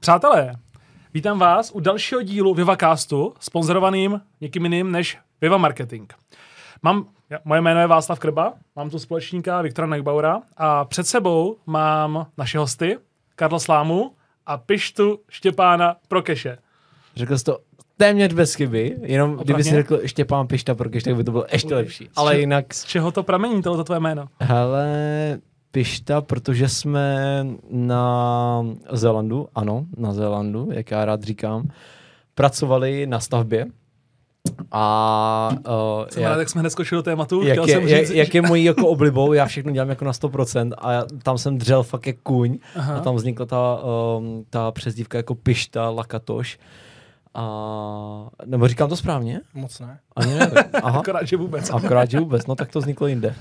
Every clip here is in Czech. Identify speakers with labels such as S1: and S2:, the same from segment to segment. S1: Přátelé, vítám vás u dalšího dílu VivaCastu, sponzorovaným někým jiným než Viva Marketing. Mám, ja, moje jméno je Václav Krba, mám tu společníka Viktora Neubaura a před sebou mám naše hosty Karla Slámu a Pištu Štěpána Prokeše.
S2: Řekl jsi to téměř bez chyby, jenom Opravně? kdyby si
S1: Opravdu?
S2: řekl Štěpán Pišta Prokeš, tak by to bylo ještě lepší. Ale
S1: Ještě-
S2: jinak,
S1: Z čeho to pramení, tohle tvoje jméno?
S2: hele, Pišta, protože jsme na Zélandu, ano, na Zélandu, jak já rád říkám, pracovali na stavbě a uh,
S1: Jsem rád, jak jsme hned skočili do tématu.
S2: jak,
S1: Chtěl
S2: je,
S1: jsem
S2: jak,
S1: říct,
S2: jak je mojí jako oblibou, já všechno dělám jako na 100% a já, tam jsem dřel fakt jak kůň
S1: Aha.
S2: Aha. a tam vznikla ta, um, ta přezdívka jako Pišta Lakatoš. A, nebo říkám to správně?
S3: Moc ne.
S2: Ani nevím. Aha.
S1: akorát, že vůbec.
S2: Akorát, že vůbec, no tak to vzniklo jinde.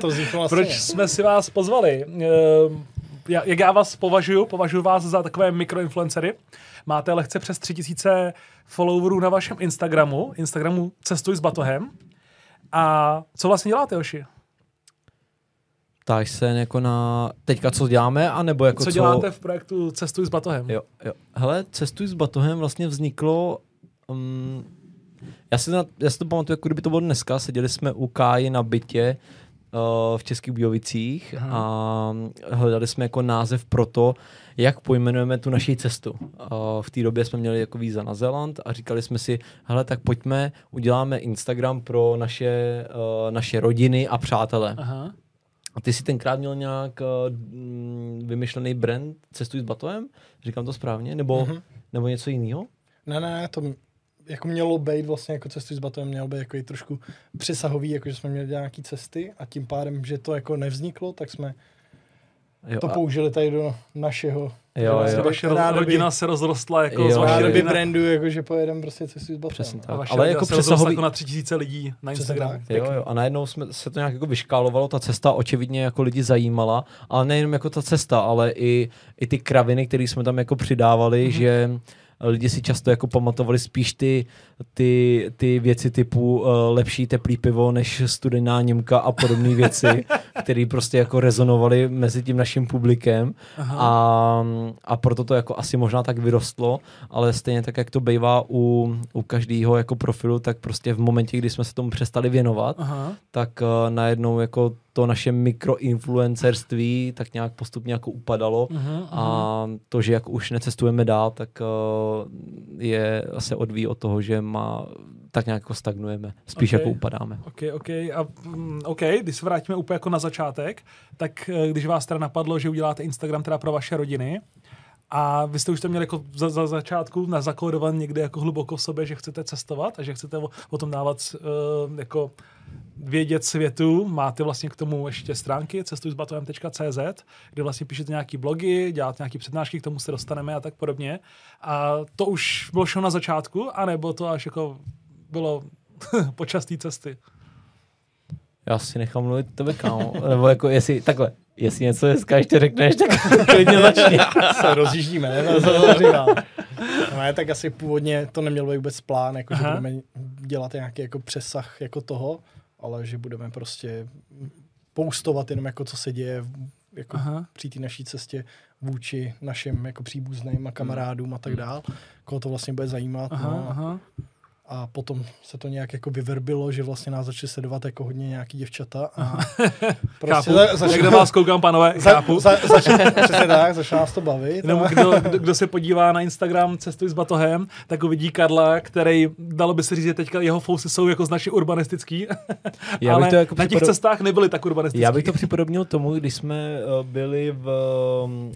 S3: to vzniklo asi.
S1: Proč jsme si vás pozvali? Ehm, já- Jak já vás považuju? Považuji vás za takové mikroinfluencery. Máte lehce přes 3000 followerů na vašem Instagramu, Instagramu Cestuj s batohem. A co vlastně děláte, Joši?
S2: Táž se jako na teďka, co děláme, anebo jako
S1: Co
S2: co...
S1: děláte v projektu Cestuj s batohem?
S2: Jo, jo. Hele, Cestuj s batohem vlastně vzniklo... Um, já, si na, já si to pamatuju, jako kdyby to bylo dneska. Seděli jsme u Káji na bytě uh, v Českých Bujovicích a hledali jsme jako název pro to, jak pojmenujeme tu naší cestu. Uh, v té době jsme měli jako víza na Zéland a říkali jsme si, hele, tak pojďme, uděláme Instagram pro naše, uh, naše rodiny a přátelé.
S1: Aha.
S2: A ty jsi tenkrát měl nějak uh, mm, vymyšlený brand Cestuj s batohem? Říkám to správně? Nebo, mm-hmm. nebo něco jiného?
S3: Ne, ne, to m- jako mělo být vlastně jako cestuj s batohem, mělo být jako i trošku přesahový, jako že jsme měli nějaký cesty a tím pádem, že to jako nevzniklo, tak jsme
S2: Jo,
S3: to
S2: a-
S3: použili tady do našeho
S2: jo,
S1: Vlastně
S2: jo.
S1: vaše
S3: Rádoby-
S1: rodina se rozrostla jako
S2: Jo,
S1: z vaší
S2: rádoby
S3: rádoby
S1: rodiny.
S3: brandu, jako že pojedeme prostě cestuj s batohem.
S2: Přesně tak.
S1: A vaše
S2: Ale
S1: rodina
S2: jako
S1: se rozrostla
S2: přesahový-
S1: jako na 3000 lidí na
S3: Přesně
S1: Instagramu.
S3: tak.
S2: Jo, jo, a najednou jsme, se to nějak jako vyškálovalo, ta cesta očividně jako lidi zajímala, ale nejenom jako ta cesta, ale i, i ty kraviny, které jsme tam jako přidávali, mm-hmm. že lidi si často jako pamatovali spíš ty, ty, ty věci typu uh, lepší teplý pivo než studená Němka a podobné věci, které prostě jako rezonovaly mezi tím naším publikem a, a proto to jako asi možná tak vyrostlo, ale stejně tak, jak to bývá u, u každého jako profilu, tak prostě v momentě, kdy jsme se tomu přestali věnovat,
S1: Aha.
S2: tak uh, najednou jako to naše mikroinfluencerství tak nějak postupně jako upadalo
S1: Mhm,
S2: a to, že jak už necestujeme dál, tak uh, je se odvíjí od toho, že má tak nějak jako stagnujeme, spíš
S1: Ok.
S2: okay. jako upadáme.
S1: OK, OK. A, mm, OK, když se vrátíme úplně jako na začátek, tak eh, když vás teda napadlo, že uděláte Instagram teda pro vaše rodiny, a vy jste už to měli jako za, za začátku na zakódovan někde jako hluboko v sobě, že chcete cestovat a že chcete o, o tom dávat uh, jako vědět světu. Máte vlastně k tomu ještě stránky cestujsbatohem.cz, kde vlastně píšete nějaký blogy, děláte nějaké přednášky, k tomu se dostaneme a tak podobně. A to už bylo šlo na začátku, anebo to až jako bylo počas té cesty.
S2: Já si nechám mluvit tebe, kámo. Nebo jako jestli, takhle, jestli něco dneska ještě řekneš, tak klidně začni.
S3: se rozjíždíme, ne? To se to říká. No, ne, tak asi původně to neměl být vůbec plán, jako, že
S1: Aha.
S3: budeme dělat nějaký jako přesah jako toho, ale že budeme prostě poustovat jenom jako co se děje v- jako
S1: Aha.
S3: při té naší cestě vůči našim jako příbuzným a kamarádům a tak dál, koho to vlastně bude zajímat.
S1: Hmm. Aha,
S3: no, a-
S1: aha.
S3: a potom se to nějak jako vyverbilo, že vlastně nás začaly sledovat jako hodně nějaký děvčata. A
S2: Prostě
S3: prostě
S1: Chápu.
S3: za-
S1: Jak na vás koukám, panové,
S3: za,
S1: chápu.
S3: za, začalo- přesně tak, začalo nás to bavit.
S1: Jenom
S3: a-
S1: kdo, kdo, kdo se podívá na Instagram Cestuj s batohem, tak uvidí Karla, který, dalo by se říct, že teďka jeho fousy jsou jako značně urbanistický,
S2: Já bych
S1: ale
S2: to jako
S1: na těch
S2: připodobnil-
S1: cestách nebyly tak urbanistický.
S2: Já bych to připodobnil tomu, když jsme eh, byli v,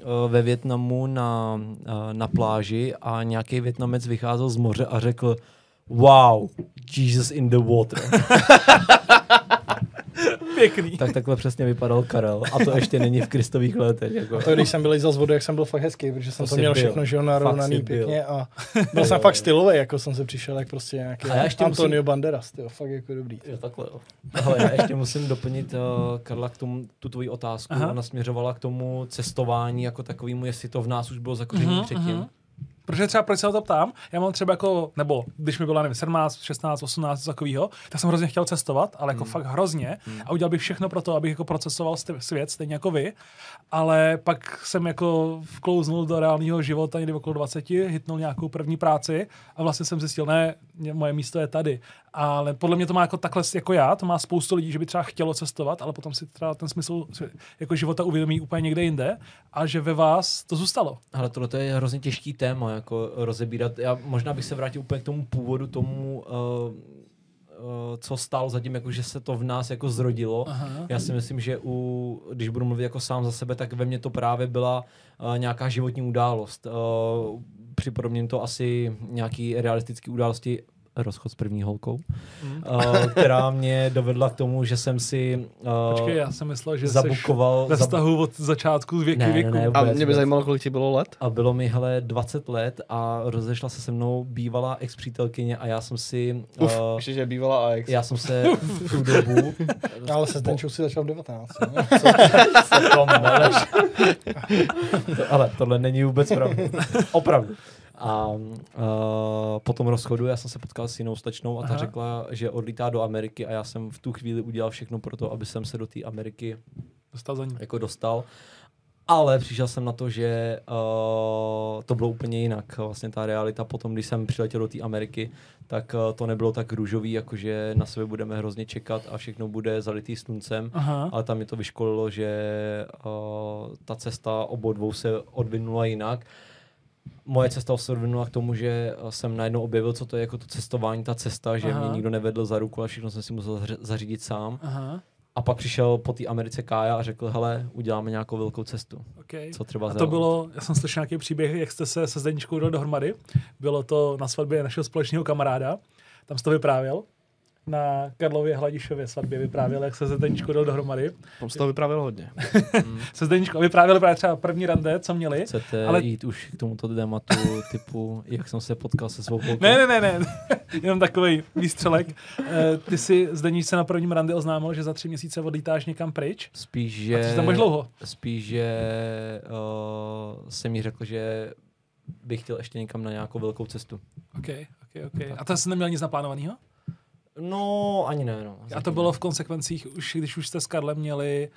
S2: eh, ve Větnamu na, eh, na pláži a nějaký Větnamec vycházel z moře a řekl Wow, Jesus in the water.
S1: Pěkný.
S2: tak takhle přesně vypadal Karel. A to ještě není v kristových letech. Jako.
S3: To, když jsem byl za z vody, jak jsem byl fakt hezký, protože jsem
S2: To
S3: to,
S2: jsi
S3: měl
S2: byl.
S3: všechno, že jo,
S2: Fakt
S3: narovnaný
S2: jsi byl.
S3: pěkně a byl jsem fakt stylový, jako jsem se přišel, jak prostě nějaký
S2: A já ještě musím-
S3: Antonio Banderas, tyjo, fakt jako dobrý.
S2: Jo, takhle jo. Hele, já ještě musím doplnit, uh, Karla, k tomu, tu tvoji otázku.
S1: Aha.
S2: Aha. Ona směřovala k tomu cestování jako takovému, jestli to v nás už bylo zakořenění
S1: Mhm,
S2: předtím.
S1: mhm. Protože třeba proč se na to ptám? Já mám třeba jako, nebo když mi bylo, nevím, 17, 16, 18, něco takového, tak jsem hrozně chtěl cestovat, ale jako fakt hrozně. A udělal bych všechno pro to, abych jako procesoval st- svět, stejně jako vy. Ale pak jsem jako vklouznul do reálného života někdy okolo 20, hitnul nějakou první práci a vlastně jsem zjistil, ne, mě- moje místo je tady. Ale podle mě to má jako takhle jako já, to má spoustu lidí, že by třeba chtělo cestovat, ale potom si třeba ten smysl jako života uvědomí úplně někde jinde a že ve vás to zůstalo.
S2: Ale tohle to je hrozně těžký téma, jako rozebírat. Já možná bych se vrátil úplně k tomu původu, tomu, uh, uh, co stál zatím, jako že se to v nás jako zrodilo.
S1: Aha.
S2: Já si myslím, že u, když budu mluvit jako sám za sebe, tak ve mně to právě byla uh, nějaká životní událost. Uh, připodobním to asi nějaký realistický události rozchod s první holkou,
S1: Mm.
S2: uh, která mě dovedla k tomu, že jsem si uh,
S1: Počkej, já jsem myslel, že jsi
S2: zabukoval...
S1: ve
S2: zab-
S1: vztahu od začátku věky
S2: Ne, ne,
S1: věku.
S2: ne,
S4: A
S2: vůbec,
S4: mě by
S2: vůbec.
S4: zajímalo, kolik ti bylo let?
S2: A bylo mi, hele, 20 let a rozešla se se mnou bývalá ex-přítelkyně a já jsem si...
S4: Uf,
S2: eh,
S4: ještě, že bývala AX.
S2: já jsem se v tu dobu...
S3: Ale
S2: prostě
S3: se ten si začal v no. 19. ne?
S2: To- Ale tohle není vůbec pravda. Opravdu. A uh, po tom rozchodu já jsem se potkal s jinou stačnou a ta
S1: Aha.
S2: Aha. řekla, že odlítá do Ameriky a já jsem v tu chvíli udělal všechno pro to, aby jsem se do té Ameriky
S1: Dostal za ní.
S2: jako dostal. Ale přišel jsem na to, že uh, to bylo úplně jinak. Vlastně ta realita potom, když jsem přiletěl do té Ameriky, tak uh, to nebylo tak růžový, jakože na sebe budeme hrozně čekat a všechno bude zalitý sluncem.
S1: Aha.
S2: Ale tam mě to vyškolilo, že uh, ta cesta obou dvou se odvinula jinak. Moje cesta se odvinula k tomu, že eh, jsem najednou objevil, co to je jako to cestování, ta cesta, že
S1: Aha.
S2: Aha. mě nikdo nevedl za ruku a všechno jsem si musel zaři- zařídit sám.
S1: Aha,
S2: A pak přišel po té Americe Kája a řekl, hele, uděláme nějakou velkou cestu.
S1: okay.
S2: Co třeba
S1: A to
S2: Zéland?
S1: bylo, já jsem slyšel nějaký příběh, jak jste se se Zdeničkou dal dohromady. Bylo to na svatbě našeho společného kamaráda. Tam jsi to vyprávěl. Na Karlově Hladišově svatbě vyprávěl, jak se se Zdeničkou dal dohromady.
S4: Tam se to vyprávěl hodně.
S1: Se Zdeničkou vyprávěl právě třeba první rande, co měli.
S2: Chcete
S1: Ale-
S2: Ale... jít už k tomuto tématu typu, jak jsem se potkal se svou holkou?
S1: Ne, ne, ne, ne. Jenom takový výstřelek. Eh, Ty si Zdeničce na prvním rande oznámil, že za tři měsíce odlítáš někam pryč.
S2: Spíš,
S1: A ty
S2: že...
S1: jsi tam budeš dlouho.
S2: Spíš, že uh, jsem jí řekl, že bych chtěl ještě někam na nějakou velkou cestu.
S1: Okay, okay, okay. A to jsi neměl nic naplánovaného?
S2: No, ani ne, no.
S1: A to bylo v konsekvencích, už, když už jste s Karlem měli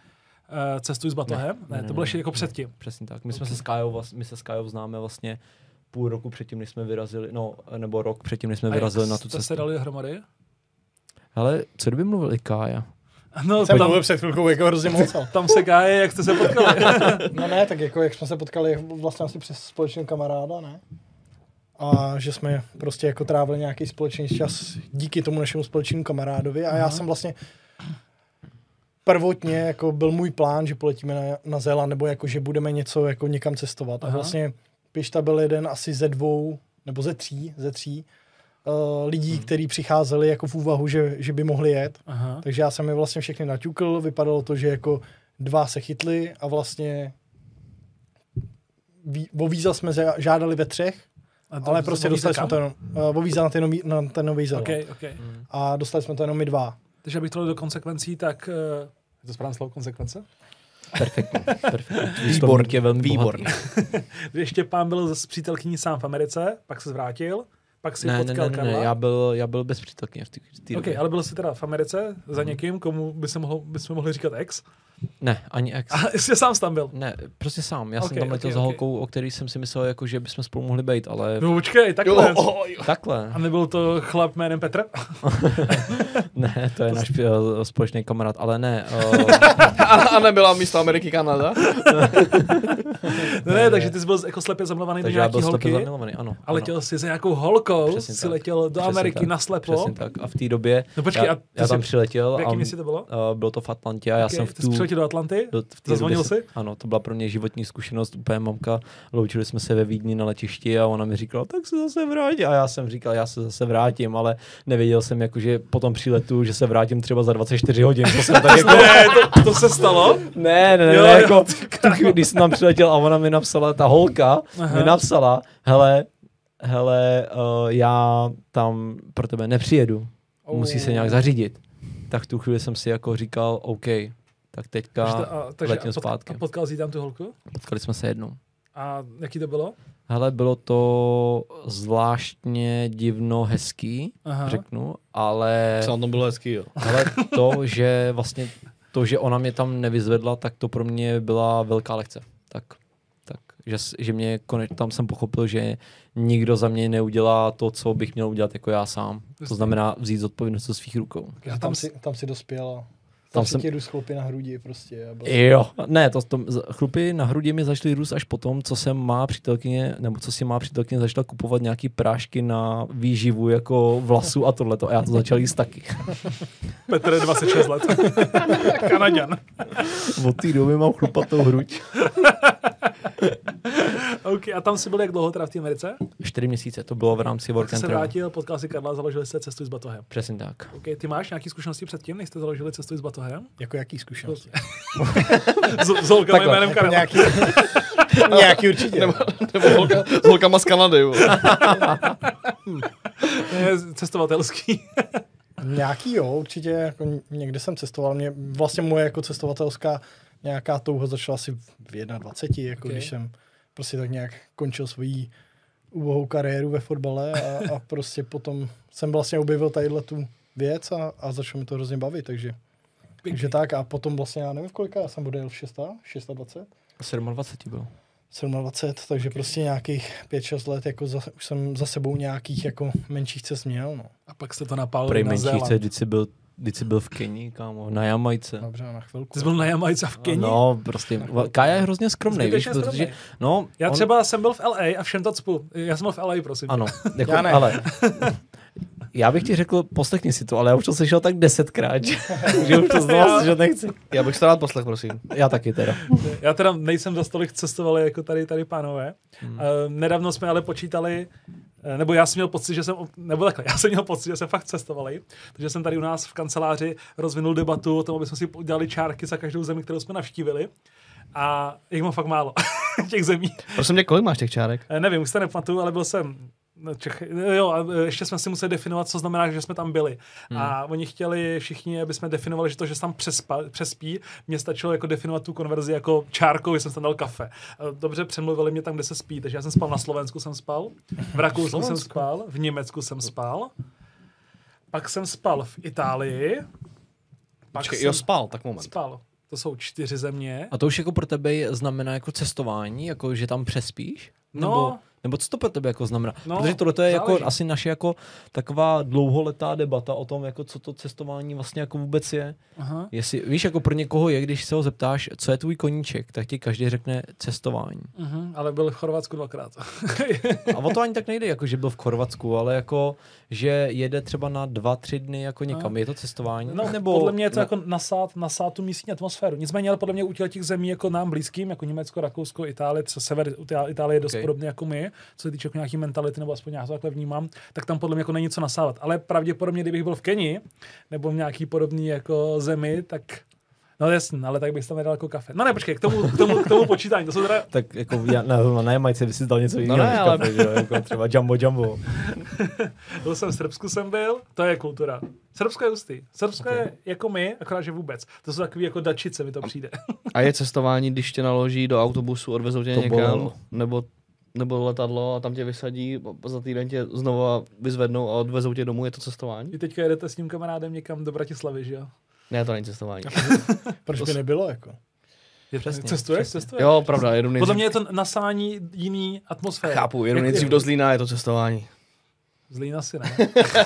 S1: uh, cestu s Batohem? Ne,
S2: ne,
S1: ne,
S2: ne,
S1: to bylo
S2: ne,
S1: ještě jako
S2: ne.
S1: předtím.
S2: Přesně tak. My jsme se s Kajou, vlast- my se s Kajou známe vlastně půl roku předtím, než jsme vyrazili, no, nebo rok předtím, než jsme
S1: A jak
S2: vyrazili na
S1: jste
S2: tu
S1: se
S2: cestu.
S1: dali dohromady?
S2: Hele, co kdyby mluvil i Kája?
S1: No,
S3: Jsem
S1: tam,
S3: mluvil před chvilkou jako hrozně moc. ale-
S1: tam se káje, jak jste se potkali.
S3: No ne, tak jako jak jsme se potkali vlastně asi přes společného kamaráda, ne? A že jsme prostě jako trávili nějaký společný čas díky tomu našemu společnému kamarádovi a já jsem vlastně prvotně jako byl můj plán, že poletíme na, na Zéland nebo jako že budeme něco jako někam cestovat.
S1: Aha.
S3: A vlastně Pišta byl jeden asi ze dvou nebo ze tří, ze tří uh, lidí, kteří přicházeli jako v úvahu, že, že by mohli jet.
S1: Aha.
S3: Takže já jsem je vlastně všechny naťukl, vypadalo to, že jako dva se chytli a vlastně ví- o víza jsme za- žádali ve třech,
S1: A to-
S3: ale
S1: to
S3: prostě
S1: bylo
S3: dostali
S1: víza
S3: jsme to
S1: kam?
S3: jenom, uh, o víza na ten, nový- na ten nový Zéland.
S1: OK, OK.
S3: A dostali jsme to jenom my dva.
S1: Takže abych to dal do konsekvencí, tak... Uh, je to správné slovo konsekvence?
S2: Perfektní, perfektní.
S4: Výborný,
S2: je velmi
S4: výborný.
S2: bohatý.
S1: Když Štěpán byl s přítelkyní sám v Americe, pak se zvrátil, pak si
S2: Ne, ne,
S1: potkal
S2: ne, ne, ne,
S1: Karla.
S2: já byl, já byl bez přítelkyně v té- v té
S1: OK,
S2: době.
S1: ale byl jsi teda v Americe za někým, komu by se mohlo, bychom mohli říkat ex.
S2: Ne, ani ex.
S1: A jsi sám jsi tam byl.
S2: Ne, prostě sám. Já
S1: Ok,
S2: jsem tam letěl
S1: ok,
S2: za
S1: ok.
S2: holkou, o který jsem si myslel, jako, že bychom spolu mohli být, ale
S1: No počkej, takhle.
S2: takhle.
S1: A nebyl to chlap jménem Petr?
S2: Ne, to je náš eh, společný kamarád, ale ne. eh,
S4: A, a nebyla místo Ameriky Kanada?
S1: Ne, ne, takže ty jsi byl jako slepě zamilovaný
S2: eh,
S1: do
S2: takže já
S1: nějaký
S2: byl slepě
S1: holky
S2: zamilovaný, ano.
S1: a letěl jsi za nějakou holkou,
S2: Přesně
S1: jsi
S2: tak.
S1: letěl do
S2: Přesně
S1: Ameriky
S2: tak.
S1: naslepo.
S2: Přesně tak. A v té době
S1: No počkej,
S2: já,
S1: a ty
S2: já tam
S1: jsi-
S2: přiletěl
S1: V
S2: a
S1: jakém městě to bylo?
S2: eh, bylo to v Atlantě a já
S1: Ok,
S2: jsem v
S1: Ty jsi
S2: tu...
S1: přiletěl do Atlanty?
S2: Do, v té
S1: Zazvonil
S2: době jsem-
S1: jsi?
S2: Ano, to byla pro mě životní zkušenost úplně mamka. Loučili jsme se ve Vídni na letišti a ona mi říkala, tak se zase vrátí. A já jsem říkal, já se zase vrátím, ale nevěděl jsem, jakože po tom příletu, že se vrátím třeba za 24 hodin. To jsem tak jako...
S1: Ne, to, to se stalo.
S2: Ne, ne, ne,
S1: Jo,
S2: jo,
S1: jo,
S2: jako v tu chvíli, když jsem tam přiletěl a ona mi napsala, ta holka
S1: Aha.
S2: Aha. mi napsala, hele, hele, uh, já tam pro tebe nepřijedu,
S1: Oh.
S2: musí se nějak zařídit. Tak v tu chvíli jsem si jako říkal, OK, tak teďka
S1: Takže, to- a, takže a
S2: letím
S1: potk-
S2: zpátky.
S1: a potkal jsi tam tu holku?
S2: Potkali jsme se jednou.
S1: A jaký to bylo?
S2: Hele, bylo to zvláštně divno hezký,
S1: Aha.
S2: Aha. řeknu, ale...
S4: Co na tom bylo hezký, jo.
S2: Ale to, že vlastně to, že ona mě tam nevyzvedla, tak to pro mě byla velká lekce. Tak, tak že, s- že mě koneč, tam jsem pochopil, že nikdo za mě neudělá to, co bych měl udělat jako já sám. To znamená vzít zodpovědnost do svých rukou.
S1: Já tam
S3: Tam, tam,
S1: s-
S3: si, tam si dospěla. Tam,
S2: Tam
S3: tam si
S2: jsem-
S3: ti jdu chlupy na hrudi prostě. A byl...
S2: Jo, ne, to, to chlupy na hrudi mi začaly růst až potom, co jsem má přítelkyně, nebo co si má přítelkyně začala kupovat nějaký prášky na výživu jako vlasů a tohleto. A já to začal jíst taky.
S1: Petr je 26 let. Kanaďan.
S2: Od té doby mám chlupatou hruď.
S1: OK, a tam jsi byl jak dlouho teda v té Americe?
S2: Čtyři měsíce, to bylo v rámci
S1: Pak
S2: Work
S1: jsi
S2: and
S1: se
S2: Travel.
S1: vrátil, potkal si Karla, založili jste cestu s batohem.
S2: Přesně tak.
S1: OK, ty máš nějaké zkušenosti předtím, než jste založili cestu s batohem?
S3: Jako jaký zkušenost?
S1: S, s holkama
S2: Takhle.
S1: jménem
S3: Jako
S1: Karla.
S3: nějaký, nějaký určitě. Nebo...
S4: Nebo holka, s holkama z Kanady, vole.
S1: Ne, Cestovatelský.
S3: Nějaký jo, určitě. Jako ně- někde jsem cestoval. Mě, vlastně moje jako cestovatelská nějaká touha začala asi v 21, jako
S1: Ok.
S3: okay. když jsem prostě tak nějak končil svoji úbohou kariéru ve fotbale a, a prostě potom jsem vlastně objevil tadyhle tu věc a, a začalo mi to hrozně bavit, takže, takže tak a potom vlastně já nevím v kolika, já jsem odjel v 6, 26,
S2: 27 bylo.
S3: 27, takže okay. prostě nějakých 5-6 let jako za, už jsem za sebou nějakých jako menších cest měl, no.
S1: A pak jste to napálili
S2: Prej
S1: na
S2: menší
S1: Zéland.
S2: chce, vždyť jsi byl, vždyť jsi byl v Keni, kámo, na Jamajce.
S3: Dobře, na chvilku.
S1: Ty jsi byl na Jamajce a v Keni?
S2: No, prostě. Kaja je hrozně skromný, víš,
S1: Zbytečně skromnej.
S2: protože... No,
S1: Já
S2: on-
S1: třeba jsem byl v LA a všem to cpu. Já jsem byl v LA, prosím.
S2: Ano, jako,
S3: Já ne.
S2: ale... Já bych ti řekl, poslechni si to, ale já už to slyšel tak desetkrát, že, že už to znovu slyšet nechci.
S4: Já bych se rád poslech, prosím.
S2: Já taky teda.
S1: Já teda nejsem za stolik cestoval jako tady, tady pánové. Hmm. Nedávno jsme ale počítali, eh, nebo já jsem měl pocit, že jsem, ob- nebo takhle, já jsem měl pocit, že jsem fakt cestovali, takže jsem tady u nás v kanceláři rozvinul debatu o tom, aby jsme si udělali čárky za každou zemi, kterou jsme navštívili. A jich mám fakt málo, těch zemí.
S4: Prosím tě, kolik máš těch čárek?
S1: Eh, Nevím, už se nepamatuju, ale byl jsem no, Čechy. eh, Jo, a eh, ještě jsme si museli definovat, co znamená, že jsme tam byli. Hmm. A oni chtěli všichni, aby jsme definovali, že to, že se tam přespa, přespí, mě stačilo jako definovat tu konverzi jako čárkou, že jsem tam dal kafe. Eh, Dobře přemluvili mě tam, kde se spí, takže já jsem spal na Slovensku, jsem spal, v Rakousku jsem spal, v Německu jsem spal, pak jsem spal v Itálii, pak
S4: Počkej,
S1: jsem
S4: jo, spal, tak moment.
S1: spal. To jsou čtyři země.
S2: A to už jako pro tebe je- znamená jako cestování, jako že tam přespíš?
S1: No.
S2: Nebo, nebo co to pro tebe jako znamená?
S1: No,
S2: No, Protože tohle je jako
S1: záleží.
S2: asi naše jako taková dlouholetá debata o tom, jako co to cestování vlastně jako vůbec je.
S1: Aha.
S2: Jestli, víš, jako pro někoho je, když se ho zeptáš, co je tvůj koníček, tak ti každý řekne cestování.
S1: Mhm, ale byl v Chorvatsku dvakrát.
S2: A o to ani tak nejde, jako že byl v Chorvatsku, ale jako, že jede třeba na dva, tři dny jako někam. Je to cestování?
S1: No,
S2: nebo,
S1: nebo, podle mě je to
S2: ne-
S1: jako nasát, nasát tu místní atmosféru. Nicméně, ale podle mě u těch zemí jako nám blízkým, jako Německo, Rakousko, Itálie, co sever Itá- Itálie je dost
S2: Ok.
S1: podobně jako my, co se týče jako nějaký mentality, nebo aspoň já to takhle vnímám, tak tam podle mě jako není co nasávat. Ale pravděpodobně, kdybych byl v Keni nebo v nějaký podobný jako zemi, tak No jasný, ale tak bych si tam nedal jako kafe. No ne, počkej, k tomu, k tomu, k tomu počítání, to jsou teda
S2: Tak jako já, na, na Jamajce by si dal něco jiného.
S4: ne,
S2: než
S4: ale-
S2: kafe, že jo, jako třeba Jumbo Jumbo.
S1: Byl jsem v Srbsku, jsem byl, to je kultura. Srbsko je hustý. Srbsko okay. je jako my, akorát že vůbec. To jsou takový jako dačice, mi to přijde.
S4: A je cestování, když tě naloží do autobusu, odvezou tě
S2: To
S4: někam,
S2: bolelo.
S4: nebo nebo letadlo a tam tě vysadí, za týden tě znova vyzvednou a odvezou tě domů, je to cestování?
S1: Vy teďka jedete s tím kamarádem někam do Bratislavy, že jo?
S4: Ne, to není cestování.
S3: Proč by nebylo jako?
S1: Je
S2: Přesně,
S1: cestuješ,
S2: přesně.
S1: cestuješ.
S4: Jo, pravda, jedu
S1: Podle
S4: nejdřív.
S1: mě je to nasání jiný atmosféry.
S4: Chápu, jedu
S1: Jak-
S4: nejdřív
S1: jak-
S4: do Zlína, je to cestování.
S1: Zlína si ne.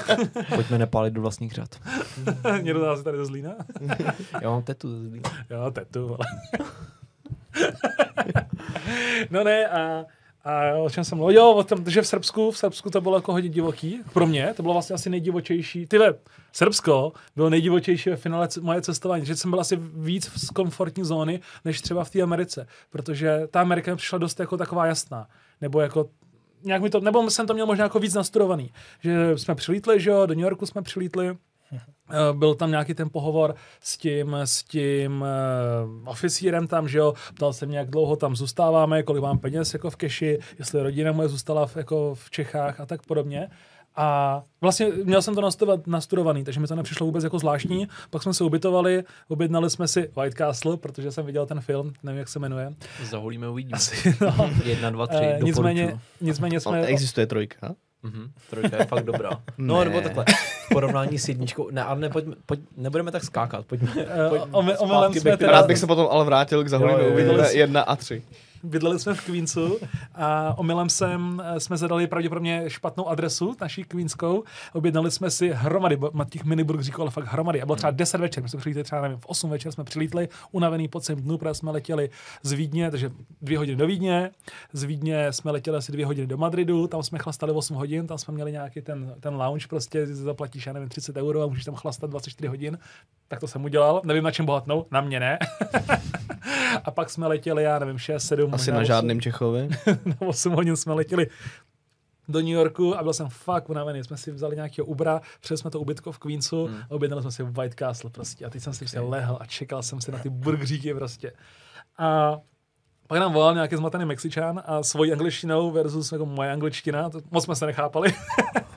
S2: Pojďme nepálit do vlastních řad.
S1: Někdo nás tady do Zlína?
S2: Já mám tetu ze Zlína.
S1: Jo, tetu, vole. no ne, a, a o čem jsem mluvil? Jo, o tom, že v Srbsku, v Srbsku to bylo jako hodně divoký. Pro mě to bylo vlastně asi nejdivočejší. Ty ve, Srbsko bylo nejdivočejší ve finále c- moje cestování, že jsem byl asi víc z komfortní zóny, než třeba v té Americe, protože ta Amerika mi přišla dost jako taková jasná. Nebo jako nějak mi to, nebo jsem to měl možná jako víc nastudovaný, že jsme přilítli, že jo, do New Yorku jsme přilítli, Eh, byl tam nějaký ten pohovor s tím, s tím uh, oficírem tam, že jo, ptal se mě, jak dlouho tam zůstáváme, kolik mám peněz jako v keši, jestli rodina moje zůstala v, jako v Čechách a tak podobně. A vlastně měl jsem to nastudovat, nastudovaný, takže mi to nepřišlo vůbec jako zvláštní. Pak jsme se ubytovali, objednali jsme si White Castle, protože jsem viděl ten film, nevím, jak se jmenuje.
S2: Zaholíme uvidíme.
S1: Asi, no.
S2: Jedna, dva, tři,
S1: Eh,
S2: doporučuju.
S1: nicméně, nicméně
S4: Ale
S1: jsme...
S4: Existuje trojka.
S2: Mhm, trojka je fakt dobrá. No,
S4: Ne.
S2: nebo takhle, v porovnání s jedničkou, ne, ale ne, pojďme, pojď, nebudeme tak skákat, pojďme.
S1: eh,
S2: pojď-
S1: ome- Omylem
S2: zpátky
S1: jsme
S2: bych-
S1: teda,
S4: Rád bych se potom ale vrátil k
S2: Jo, jo,
S4: zaholíme
S2: jo.
S4: uvidíme jedna a tři.
S1: bydleli jsme v Queensu a omylem jsem, eh, jsme zadali pravděpodobně špatnou adresu, naší queenskou. Objednali jsme si hromady, bo- těch miniburg říkal, ale fakt hromady. A bylo
S4: Hmm.
S1: třeba 10 večer, my jsme přilítli třeba, nevím, v 8 večer jsme přilítli, unavený po celém dnu, protože jsme letěli z Vídně, takže dvě hodiny do Vídně, z Vídně jsme letěli asi dvě hodiny do Madridu, tam jsme chlastali 8 hodin, tam jsme měli nějaký ten, ten lounge, prostě zaplatíš, já nevím, 30 euro a můžeš tam chlastat 24 hodin. Tak to jsem udělal, nevím, na čem bohatnou, na mě ne. a pak jsme letěli, já nevím, 6, 7,
S4: Asi na žádném Čechovi.
S1: na 8 hodin jsme letěli do New Yorku a byl jsem fakt unavený. Jsme si vzali nějakého Ubera, přijeli jsme to ubytko v Queensu a objednali jsme si White Castle prostě. A teď jsem si prostě lehl a čekal jsem si na ty burgeríky prostě. A pak nám volal nějaký zmatený Mexičan a svojí angličtinou versus jako moje angličtina, to moc jsme se nechápali.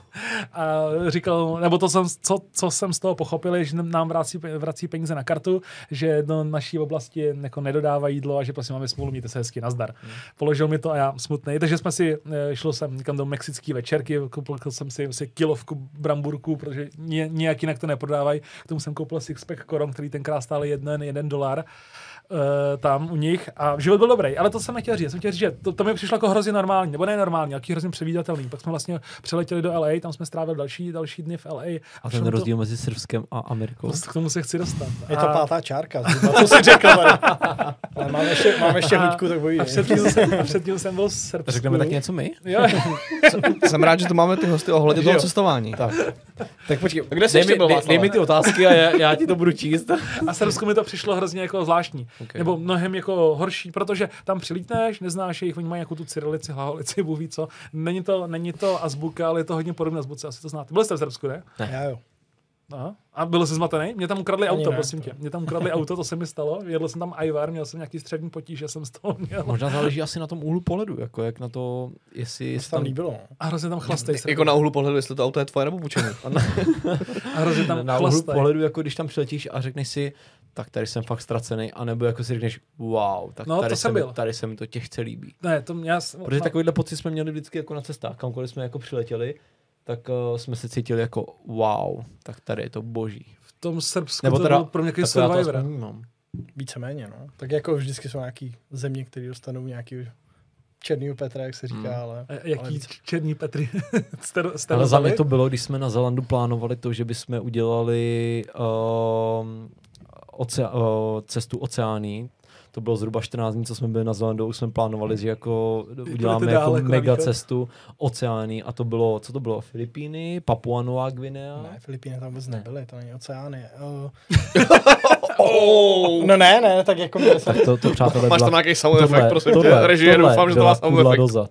S1: a říkal, nebo to jsem, co, co jsem z toho pochopil, je, že nám vrací, vrací peníze na kartu, že do naší oblasti jako nedodává jídlo a že prostě máme smůlu, mějte se hezky, nazdar. Hmm. Položil mi to a já smutný. Takže jsme si, eh, šlo jsem někam do mexické večerky, koupil jsem si, si kilovku bramburků, protože ně, nějak jinak to neprodávají. K tomu jsem koupil sixpack koron, který tenkrát stál jeden, jeden dolar eh, tam u nich a život byl dobrý, ale to jsem nechtěl říct. Já Jsem chtěl říct, že to, to mi přišlo jako hrozně normální, nebo ne normální, jaký hrozně předvídatelný. Pak jsme vlastně přeletěli do LA, tam jsme strávili další, další dny v LA.
S2: A
S1: přišlo
S2: ten
S1: mi to-
S2: rozdíl mezi Srbskem a Amerikou.
S1: Prostě k tomu se chci dostat.
S3: Je to
S1: A-
S3: pátá čárka, zhruba, co jsi řekl. Vary. Ale mám ještě, mám ještě
S1: A-
S3: hoďku, tak
S1: A
S3: povídej.
S1: předtím jsem, a předtím jsem byl v Srbsku.
S2: Řekneme tak něco my?
S1: Jo,
S4: Jsem rád, že tu máme ty hosty ohledně toho cestování. Tak.
S2: Tak počkej,
S4: kde jsi
S2: dej,
S4: ještě
S2: mi,
S4: byl,
S2: dej,
S4: Václave?
S2: dej mi ty otázky a já, já ti to budu číst.
S1: a Srbsko mi to přišlo hrozně jako zvláštní. Okay. Nebo mnohem jako horší, protože tam přilítneš, neznáš jejich, oni mají jako tu cyrilici, hlaholici, bůh ví co. Není to, není to azbuka, ale je to hodně podobné azbuce, asi to znáte. Byli jste v Srbsku, ne?
S3: Já jo.
S1: Aha. A byl jsi zmatený? Mě tam ukradli
S3: Ani
S1: auto,
S3: ne.
S1: prosím tě. Mě tam ukradli auto, to se mi stalo. Jedl jsem tam Ivar, měl jsem nějaký střední potíž, já jsem z toho měl.
S2: Možná záleží asi na tom úhlu pohledu, jako jak na to, jestli...
S3: Mně se tam líbilo. no.
S1: A hrozně tam chlastej.
S4: Jako na úhlu pohledu, jestli to auto je tvoje nebo půjčené.
S1: A hrozně tam
S2: na úhlu
S1: chlastej.
S2: pohledu, jako když tam přiletíš a řekneš si, tak tady jsem fakt ztracený, anebo jako si řekneš, wow, tak
S1: No, to
S2: tady,
S1: jsem
S2: se
S1: byl.
S2: mi, tady se mi to těžce líbí.
S1: Ne, to já... s-
S2: Protože
S1: no,
S2: takovýhle pocit jsme měli vždycky jako na cestách, kamkoliv jsme jako přiletěli, tak uh, jsme se cítili jako wow, tak tady je to boží. Mm,
S1: v tom Srbsku
S2: Nebo
S1: to
S2: teda-
S1: byl pro mě takový
S2: Tak to já to
S1: survivor.
S2: aspoň vnímám.
S3: Víceméně, no. Tak jako vždycky jsou nějaký země, které dostanou nějaký černýho Petra, jak se říká, ale...
S1: A
S3: ale
S1: Jaký
S3: víc-
S1: černý Petry? jste, do- jste
S2: Ale za mě
S1: dostali?
S2: to bylo, když jsme na Zelandu plánovali to, že bychom udělali um, oce- uh, cestu oceání. To bylo zhruba 14 dní, co jsme byli na Zelandu, už jsme plánovali, že jako uděláme
S1: dále,
S2: jako
S1: jako na
S2: mega
S1: východ.
S2: cestu oceání. A to bylo, co to bylo? Filipíny, Papua Nová Guinea?
S3: Ne, Filipíny tam vůbec nebyly, to není oceány. Uh... no ne, ne, tak jako měli jsme...
S2: Tak to, to přátelé
S4: Máš tam
S2: byla-
S4: nějaký sound effect, prosím tě, režie, doufám, že to
S2: byla
S4: má sound
S2: kudla
S4: effect.
S2: dozad.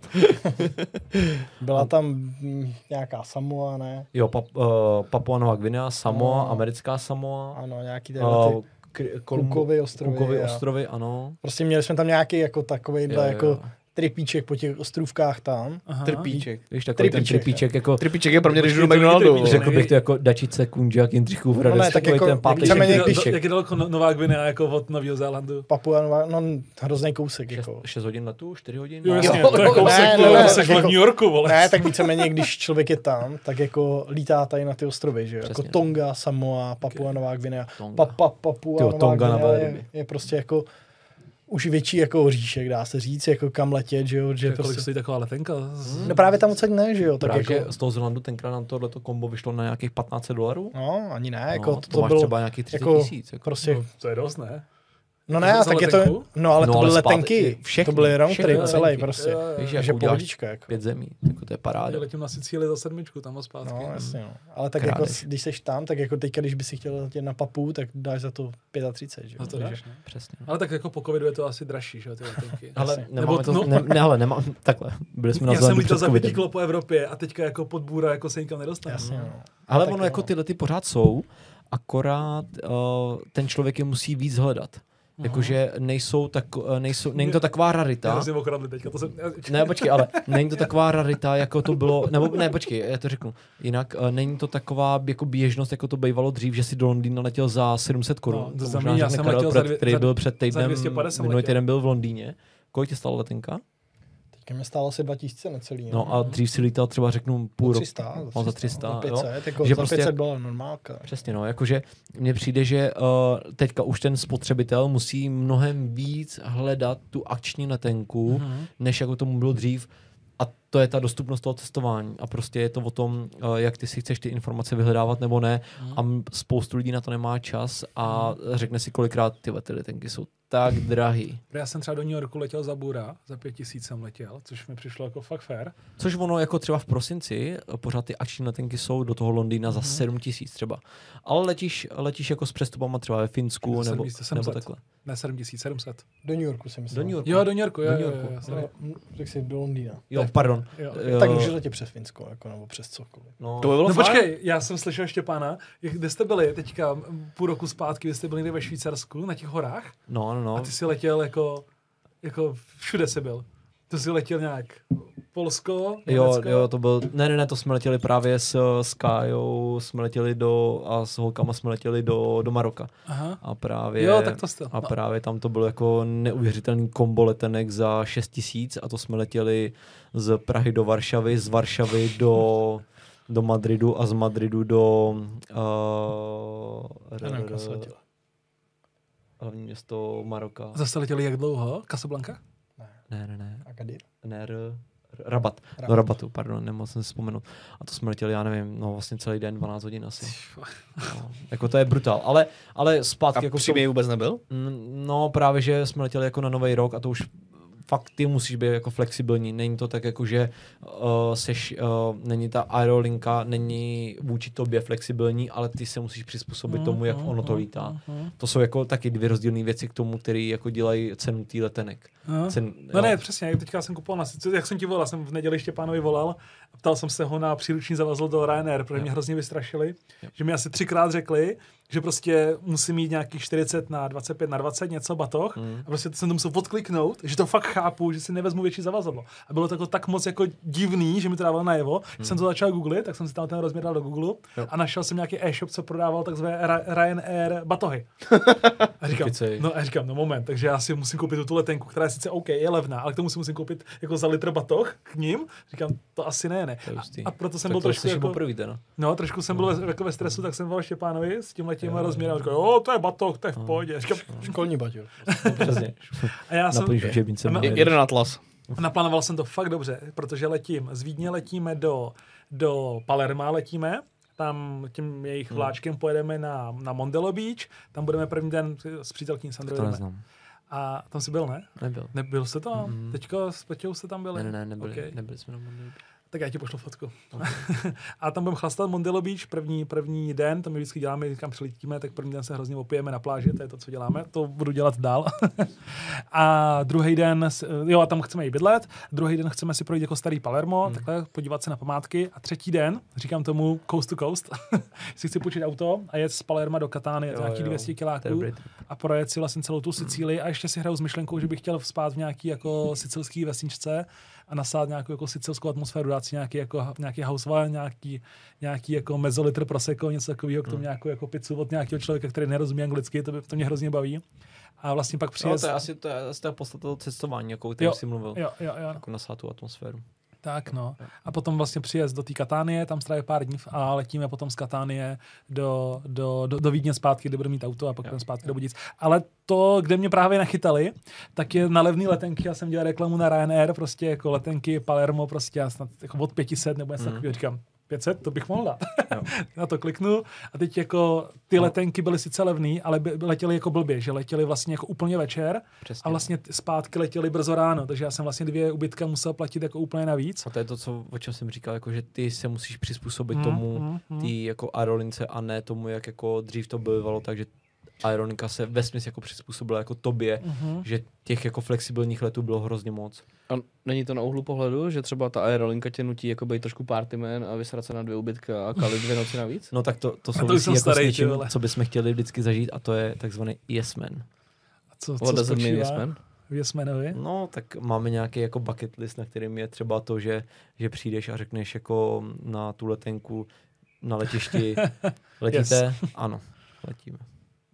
S3: Byla tam mm, nějaká Samoa, ne?
S2: Jo, pap, uh, Papua Nová Guinea, Samoa,
S3: No.
S2: americká Samoa,
S3: Ano, nějaký tyhle
S2: uh,
S3: ty
S2: Kri- Kolumbo-
S3: Kukovy ostrovy.
S2: Cookovy
S3: a-
S2: ostrovy, ano.
S3: Prostě měli jsme tam nějaký jako takovejhle
S2: Jo, jo.
S3: jako tripíček po těch ostrovkách tam.
S1: Aha.
S4: Trpíček.
S2: Víš, takový ten
S3: Tripíček,
S2: tripíček, jako
S4: Trpíček je pro mě, když jdu do
S1: Počkej, to není
S4: McDonaldu.
S1: trpíček.
S4: Řekl-
S2: Řekl bych to jako Dačice, Kunžák, Jindřich Úhradec,
S3: No ne, tak
S2: takový
S3: jako-
S2: ten pátý
S3: víceméně
S1: Jak, je dal-
S3: píšek.
S1: jak je daleko No- Nová Gvinea jako od Nového Zélandu?
S3: Papua Nová, no hrozný kousek jako.
S2: 6 hodin letu, 4 hodin.
S1: Jo,
S2: no.
S1: jasně,
S4: jo,
S1: to je
S4: jo,
S1: kousek,
S3: ne,
S1: to
S3: ne,
S1: je
S3: ne,
S1: kousek
S3: tak
S1: v
S3: jako-
S1: New Yorku, vole.
S3: Ne, tak víceméně, když člověk je tam, tak jako lítá tady na ty ostrovy, že jo? Jako
S2: Přesně. no.
S3: Tonga, Samoa, Papua Nová Gvinea.
S2: Tonga.
S3: Pa, pa, Papua
S2: Tyjo,
S3: Nová
S2: Tonga na
S3: Gvinea
S2: velryby.
S3: je, je, prostě jako už větší jako říšek, dá se říct, jako kam letět, že jo? Že
S1: Kolik
S3: prostě,
S1: stojí taková letenka?
S3: no právě tam odsaď ne, že jo? Tak
S2: Právě
S3: jako,
S2: že z toho Zelandu tenkrát nám tohleto kombo vyšlo na nějakých 15 dolarů.
S3: no, ani ne, jako
S2: No,
S3: to,
S2: to,
S3: to
S2: máš
S3: bylo
S2: třeba nějakých 30
S3: jako,
S2: tisíc. Jako.
S3: prostě,
S1: No, To je dost, ne?
S3: no ne,
S1: za
S3: tak je to,
S1: letenku?
S3: no ale
S2: No,
S3: to byly
S2: ale zpátky-
S3: letenky,
S2: všechny,
S3: to byly round
S2: všechny
S3: trip celý
S2: letenky.
S3: prostě,
S1: Jo, jo, jo.
S2: Víš,
S3: takže
S2: jako uděláš
S3: pohodička, jako.
S2: pět zemí, jako to je paráda.
S1: Já letím na Sicílii za sedmičku, tam a zpátky.
S3: No, jasně,
S2: Mm.
S3: no. Ale tak jako,
S2: Krádeš.
S3: když seš tam, tak jako teďka, když by si chtěl letět na papu, tak dáš za to 35, že jo?
S1: No to
S3: Takže-
S1: dáš, ne?
S2: Přesně.
S1: Ale tak jako po covidu je to asi dražší, že jo, ty letenky.
S2: Ale
S3: Jasně.
S2: nemáme
S1: Nebo-
S2: to,
S1: no-
S2: ne, ne, ale nemám, takhle, byli jsme na
S1: Já jsem
S2: Zelandu
S1: lítal
S2: před
S1: za
S2: covidem.
S1: vidíklo po Evropě a teďka jako pod bůra jako se nikam nedostane.
S3: Jasně,
S2: Mm.
S3: no.
S2: Ale
S3: Tak
S2: ono
S3: jo,
S2: jako
S3: no.
S2: eh, tyhle ty pořád jsou, akorát uh, ten člověk je musí víc hledat. Jakože nejsou tak, nejsou, není to taková rarita.
S1: Já jsem okradli teďka, to jsem...
S2: Ne, počkej, ale není to taková rarita, jako to bylo, nebo ne, počkej, já to řeknu. Jinak eh, není to taková jako běžnost, jako to bývalo dřív, že si do Londýna letěl za 700 korun.
S1: No,
S2: To
S1: za
S2: možná
S1: mě, já
S2: řekne
S1: jsem
S2: Karel
S1: letěl za
S2: Prat,
S1: dvě-
S2: který
S1: za-
S2: byl před týdnem,
S1: 250 jsem
S2: minulý
S1: letěl.
S2: týden byl v Londýně. Kolik tě stala letenka?
S3: Teďka mě stálo asi 2000 necelý.
S2: No a dřív si lítal třeba řeknu půl roku.
S3: 300,
S2: No, za 300,
S3: za
S2: jo.
S3: 500, jako
S2: Že
S3: za
S2: prostě
S3: 500
S2: jak-
S3: byla normálka.
S2: Přesně, no, jakože mně přijde, že uh, teďka už ten spotřebitel musí mnohem víc hledat tu akční letenku, mm-hmm. než jako tomu bylo dřív. A to je ta dostupnost toho cestování. A prostě je to o tom, uh, jak ty si chceš ty informace vyhledávat nebo ne. Mm-hmm. A m- spoustu lidí na to nemá čas a řekne si kolikrát, ty ty letenky jsou tak drahý.
S1: Já jsem třeba do New Yorku letěl za Bura, za pět tisíc jsem letěl, což mi přišlo jako fakt fair.
S2: Což ono jako třeba v prosinci, eh, pořád ty akční letenky jsou do toho Londýna za 7 tisíc třeba. Ale letíš, letíš jako s přestupama třeba ve Finsku
S1: Za
S2: nebo,
S1: 700.
S2: nebo takhle.
S1: Ne, 7700.
S3: Do New Yorku jsem myslel.
S2: Do New Yorku.
S1: Jo, do New Yorku, jo,
S2: Do New
S1: jo,
S2: Yorku. Eh,
S1: jo, jo, sorry.
S3: No, Řekl jsi do Londýna.
S2: Jo, pardon.
S1: Jo.
S2: Jo,
S3: Tak můžeš letět přes Finsko, jako, nebo přes cokoliv.
S2: No,
S4: To by bylo
S1: No
S4: fajn.
S1: počkej, já jsem slyšel Štěpána, jak, kde jste byli teďka m, půl roku zpátky, vy jste byli někde ve Švýcarsku, na těch horách,
S2: no, no.
S1: a
S2: no.
S1: ty jsi letěl jako, jako všude jsi byl. To jsi letěl nějak Polsko,
S2: Jo,
S1: Německo.
S2: jo, to byl, ne, ne, ne, to jsme letěli právě s, eh, s Kájou, jsme letěli do, a s holkama jsme letěli do, do Maroka.
S1: Aha.
S2: A právě,
S1: Jo, tak to jste-
S2: a
S1: no.
S2: právě tam to bylo jako neuvěřitelný kombo letenek za 6 tisíc a to jsme letěli z Prahy do Varšavy, z Varšavy do, do Madridu a z Madridu do uh,
S3: Ano, kam se letěl.
S2: hlavní město Maroka.
S1: Zase letěli jak dlouho? Casablanca?
S2: Ne, ne, ne.
S3: Agadir.
S2: ne, r, r, Rabat. Rabat.
S3: Rabat.
S2: Do Rabatu, pardon, nemohl jsem si vzpomenout. A to jsme letěli, já nevím, no vlastně celý den, 12 hodin asi. No, jako to je brutál. Ale, ale zpátky...
S4: A
S2: jako
S4: jako
S2: k tomu-
S4: příběh vůbec nebyl?
S2: Mm, No právě, že jsme letěli jako na nový rok a to už fakt ty musíš být jako flexibilní. Není to tak jako, že uh, seš, uh, není ta aerolinka, není vůči tobě flexibilní, ale ty se musíš přizpůsobit tomu, jak
S1: Mhm,
S2: ono to lítá. To jsou jako taky dvě rozdílné věci k tomu, které jako dělají cenu tý letenek.
S1: Aha.
S2: Cen,
S1: No
S2: jo.
S1: ne, přesně, jak teďka jsem kupoval, na, co- jak jsem ti volal, jsem v neděli Štěpánovi volal a ptal jsem se ho na příruční zavazl do Ryanair, protože mě hrozně vystrašili, že mi asi třikrát řekli, že prostě musím mít nějakých 40 na 25 na 20 něco batoh
S2: Mhm.
S1: a prostě to jsem to musel odkliknout, že to fakt chápu, že si nevezmu větší zavazadlo. A bylo to jako tak moc jako divný, že mi to dávalo najevo,
S2: Mhm.
S1: že jsem to začal googlit, tak jsem si tam ten rozměr dal do Google a našel jsem nějaký e-shop, co prodával takzvané Ra- Ryanair batohy. A říkám,
S2: Kecej.
S1: no a říkám, no moment, takže já si musím koupit tu letenku, která je sice OK, je levná, ale k tomu si musím koupit jako za litr batoh k ním. Říkám, to asi ne, ne.
S2: To je hustý.
S1: A, a proto jsem
S2: Tak
S1: byl
S2: to
S1: trošku
S2: slyším
S1: jako,
S2: poprvé teda.
S1: no, trošku jsem byl jako ve stresu, tak jsem volal Štěpánovi s tím letím rozměrem. a Říkal, jo, to je batoh, to
S2: No.
S1: je v pohodě. Říkám,
S3: Školní baťur.
S2: Přesně.
S1: No, a já jsem,
S2: Naplníš učebnice.
S1: A na-
S2: najedeš.
S4: Jeden atlas.
S1: naplánoval jsem to fakt dobře, protože letím, z Vídně letíme do, do Palerma letíme, tam tím
S2: Hmm.
S1: jejich vláčkem pojedeme na, na Mondelo Beach, tam budeme první den s přítelkyní Sandrou.
S2: To
S1: jdeme.
S2: neznám.
S1: A tam jsi byl, ne?
S2: Nebyl.
S1: Nebyl jste tam? Mm-hmm. Teďka s Peťou jste tam byli?
S2: Ne, ne, ne, nebyli,
S1: Okej.
S2: nebyli jsme na Mondialu.
S1: Tak já ti pošlu fotku. a tam budeme chlastat Mondelo Beach první, první den, to my vždycky děláme, kam přilítíme, tak první den se hrozně opijeme na pláži, to je to, co děláme, to budu dělat dál. a druhý den, s- jo, a tam chceme i bydlet, druhý den chceme si projít jako starý Palermo, hmm. takhle podívat se na památky a třetí den, říkám tomu coast to coast, si chci půjčit auto a jet z Palerma do Katány, je to
S2: Jo,
S1: nějakých
S2: jo.
S1: 200
S2: To je
S1: kiláků
S2: dobrý
S1: a projet si vlastně celou tu Sicílii a ještě si hraju s myšlenkou, že bych chtěl spát v nějaký jako sicilský vesničce a nasát nějakou jako sicilskou atmosféru, dát si nějaký, jako, nějaký house wine, nějaký, nějaký jako mezolitr prosecco, něco takového,
S2: Hmm.
S1: k tomu nějakou jako pizzu od nějakého člověka, který nerozumí anglicky, to, by- to mě hrozně baví. A vlastně pak
S2: No,
S1: přijez...
S2: to je asi, to je asi ta podstata toho cestování, jako o kterém
S1: Jo,
S2: jsi mluvil.
S1: jo, jo, jo.
S2: Jako nasát tu atmosféru.
S1: Tak no. A potom vlastně přijezd do té Katánie, tam strávě pár dní a letíme potom z Katánie do, do, do, do Vídně zpátky, kde budu mít auto a pak půjdeme zpátky do Budic. Ale to, kde mě právě nachytali, tak je na levný letenky, já jsem dělal reklamu na Ryanair, prostě jako letenky Palermo, prostě já snad jako od 500 nebo něco mm. takového, říkám, 500, to bych mohl dát. na to kliknu a teď jako ty letenky byly sice levný, ale by, letěly jako blbě, že letěly vlastně jako úplně večer
S2: Přesně.
S1: a vlastně t- zpátky letěly brzo ráno, takže já jsem vlastně dvě ubytka musel platit jako úplně navíc.
S2: A to je to, co, o čem jsem říkal, jako, že ty se musíš přizpůsobit
S1: Mhm,
S2: tomu, ty jako aerolince a ne tomu, jak jako dřív to bývalo, takže aerolinka se vesměs jako přizpůsobila jako tobě,
S1: Mhm.
S2: že těch jako flexibilních letů bylo hrozně moc.
S4: A není to na úhlu pohledu, že třeba ta aerolinka tě nutí jako být trošku partyman a vysrat se na dvě ubytka a kalit dvě noci navíc?
S2: No tak to, to
S1: už
S2: souvisí
S1: jsem
S2: jako
S1: starý,
S2: s
S1: ty
S2: něčím,
S1: vole.
S2: co bychom chtěli vždycky zažít a to je takzvaný yes man.
S1: Co,
S4: What
S1: co
S4: does it mean, yes,
S1: spočívá
S4: man?
S1: v Jesmenovi?
S2: No, tak máme nějaký jako bucket list, na kterým je třeba to, že, že přijdeš a řekneš jako na tu letenku na letišti, letíte? Yes. Ano, letíme.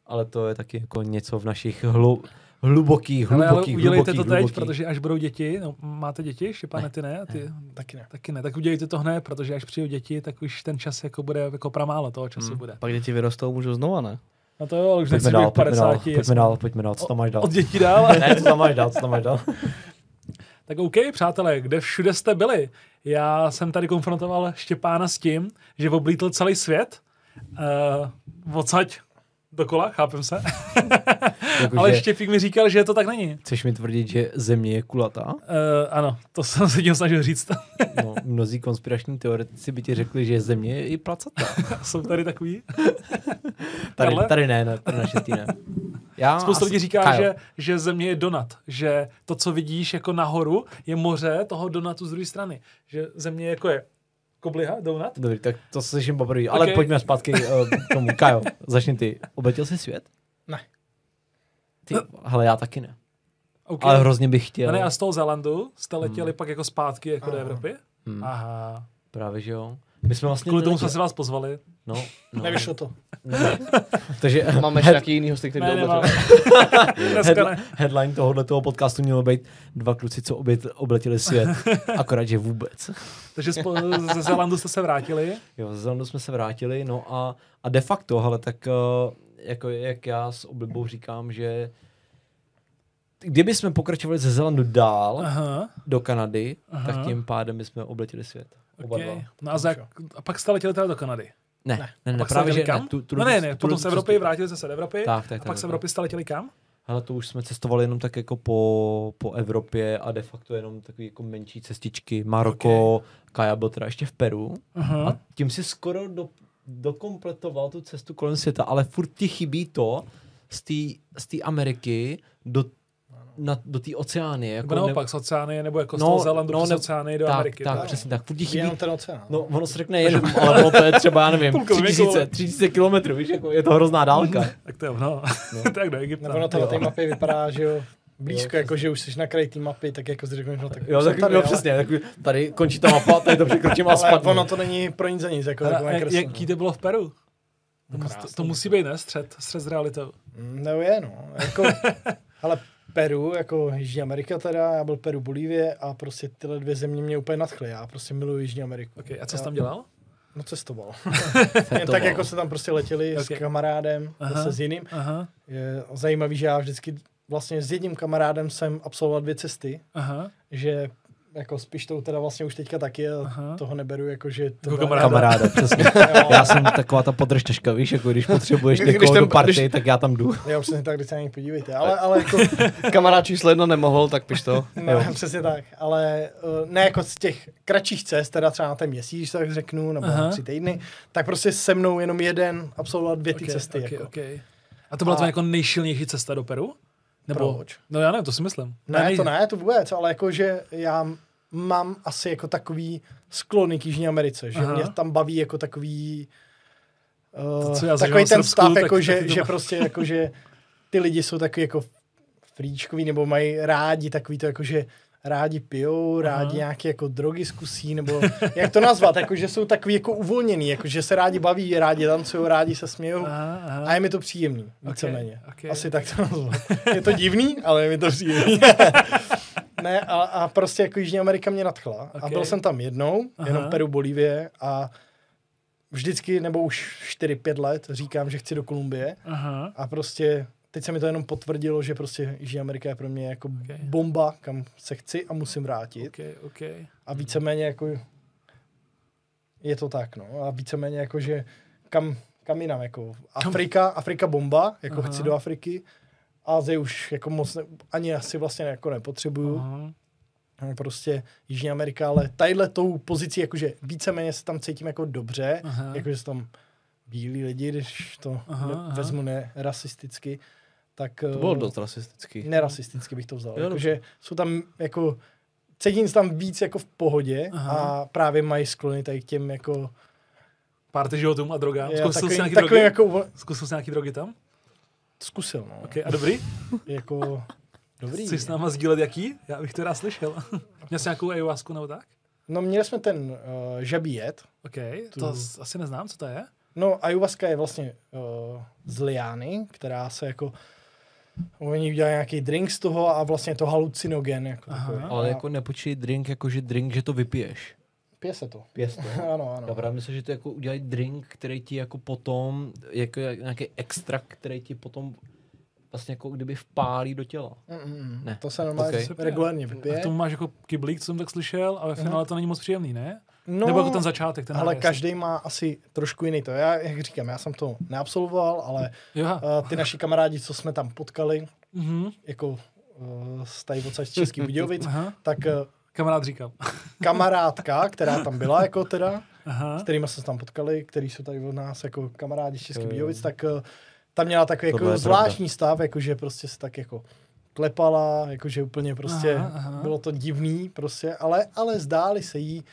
S2: Ale to je taky jako něco v našich hlu, hlubokých, hlubokých,
S1: Ale, ale
S2: hlubokých,
S1: udělejte to teď,
S2: hlubokých.
S1: protože až budou děti, no, máte děti, Štěpáne, ty ne, a ty
S3: Taky ne.
S1: taky ne, tak udělejte to hned, protože až přijdou děti, tak už ten čas jako bude jako pramálo toho času hmm. bude.
S4: Pak děti vyrostou, můžu znova, ne?
S1: No to jo, ale už
S2: Pojďme
S1: nechci
S2: dál,
S1: být
S2: pojďme dál,
S1: 50.
S2: pojďme dál, pojďme dál, co tam máš dál?
S1: Od dětí dál.
S2: Ne, co tam máš dál, co tam máš dál?
S1: Tak OK, přátelé, kde všude jste byli? Já jsem tady konfrontoval Štěpána s tím, že oblítl celý svět. Uh, odsaď dokola, chápem se.
S2: Jako,
S1: Ale
S2: že
S1: Štěpík mi říkal, že to tak není. Uh,
S2: Chceš mi tvrdit, že země je kulatá?
S1: Eh, ano, to jsem se tím snažil říct.
S2: No, mnozí konspirační teoretici by ti řekli, že země je i placatá.
S1: Jsou tady takový.
S2: Tady,
S1: Karle?
S2: tady ne, ne, tady naštěstí ne. Já
S1: Spousta
S2: No, asi-
S1: lidí říká,
S2: Kyle.
S1: že, že země je donat. Že to, co vidíš jako nahoru, je moře toho donatu z druhé strany. Že země jako je kobliha, donat.
S2: Dobrý, tak to se slyším poprvé, ale
S1: Ok.
S2: pojďme zpátky eh, k tomu. Kajo, začni ty. Obletěl jsi svět?
S3: Ne.
S2: Ty, hele, já taky ne.
S1: Okay.
S2: Ale hrozně bych
S1: No
S2: chtěl.
S1: ne, a z toho Zélandu jste letěli pak jako zpátky jako do Evropy?
S2: Hmm.
S1: Aha.
S2: Právě, že jo. My jsme vlastně...
S1: Kvůli tomu jsme
S2: neletěli-
S1: si vás pozvali.
S2: No, no.
S3: Nevyšlo to.
S2: Takže
S4: Máme ještě nějaký jiný hosty, který
S1: Ne,
S4: byl
S1: nemám. Dneska
S2: headline,
S1: ne.
S2: headline tohohle toho podcastu mělo být dva kluci, co obět, obletěli svět. Akorát, že vůbec.
S1: Takže spo, ze Zélandu jste se vrátili.
S2: Jo, ze Zelandu jsme se vrátili, no a, a de facto, hele, tak eh, jako jak já s oblibou říkám, že kdyby jsme pokračovali ze Zelandu dál
S1: Aha,
S2: do Kanady,
S1: Aha.
S2: Aha. tak tím pádem bychom obletěli svět. Oba dva.
S1: okay. No a, za, a pak jste letěli teda do Kanady.
S2: Ne, ne, ne, ne
S1: pak jste
S2: právě, že
S1: letěli kam?
S2: ne, tu, tu
S1: no
S2: dobu-
S1: ne, ne,
S2: tu
S1: potom
S2: dobu
S1: z
S2: jsme
S1: Evropy,
S2: cestu-
S1: vrátili jste se do Evropy.
S2: Tak, tak,
S1: a
S2: tak,
S1: pak z
S2: tak.
S1: Evropy jste letěli kam?
S2: Hele, to už jsme cestovali jenom tak jako po, po Evropě a de facto jenom takový jako menší cestičky. Maroko, okay. Kaja byl teda ještě v Peru.
S1: Aha.
S2: A tím si skoro do, dokompletoval tu cestu kolem světa, ale furt ti chybí to z té z té Ameriky do, na, do té oceánie. Jako
S1: Jako naopak z Oceánie, nebo jako z toho Zélandu no, přes
S2: ne-
S1: Oceánie do
S2: tak,
S1: Ameriky.
S2: Tak,
S1: tak.
S2: přesně tak. Furt ti chybí
S3: Jenom ten oceán.
S2: No, ono se řekne jenom, ale ono to je třeba, já nevím,
S1: Půlkou
S2: 3000,
S1: věku.
S2: 3000 kilometrů, víš, jako je to hrozná dálka.
S1: tak to je ono. No. tak do Egypta.
S3: Nebo ono to na té
S1: Jo.
S3: mapě vypadá, že jo, blízko,
S2: Jo,
S3: jako že už jsi na kraji té mapy, tak jako si řekneš, no tak
S2: Jo,
S3: jsem
S2: tak,
S3: tady,
S2: jo
S3: ale-
S2: přesně, tak tady končí ta mapa, tady to překročím a
S3: Ale
S2: spadnu.
S3: ono to není pro nic za nic, jako
S1: Ale
S3: takové
S1: jak-
S3: kreslo.
S1: Jaký to bylo v Peru? To, mus- to, to
S3: No, krásný.
S1: musí být, ne? Střed, střed s realitou.
S3: No je, no. Jako, ale Peru, jako Jižní Amerika teda, já byl Peru, Bolívie a prostě tyhle dvě země mě úplně nadchly. Já prostě miluji Jižní Ameriku.
S1: Okay, a co
S3: Já-
S1: jsi tam dělal?
S3: No cestoval. Jen
S2: Fetoval.
S3: tak jako se tam prostě letěli
S1: Okay.
S3: s kamarádem,
S1: Aha.
S3: zase s jiným.
S1: Aha,
S3: Je zajímavý, že já vždycky vlastně s jedním kamarádem jsem absolvoval dvě cesty,
S1: aha.
S3: že jako s Pištou teda vlastně už teďka taky a
S1: Aha.
S3: toho neberu jako, že to
S1: Jako
S3: byla-
S1: kamaráda.
S2: Kamaráda, přesně. Já jsem taková ta podržtaška, víš, jako když potřebuješ
S3: No. Když
S2: někoho
S3: ten-
S2: do party,
S3: když-
S2: tak já tam jdu.
S3: Já už jsem tak, když se na něj podívejte, ale, ale jako,
S4: Kamarád číslo jedno nemohl, tak piš to.
S3: no, přesně tak, ale eh, ne jako z těch kratších cest, teda třeba na ten měsíc, když to tak řeknu, nebo
S1: Aha.
S3: na tři týdny, tak prostě se mnou jenom jeden absolvoval dvě ty
S1: Ok,
S3: cesty.
S1: ok,
S3: jako.
S1: ok. A to byla
S3: A-
S1: tvoje jako nejšilnější cesta do Peru? Nebo...
S3: Proč?
S1: No já nevím, to si myslím. Já
S3: Ne, to ne, to vůbec, ale jako, že já mám asi jako takový sklony k Jižní Americe, že
S1: Aha.
S3: Aha. mě tam baví jako takový uh,
S1: To, co já zažil
S3: takový
S1: v
S3: ten
S1: Srbsku,
S3: stav,
S1: tak-
S3: jako,
S1: taky
S3: že,
S1: to
S3: že
S1: má.
S3: prostě jako, že ty lidi jsou taky jako fríčkový, nebo mají rádi takový to jako, že rádi pijou, rádi nějaké jako drogy zkusí, nebo jak to nazvat, jako, že jsou takový jako uvolněný, jako, že se rádi baví, rádi tancují, rádi se smějou.
S1: Aha, aha.
S3: A je mi to příjemný, víceméně.
S1: okay.
S3: Asi tak to nazvu. Je to divný, ale je mi to příjemný. ne, a, a prostě jako Jižní Amerika mě nadchla. Okay.
S1: Okay.
S3: A byl jsem tam jednou,
S1: Aha.
S3: Aha. jenom Peru, Bolívie a vždycky, nebo už 4-5 let říkám, že chci do Kolumbie
S1: Aha.
S3: a prostě teď se mi to jenom potvrdilo, že prostě Jižní Amerika je pro mě jako
S1: Okay.
S3: okay. bomba, kam se chci a musím vrátit.
S1: OK, OK.
S3: A víceméně jako je to tak, no. A víceméně jako, že kam, kam jinam, jako Afrika, Afrika bomba, jako
S1: Aha.
S3: Aha. chci do Afriky. Azie už jako moc ne, ani asi vlastně jako nepotřebuju.
S1: Aha.
S3: Aha. Prostě Jižní Amerika, ale tadyhle tou pozicí, jakože víceméně se tam cítím jako dobře,
S1: Aha.
S3: jakože jsou tam bílí lidi, když to
S1: Aha,
S3: aha, ne,
S1: aha.
S3: vezmu nerasisticky, tak... eh,
S4: To bylo dost rasistický.
S3: Nerasisticky bych to vzal.
S4: Jo,
S3: Jako,
S4: dobře.
S3: že jsou tam jako cítím se tam víc jako v pohodě
S1: Aha.
S3: Aha. a právě mají sklony tady k těm jako
S1: Párty životům a drogám.
S3: jo,
S1: Zkusil jsi
S3: takovým,
S1: nějaký
S3: takovým
S1: drogy?
S3: jako uvo-
S1: Zkusil jsi nějaký drogy tam?
S3: Zkusil, no.
S1: Okay, a dobrý?
S3: Jako, dobrý.
S1: Chceš s náma sdílet jaký? Já bych to rád slyšel. Měl jsi nějakou ayahuasku nebo tak?
S3: No měli jsme ten uh, žabí jed.
S1: OK, to z- asi neznám, co to je.
S3: No ayahuasca je vlastně uh, z liány, která se jako Oni udělali nějaký drink z toho a vlastně je to halucinogen. Jako
S1: Aha.
S3: takový.
S2: Ale
S3: A
S2: jako nepočítej drink, jako že drink, že to vypiješ.
S3: Pije se to.
S2: Pěst,
S3: Ano, ano.
S2: Já právě myslím, že to jako udělají drink, který ti jako potom, jako nějaký extrakt, který ti potom vlastně jako kdyby vpálí do těla.
S3: Mm-mm.
S2: Ne.
S3: Mm, To se normálně
S2: Okej.
S3: okay. regulárně vypije.
S1: A to máš jako kyblík, co jsem tak slyšel, ale ve finále to není moc příjemný, ne?
S3: No,
S1: Nebo jako ten začátek, ten
S3: ale
S1: nájezd.
S3: každý má asi trošku jiný to. Já, jak říkám, já jsem to neabsolvoval, ale
S1: Jo,
S3: uh, ty naši kamarádi, co jsme tam potkali,
S1: mhm,
S3: jako uh, z tady odsaď z Českých Budějovic,
S1: aha,
S3: tak uh,
S1: kamarád říkal.
S3: kamarádka, která tam byla jako teda, s
S1: Aha,
S3: kterými jsme se tam potkali, který jsou tady od nás jako kamarádi z Českých Budějovic, tak eh, tam měla takový
S2: Tohle
S3: jako
S2: je pravda.
S3: zvláštní stav, jakože prostě se tak jako klepala, jakože úplně prostě
S1: Aha, aha.
S3: bylo to divný prostě, ale, ale zdály se jí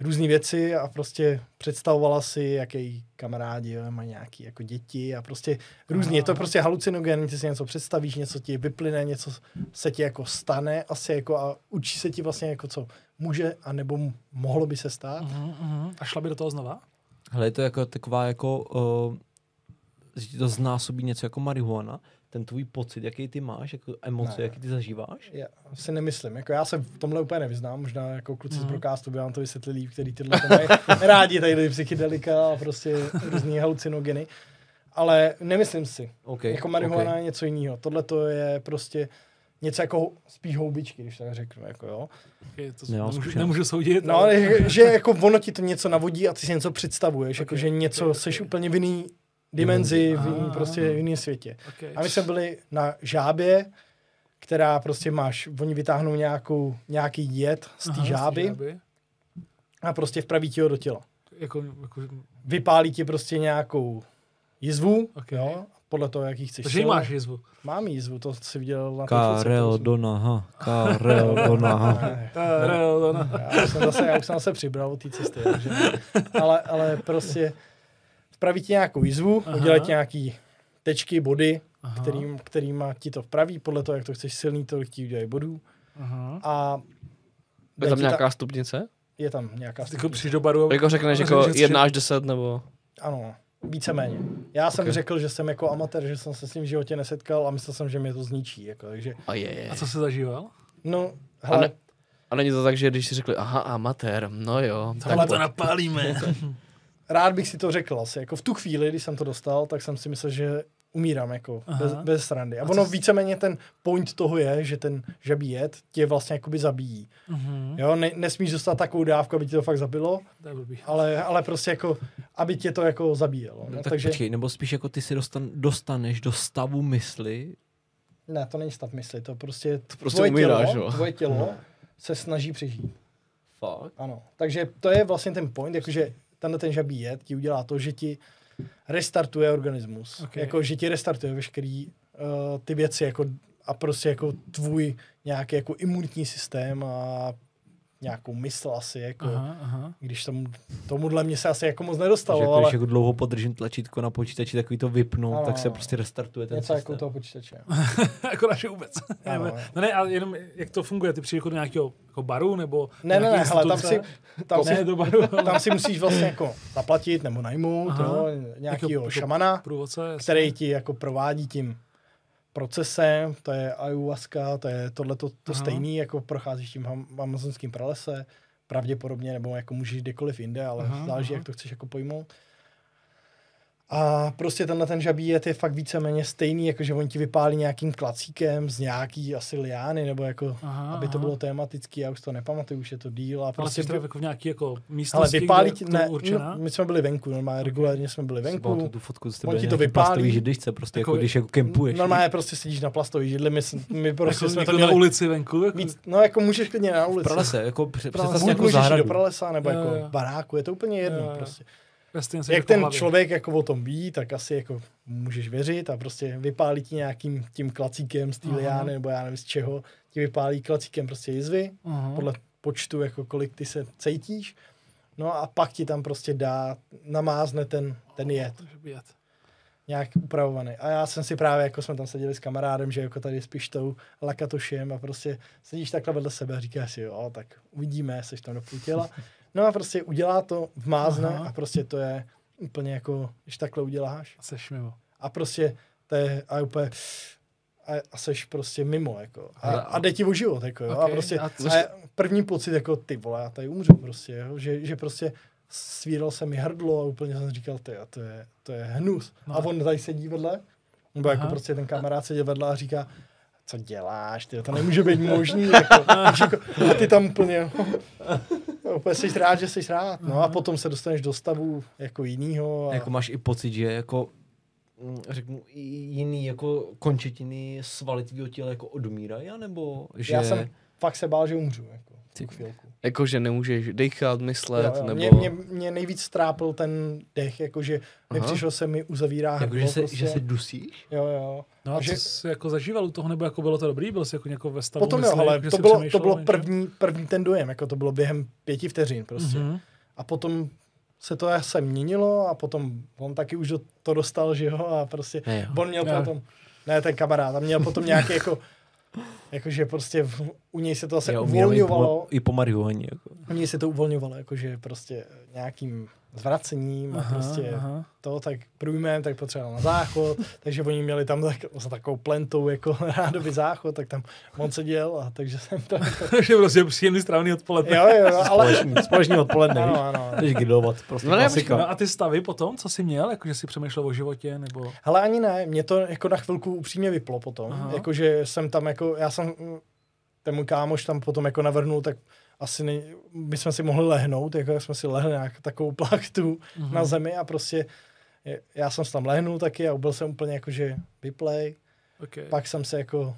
S3: různé věci a prostě představovala si, jaké její kamarádi jo, mají nějaký jako děti a prostě různý. Je to prostě halucinogen, ty si něco představíš, něco ti vyplyne, něco se ti jako stane asi jako a učí se ti vlastně jako co může a nebo mohlo by se stát.
S1: mhm, mhm. A šla by do toho znova?
S2: Hele, je to jako taková jako, uh, že ti to znásobí něco jako marihuana, ten tvůj pocit, jaký ty máš, jako emoce,
S3: Ne.
S2: jaký ty zažíváš.
S3: Já si nemyslím. Jako já se v tomhle úplně nevyznám. Možná jako kluci
S1: Mhm.
S3: z Procastu by vám to vysvětlili, líp, který tyhle to mají rádi, tady ty psychedelika a prostě různý halucinogeny. Ale nemyslím si.
S2: Okay,
S3: Okay, jako marihuana okay. je něco jiného. Tohle to je prostě něco jako hou- spíš houbičky, když tak řeknu. Jako jo.
S1: Okay, to
S2: Nemám
S1: nemůžu,
S2: zkušenost.
S1: nemůžu soudit.
S3: No, ale že- že jako ono ti to něco navodí a ty si něco představuješ. Okay, jako,
S1: Ok,
S3: že něco,
S1: ok, ok.
S3: seš úplně v jiný dimenzi, v
S1: Aha,
S3: jiný, prostě
S1: aha.
S3: v jiném světě.
S1: okay.
S3: A my jsme byli na žábě, která prostě máš, oni vytáhnou nějakou, nějaký jed z té
S1: Aha,
S3: žáby a prostě vpraví ti ho do těla.
S1: Jako, jako,
S3: Vypálí ti prostě nějakou jizvu,
S1: Ok.
S3: jo, podle toho, jaký chceš.
S1: takže jí
S3: silu.
S1: máš jizvu.
S3: Mám jizvu, to jsi viděl na
S2: Karel
S3: Netflixu, to
S2: Donaha, Karel Donaha.
S3: Ne,
S1: Eh, Tarelona.
S3: Já už jsem zase, já už jsem zase přibral od té cesty, takže, ale, ale prostě vpraví ti nějakou jizvu,
S1: Aha.
S3: udělá ti nějaký tečky, body,
S1: Aha,
S3: kterým, kterýma ti to vpraví, podle toho, jak to chceš silný, tolik ti udělají bodů.
S1: aha.
S3: A
S4: Je
S3: dají
S4: tam
S3: ti
S4: nějaká stupnice?
S3: je tam nějaká
S1: Ty jako přijdeš do baru a
S4: Jako řekneš,
S1: Řekneš,
S4: jako
S1: že chci-
S4: 1 až 10 nebo...
S3: Ano, víceméně. Já jsem
S4: Ok.
S3: řekl, že jsem jako amatér, že jsem se s ním v životě nesetkal a myslel jsem, že mě to zničí. Jako, takže,
S4: A je, je.
S1: a co se zažíval?
S3: no,
S4: A,
S3: hele,
S4: ne, a není to tak, že když si řekli, aha, amatér, no jo,
S1: Tohle
S4: tak
S1: to
S4: to
S1: napálíme.
S3: rád bych si to řekl asi. Jako v tu chvíli, když jsem to dostal, tak jsem si myslel, že umírám jako
S1: Aha.
S3: bez, bez srandy. A,
S1: A co
S3: ono
S1: jsi-
S3: víceméně ten point toho je, že ten žabí jed tě vlastně jakoby zabíjí.
S1: Mhm,
S3: Jo, ne, nesmíš dostat takovou dávku, aby ti to fakt zabilo,
S1: to je blbý.
S3: ale, ale prostě jako, aby tě to jako zabíjelo. No,
S2: No, tak
S3: takže,
S2: počkej, nebo spíš jako ty si dostan, dostaneš do stavu mysli,
S3: ne, to není stav mysli, to prostě, to
S4: prostě
S3: tvoje,
S4: umíráš,
S3: tělo,
S4: jo.
S3: tvoje tělo se snaží přežít.
S4: fakt.
S3: Ano, takže to je vlastně ten point, jakože tenhle ten žabí jed ti udělá to, že ti restartuje organismus.
S1: Ok.
S3: Okay. Jako, že ti restartuje veškerý uh, ty věci jako, a prostě jako tvůj nějaký jako imunitní systém a nějakou mysl asi jako, Aha.
S1: Aha, aha.
S3: když tomu, tomuhle mě se asi jako moc
S2: že
S3: nedostalo,
S2: jako, když
S3: ale
S2: jako dlouho podržím tlačítko na počítači, takový to vypnu,
S3: Ano,
S2: tak se
S3: ano.
S2: prostě restartuje ten
S3: něco
S2: systém.
S3: jako u toho počítače.
S1: jako naše vůbec.
S3: Ano,
S1: Ano.
S3: ano.
S1: No ne, ale jenom jak to funguje, ty přijdeš jako do nějakého jako baru nebo
S3: Ne, ne,
S1: nějaký
S3: ne, hele, tam si,
S1: instituce?
S3: tam si,
S1: ne, do baru, ale
S3: tam si musíš vlastně jako zaplatit nebo najmout
S1: Aha.
S3: jo, nějakýho
S1: Jako-
S3: šamana.
S1: průvodce. jasně.
S3: který ti jako provádí tím procesem, to je ayahuasca, to je tohle to, to
S1: Aha.
S3: stejný, jako procházíš tím ham- amazonským pralese, pravděpodobně, nebo jako můžeš kdekoliv jinde, ale
S1: Aha,
S3: aha, záleží,
S1: aha.
S3: aha. jak to chceš jako pojmout. A prostě tenhle ten žabí jed je fakt víceméně stejný, jakože oni ti vypálí nějakým klacíkem z nějaký asi liány, nebo jako,
S1: Aha,
S3: aha, aby to
S1: aha.
S3: bylo tematický, já už to nepamatuju, už je to díl a
S1: Ale
S3: prostě...
S1: jsi tady jako v nějaký jako místnosti,
S3: Ale vypálí ti,
S1: kde ne,
S3: ne,
S1: určená? Jako
S3: no, my jsme byli venku, normálně, regulárně jsme byli venku.
S2: Venku, tu fotku z tebe
S3: On ti to
S2: nějaký
S3: vypálí.
S2: plastový židličce, prostě jako,
S1: Takový-
S2: když jako kempuješ.
S3: Normálně prostě sedíš na plastový židli, my, s- my prostě
S1: jako
S3: jsme to
S1: někdo na
S3: měli
S1: ulici venku. Jako,
S3: víc, no jako můžeš klidně na
S2: v
S3: ulici.
S2: pralese, jako pře- představ
S3: Buď
S2: si jako
S3: můžeš jít do
S2: zahradu.
S3: pralesa, nebo
S1: Jo,
S3: jako
S1: jo.
S3: baráku, je to úplně jedno
S1: Jo, jo.
S3: prostě.
S1: ve stejném se
S3: Jak
S1: jako
S3: ten
S1: hlavě.
S3: člověk jako o tom ví, tak asi jako můžeš věřit a prostě vypálí ti nějakým tím klacíkem z té
S1: Aha.
S3: liány, nebo já nevím z čeho, ti vypálí klacíkem prostě jizvy,
S1: Aha.
S3: podle počtu, jako kolik ty se cítíš. No a pak ti tam prostě dá, namázne ten, ten jed.
S1: To může být.
S3: nějak upravovaný. A já jsem si právě, jako jsme tam seděli s kamarádem, že jako tady spíš tou lakatošem a prostě sedíš takhle vedle sebe a říkáš si, jo, tak uvidíme, seš tam do půl těla. No a prostě udělá to, vmázne
S1: Aha.
S3: a prostě to je úplně jako, když takhle uděláš.
S1: Seš mimo.
S3: A prostě to je a je úplně a, a seš prostě mimo, jako. A,
S2: Ale-
S3: a jde ti o život, jako, jo.
S1: Ok,
S3: a prostě
S1: a
S3: a
S1: co-
S3: a je první pocit, jako ty vole, já tady umřu prostě, jo. Že, že prostě svíral se mi hrdlo a úplně jsem říkal, ty, a to je, to je hnus.
S1: No.
S3: No. A on tady sedí vedle, nebo jako
S1: Aha.
S3: prostě ten kamarád seděl vedle a říká, co děláš, ty, to nemůže být možný, jako, Víš, jako, a ty tam úplně, úplně jsi rád, že jsi rád, no a potom se dostaneš do stavu jako jinýho. A...
S2: Jako máš i pocit, že jako mm, řeknu, i jiný jako končetiny svalitvýho těla jako odmírají, anebo že...
S3: Já jsem fakt se bál, že umřu. Jako, tu chvilku.
S4: Jako, že nemůžeš dechat, myslet,
S3: Jo, jo.
S4: nebo...
S3: Mě, mě, mě, nejvíc trápil ten dech, jakože mi
S4: Aha.
S3: přišlo se mi uzavírá hrdlo.
S2: Jako, že, se,
S3: prostě.
S2: že se dusíš?
S3: Jo, jo.
S1: No a
S3: A že-
S1: že... jsi jako zažíval u toho, nebo jako bylo to dobrý? Byl jsi jako někoho ve stavu
S3: Potom jo,
S1: mysli,
S3: ale
S1: že
S3: to
S1: jsi
S3: bylo, to
S1: přemýšlel o
S3: bylo
S1: něčem?
S3: první, první ten dojem, jako to bylo během pěti vteřin prostě. Mm-hmm.
S1: Mhm.
S3: A potom se to se měnilo a potom on taky už do- to dostal, že jo, a prostě
S2: Ne, jo.
S3: on měl
S1: Ne.
S3: potom, ne ten kamarád, a měl potom nějaký jako, jakože prostě v, u něj se to zase
S2: Já umírám i
S3: uvolňovalo.
S2: po, i po marihuaně. Jako.
S3: Mně se to uvolňovalo, jakože prostě nějakým zvracením a
S1: Aha,
S3: prostě
S1: aha.
S3: to, tak průjmem, tak potřeboval na záchod, takže oni měli tam tak, za takovou plentou jako rádoby záchod, tak tam on seděl a takže jsem to... jako-
S1: že prostě příjemný strávný odpoledne.
S3: Jo, jo, jo, ale...
S2: Společný, společný odpoledne,
S3: Ano,
S2: víš?
S3: ano.
S2: Jdeš grilovat, prostě
S4: No ne,
S2: klasika.
S1: No a ty stavy potom, co jsi měl, jakože jsi přemýšlel o životě, nebo...
S3: Hele, ani ne, mě to jako na chvilku upřímně vyplo potom,
S1: Aha.
S3: jakože jsem tam jako, já jsem, mm, ten můj kámoš tam potom jako navrhnul, tak asi ne, my jsme si mohli lehnout, jako jsme si lehli nějak takovou plachtu mm-hmm.
S1: Mhm.
S3: na zemi a prostě je- já jsem se tam lehnul taky a byl jsem úplně jakože vyplej,
S1: Okay.
S3: pak jsem se jako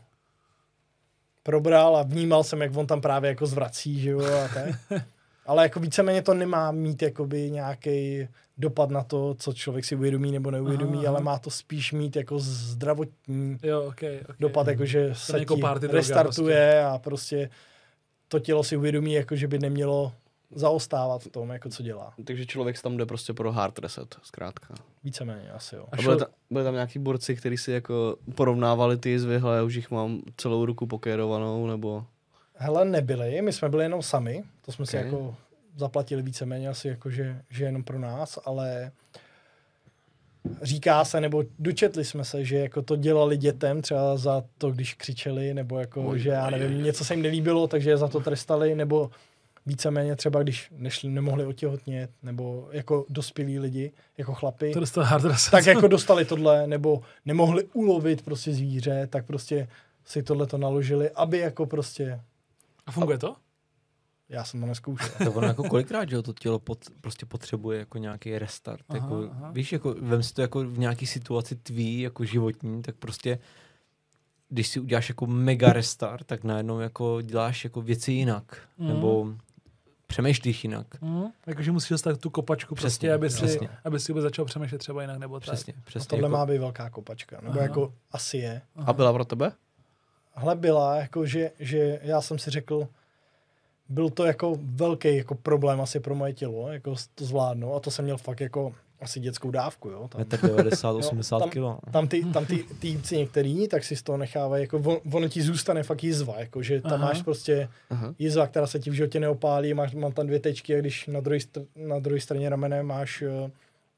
S3: probral a vnímal jsem, jak on tam právě jako zvrací, že jo, a tak. Ale jako víceméně to nemá mít jakoby nějaký dopad na to, co člověk si uvědomí nebo neuvědomí,
S1: Aha,
S3: aha,
S1: aha.
S3: ale má to spíš mít jako zdravotní
S1: Jo, okay, okay.
S3: dopad, jako že se
S1: jako
S3: ti
S1: party droga
S3: restartuje prostě. a prostě to tělo si uvědomí, jako že by nemělo zaostávat v tom, jako co dělá.
S4: Takže člověk si tam jde prostě pro hard reset, zkrátka.
S3: Víceméně asi jo.
S1: A
S4: A
S1: šel-
S4: byly, ta, byly tam nějaký borci, kteří si jako porovnávali ty zvy, hele, já už jich mám celou ruku pokérovanou, nebo...
S3: Hele, nebyli, my jsme byli jenom sami, to jsme
S4: Ok.
S3: si jako zaplatili víceméně asi jako, že, že jenom pro nás, ale říká se, nebo dočetli jsme se, že jako to dělali dětem třeba za to, když křičeli, nebo jako,
S4: Oj,
S3: že já
S4: oj,
S3: nevím, něco se jim nelíbilo, takže je za to trestali, nebo víceméně třeba, když nešli, nemohli otěhotnět, nebo jako dospělí lidi, jako chlapi,
S1: To dostal hard reset.
S3: tak jako dostali tohle, nebo nemohli ulovit prostě zvíře, tak prostě si tohle to naložili, aby jako prostě
S1: A funguje to?
S3: já jsem to neskoušel. No,
S2: Tak ono jako kolikrát, že jo, to tělo pot, prostě potřebuje jako nějaký restart.
S1: Aha,
S2: Aha, jako,
S1: aha.
S2: aha. Víš, jako vem si to jako v nějaký situaci tvý, jako životní, tak prostě když si uděláš jako mega restart, tak najednou jako děláš jako věci jinak.
S1: Mhm.
S2: Mm. Nebo přemýšlíš jinak.
S1: Mm.
S3: Mhm.
S1: Jakože musíš dostat tu kopačku přesně, prostě,
S2: Přesně,
S1: aby si,
S2: přesně.
S1: aby si vůbec začal přemýšlet třeba jinak nebo
S2: Přesně,
S3: A
S2: přesně.
S3: tohle
S2: jako,
S3: má být velká kopačka, nebo
S1: Aha.
S3: Aha. jako asi je.
S4: A byla pro tebe?
S3: Hle byla, jako že, že já jsem si řekl, byl to jako velký jako problém asi pro moje tělo, jako s- to zvládnu a to jsem měl fakt jako asi dětskou dávku, jo. Tam,
S2: metr 90, 80
S3: tam-
S2: kilo.
S3: tam ty, tam ty týpci některý, tak si z toho nechávají, jako on, ono ti zůstane fakt jizva, jako že tam
S1: Aha.
S3: Aha. máš prostě
S4: Aha.
S3: jizva, která se ti v životě neopálí, máš, mám tam dvě tečky a když na druhé str- na druhé straně ramene máš eh,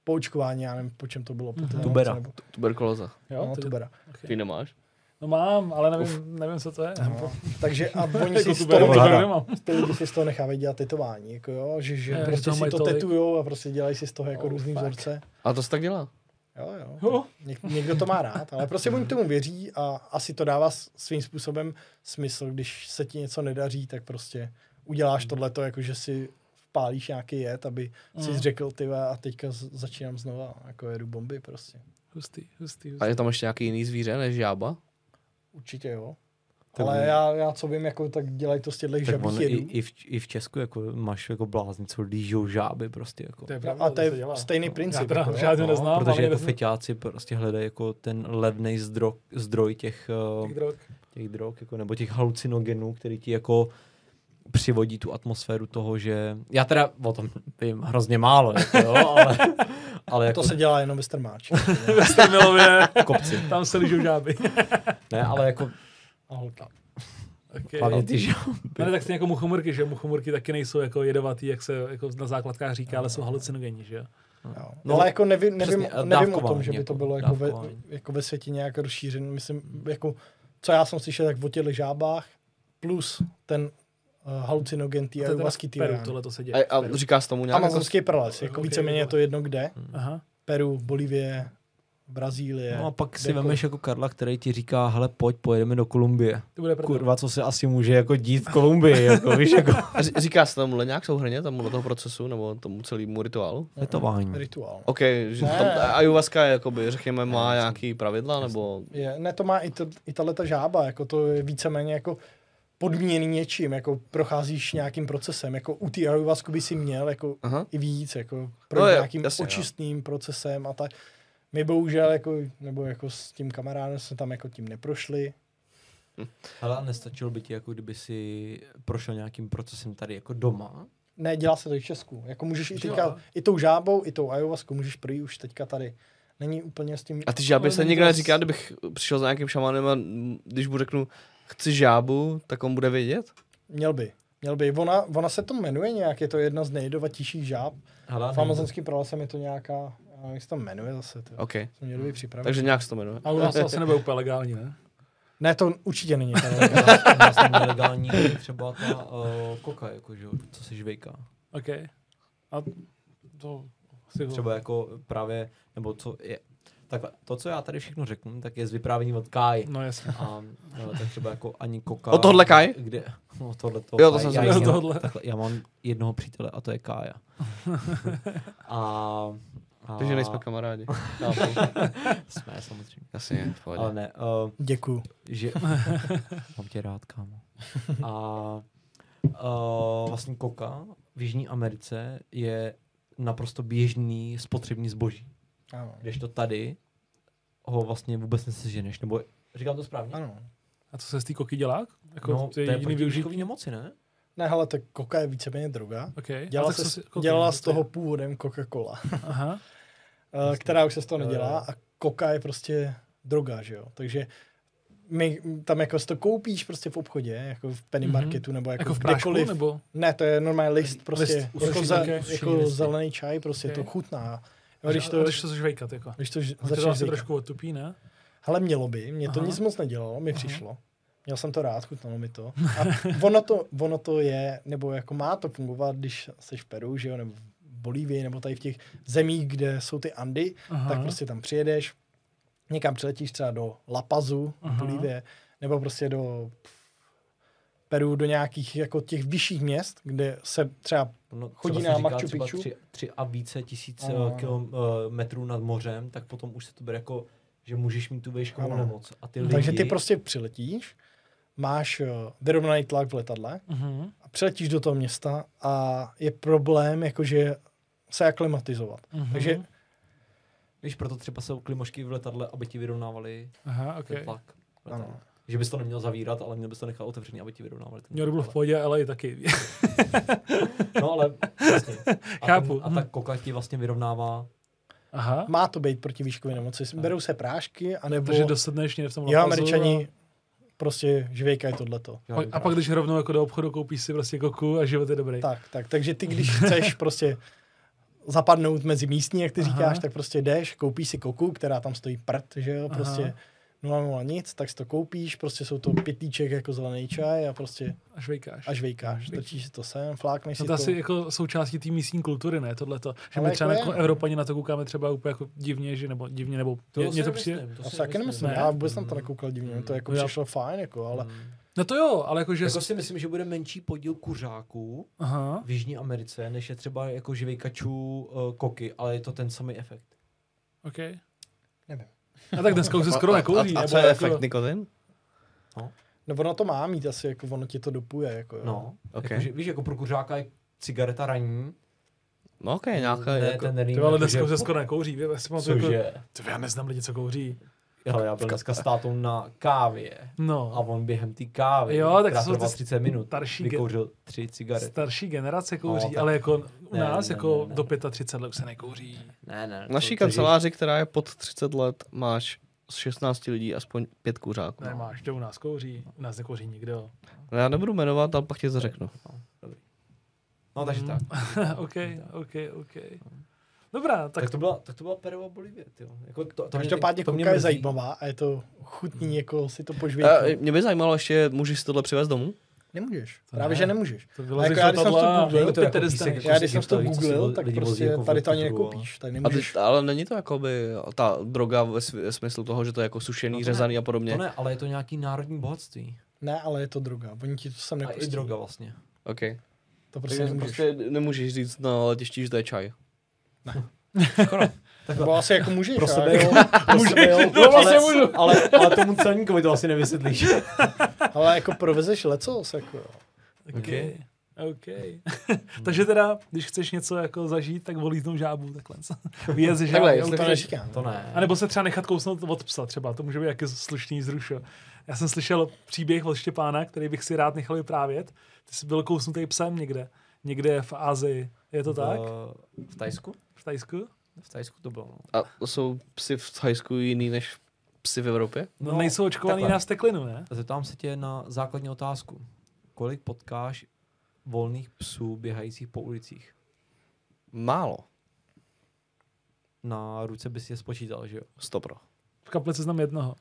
S3: po očkování, já nevím, po čem to bylo. Po té
S2: Tubera.
S3: nemoci Nebo,
S4: Tuberkulóza.
S1: Jo,
S3: no,
S1: ty,
S3: tubera.
S4: Ty nemáš?
S1: no mám, ale nevím, nevím co to je.
S3: No, takže a oni
S1: Jako
S3: si z
S1: tu beru,
S3: toho,
S1: tu beru
S2: Vláda.
S1: nemám.
S3: ty lidi si z toho nechávají dělat tetování, jako jo, že, že
S1: Ne, že
S3: prostě
S1: toho mají
S3: si to
S1: tolik.
S3: tetujou a prostě dělají si z toho jako
S1: Oh,
S3: oh, různý
S1: fuck.
S3: vzorce.
S4: A to se tak dělá.
S3: Jo, jo.
S1: Jo.
S3: Něk, někdo to má rád, ale prostě oni tomu věří a asi to dává s- svým způsobem smysl, když se ti něco nedaří, tak prostě uděláš tohleto, jako že si vpálíš nějaký jed, aby si
S1: Mm.
S3: řekl ty vole, a teďka z- začínám znova, jako jedu bomby prostě.
S1: Hustý, hustý,
S4: A
S1: hustý.
S4: je tam ještě nějaký jiný zvíře než žába?
S3: Určitě jo.
S2: Tak
S3: ale
S2: on-
S3: já, já, co vím, jako tak dělají to z těchto
S2: Tak on
S3: žabých
S2: i,
S3: jedů.
S2: i, v, i, v, Česku jako máš jako blázni, co lížou žáby prostě jako.
S1: je
S3: No, a to je stejný
S1: Já
S3: princip.
S1: teda
S3: jako jo.
S1: žádný neznám, ale
S2: protože jako
S1: jeden-
S2: feťáci prostě hledají jako ten levný zdroj, zdroj těch, eh,
S1: Těch drog.
S2: těch drog, jako, nebo těch halucinogenů, který ti jako přivodí tu atmosféru toho, že... Já teda o tom vím hrozně málo, jako, jo, ale, ale jako,
S3: To se dělá jenom ve strmáči.
S1: Ve Strmilově,
S2: v kopci.
S1: tam se ližou žáby.
S2: Ne, ale jako
S3: A holka.
S2: hlavně ty žáby.
S1: Ne, tak stejně jako muchomurky, že muchomurky taky nejsou jako jedovatý, jak se jako na základkách říká, ale jsou halucinogenní, že jo?
S3: Jo.
S2: No,
S3: No, ale jako nevím,
S2: přesně,
S3: nevím,
S2: a
S3: nevím o
S2: dávkování
S3: tom, že by
S2: jako,
S3: to bylo jako ve,
S2: dávkování.
S3: jako ve světě nějak rozšířen. Myslím, jako, co já jsem slyšel, tak o těch žábách plus ten uh, hallucinogen
S1: To
S3: tý
S1: je teda v
S3: ayahuasky
S1: Peru,
S3: tyrán.
S1: tohle to se děje.
S4: A, a říká se tomu nějak jako...
S3: Amazonský prales, jako
S1: Ok, Hmm.
S3: víceméně je
S1: vole.
S3: to jedno kde.
S1: Aha.
S3: Peru, Bolívie, Brazílie.
S2: No a pak si
S3: kdekoliv.
S2: vemeš jako Karla, který ti říká, hele pojď, pojedeme do Kolumbie.
S1: To bude proto.
S2: Kurva, co se asi může jako dít v Kolumbii, jako víš, jako
S4: A ři- říká se tomu nějak souhrně, tomu do toho procesu, nebo tomu celému rituálu?
S2: letování.
S3: Rituál.
S4: OK, že
S3: Ne.
S4: tam ta ayahuasca, jakoby, řekněme, má nějaký pravidla, nebo...
S3: Je, ne, to má i, to, i tahle ta žába, jako to je víceméně jako podmíněný něčím, jako procházíš nějakým procesem, jako u té ayahuasku by si měl jako
S4: Aha.
S3: i víc, jako pro
S4: No
S3: no
S4: jo,
S3: nějakým
S4: jasně,
S3: jasně,
S4: jo.
S3: očistným procesem a tak. My bohužel, jako, nebo jako s tím kamarádem jsme tam jako tím neprošli.
S2: Hele, a nestačilo by ti, jako kdyby si prošel nějakým procesem tady jako doma?
S3: Ne, dělá se to i v Česku. Jako můžeš i
S1: Jo.
S3: teďka, i tou žábou, i tou ayahuaskou můžeš projít už teďka tady. Není úplně s tím...
S4: A ty žáby
S3: Ale
S4: se
S3: není
S4: nikdo
S3: to-
S4: neříká, kdybych přišel za nějakým šamanem a mm, když mu řeknu, chci žábu, tak on bude vědět?
S3: Měl by. Měl by. Ona, ona se to jmenuje nějak, je to jedna z nejdovatějších žáb.
S2: Hele,
S3: V amazonským pralesem je to nějaká, já nevím, jak se to jmenuje zase, to
S4: OK,
S3: jsem měl být připravit.
S4: takže nějak se to jmenuje.
S1: A u nás to asi nebude úplně legální, ne?
S3: Ne, to určitě není. tady.
S2: tam nelegální třeba ta uh, koka, jako, že, jo, co se žvejká.
S1: OK. A to si ho...
S2: Třeba jako právě, nebo co je. Takhle, to, co já tady všechno řeknu, tak je z vyprávění od Kai.
S1: No jasně.
S2: A no, tak třeba jako ani koka.
S4: Od tohle Kai?
S2: Kde, no, od tohle to
S4: Jo, to jsem si
S1: myslel.
S2: já,
S1: Tohle.
S2: takhle, já mám jednoho přítele a to je Kája. a, a,
S4: Takže nejsme kamarádi.
S2: Jsme, samozřejmě.
S4: Jasně, v No. pohodě.
S2: Ale ne, uh,
S3: Děkuju.
S2: že... Mám tě rád, kámo. A uh, vlastně koka v Jižní Americe je naprosto běžný spotřební zboží.
S3: Ano.
S2: Když to tady ho vlastně vůbec neseženeš, nebo říkám to správně?
S3: ano.
S1: A co se z té koky dělá? Jako no, to je jediný
S2: proti
S1: využití?
S2: výživkový nemoci, ne?
S3: Ne, hele, tak koka je víceméně droga.
S1: OK. A
S3: Dělala,
S1: tak co
S3: se,
S1: si- koky,
S3: dělala
S1: co
S3: z
S1: to je?
S3: toho původem Coca-Cola,
S1: Aha.
S3: eh, která už se z toho
S2: Jo, jo.
S3: nedělá a koka je prostě droga, že jo. Takže my tam jako si to koupíš prostě v obchodě, jako v penny
S1: Mhm.
S3: marketu nebo jako,
S1: Jako v prášku,
S3: kdekoliv.
S1: nebo?
S3: Ne, to je normální list, prostě
S1: List,
S3: list,
S1: usušený,
S3: jako, za,
S1: ok.
S2: Usušený
S3: jako
S2: listy.
S3: zelený čaj, prostě
S1: Ok.
S3: to chutná. A
S1: Když
S3: když
S1: to,
S3: to,
S1: když to zažvejkat, jako.
S3: když to ž-
S1: On to
S3: začneš
S1: asi
S3: říkat,
S1: trošku otupí, ne?
S3: hele, mělo by, mě to
S1: Aha.
S3: nic moc nedělalo, mi
S1: Aha.
S3: přišlo. Měl jsem to rád, chutnalo mi to. A ono to, ono to je, nebo jako má to fungovat, když jsi v Peru, že jo, nebo v Bolívii, nebo tady v těch zemích, kde jsou ty Andy,
S1: Aha.
S3: tak prostě tam přijedeš, někam přiletíš třeba do La Pazu,
S1: Aha.
S3: Bolívie, nebo prostě do Peru, do nějakých jako těch vyšších měst, kde se třeba
S2: No,
S3: Chodí
S2: třeba se říká
S3: na Machu
S2: třeba
S3: Picchu?
S2: Tři, tři a více tisíc eh,
S3: Ano,
S2: ano,
S3: ano.
S2: kilometrů nad mořem, tak potom už se to bude jako, že můžeš mít tu vejškovou
S3: Ano.
S2: nemoc. A ty lidi,
S3: Takže ty prostě přiletíš, máš eh, vyrovnaný tlak v letadle
S1: Mhm,
S3: a přiletíš do toho města a je problém jakože se aklimatizovat.
S1: mhm.
S3: Takže
S2: Víš, proto třeba jsou klimošky v letadle, aby ti vyrovnávali
S1: Aha,
S2: okay. ten
S1: ok.
S2: tlak.
S3: ano.
S2: Že bys to neměl zavírat, ale měl bys to nechat otevřený, aby ti vyrovnávali ten
S1: Měl byl v pohodě a LA taky.
S2: No ale vlastně. A,
S1: Chápu.
S2: Ten, a ta koka ti vlastně vyrovnává.
S1: Aha.
S3: Má to být proti výškové nemoci. Berou se prášky, anebo
S1: Takže dosedneš někde v tom
S3: jo,
S1: Lapazu
S3: američani prostě žvějkají tohleto.
S1: A, a pak, když rovnou jako do obchodu koupíš si prostě koku a život je dobrý.
S3: Tak, tak. Takže ty, když chceš prostě zapadnout mezi místní, jak ty
S1: Aha.
S3: říkáš, tak prostě jdeš, koupíš si koku, která tam stojí prd, že jo,
S1: Aha.
S3: prostě nula nula nic, tak si to koupíš, prostě jsou to pětíček jako zelený čaj a prostě
S1: A švejkáš.
S3: až vejkáš, strčíš si to sem, flákneš
S1: No to
S3: si to.
S1: asi jako součástí té místní kultury, ne? Tohle to. Že
S3: Ale
S1: my
S3: jako
S1: třeba
S3: je,
S1: jako
S3: no.
S1: Evropani na to koukáme třeba úplně jako divně, že nebo divně, nebo mě, mě to přijde.
S3: Já si taky nemyslím,
S1: Ne.
S3: já vůbec
S2: Mm.
S3: jsem to nekoukal divně, mi to jako
S1: No já-
S3: přišlo fajn, jako, ale
S1: No to jo, ale jako že...
S2: Jako si myslím, že bude menší podíl kuřáků
S1: Aha.
S2: v Jižní Americe, než je třeba jako živejkačů uh, koky, ale je to ten samý efekt.
S1: OK.
S3: nevím.
S1: A tak dneska už se skoro
S4: A- a-
S1: nekouří.
S4: A, a
S1: nebo
S4: co je
S1: jako-
S4: efekt nikotin?
S3: No ono to má mít asi, jako ono ti to dopuje, jako jo.
S2: No,
S4: Ok.
S2: jako, že, víš, jako pro kuřáka je cigareta raní,
S4: No OK, nějaká
S2: ne,
S4: jako...
S2: ten rým,
S1: Ty, ale
S2: jako,
S1: dneska
S2: že-
S1: už se skoro nekouří. vy- Já si pamatuju, jako,
S2: Cože?
S1: Ty, já neznám lidi, co kouří.
S2: Hele, já byl dneska s tátou na kávě a
S1: No,
S2: on během té kávy,
S1: Jo, tak
S2: která
S1: jsou
S2: trvá
S1: ty
S2: 30 minut,
S1: starší ge-
S2: vykouřil tři cigarety.
S1: starší generace kouří,
S2: No, tak-
S1: ale jako u
S2: ne,
S1: nás
S2: ne,
S1: jako
S2: ne, ne.
S1: do 35 let už se nekouří.
S2: Ne, ne.
S4: V naší
S2: to- to
S4: kanceláři, která je pod 30 let, máš z 16 lidí aspoň pět kuřáků.
S1: Nemáš, to u nás kouří, u nás nekouří nikdo.
S4: No, Já nebudu jmenovat, ale pak ti to řeknu.
S2: je- No, takže
S1: Mm.
S2: tak.
S1: OK, OK, OK. Dobrá,
S2: Tak,
S1: No, tak
S2: to byla, tak to byla Perva Bolivie, jo. Jako to, to, mě-
S3: Každopádně
S2: to mě
S3: kouka je
S2: mrzí. Mm.
S3: zajímavá a je to chutný, jako si to
S4: A,
S3: požvětí.
S4: mě by zajímalo ještě, můžeš si tohle přivést domů?
S3: Nemůžeš.
S1: To
S3: Právě,
S1: ne.
S3: že nemůžeš.
S1: to
S3: A
S1: vylezeš
S3: jako já, když
S1: do
S3: jsem
S1: tabla.
S3: to googlil,
S1: a
S2: to je jako
S1: tady
S2: písek,
S1: staneš.
S2: jako
S3: Já
S2: si
S3: když jsem to
S2: říkal, víš, co si
S3: googlil,
S2: lidi
S3: tak
S2: vozí
S3: prostě
S2: jako v
S3: tady to ani
S2: autobuse,
S3: nekoupíš. Tady
S4: A ty,
S3: nemůžeš.
S4: ale není to jakoby ta droga ve sv- smyslu toho, že to je jako sušený,
S2: No to ne.
S4: řezaný a podobně?
S2: To ne, ale je to nějaký národní bohatství.
S3: Ne, ale je to droga. Oni ti to sem
S2: A i
S1: prostě-
S3: nepustí.
S2: droga vlastně.
S4: Okay.
S3: To prostě
S4: Prostě,
S3: nemůžeš.
S4: prostě nemůžeš říct na letišti, že to je čaj.
S3: Nebo asi jako můžeš.
S2: Pro
S3: ale
S2: sebe
S3: jako-
S2: jo.
S3: pro sebe jo.
S2: No,
S3: Ale-
S1: vlastně
S2: ale, ale, ale tomu celníkovi to asi nevysvětlíš.
S3: Ale jako provezeš lecos, jako jo.
S1: OK. OK. Takže teda, když chceš něco jako zažít, tak volítnou žábu, takhle. Vyjez žábu.
S4: Takhle,
S3: Já
S4: jestli-
S3: už to neříkám.
S2: To ne.
S1: A nebo se třeba nechat kousnout od psa třeba, to může být jaký slušný zrušo. Já jsem slyšel příběh od Štěpána, který bych si rád nechal vyprávět. Ty jsi byl kousnutý psem někde, někde v Asii. Je to tak?
S2: Eh, V, v Tajsku?
S1: V Tajsku?
S2: V Tajsku to bylo. No.
S4: A to jsou psy v Thajsku jiný než psy v Evropě?
S1: No,
S2: No,
S1: nejsou očkovaný
S2: takhle.
S1: na steklinu, ne?
S2: Zeptám se tě na základní otázku. Kolik potkáš volných psů běhajících po ulicích?
S4: Málo. Na
S2: A ruce bys je spočítal, že jo?
S4: 100 pro.
S1: V kaplici znám jednoho.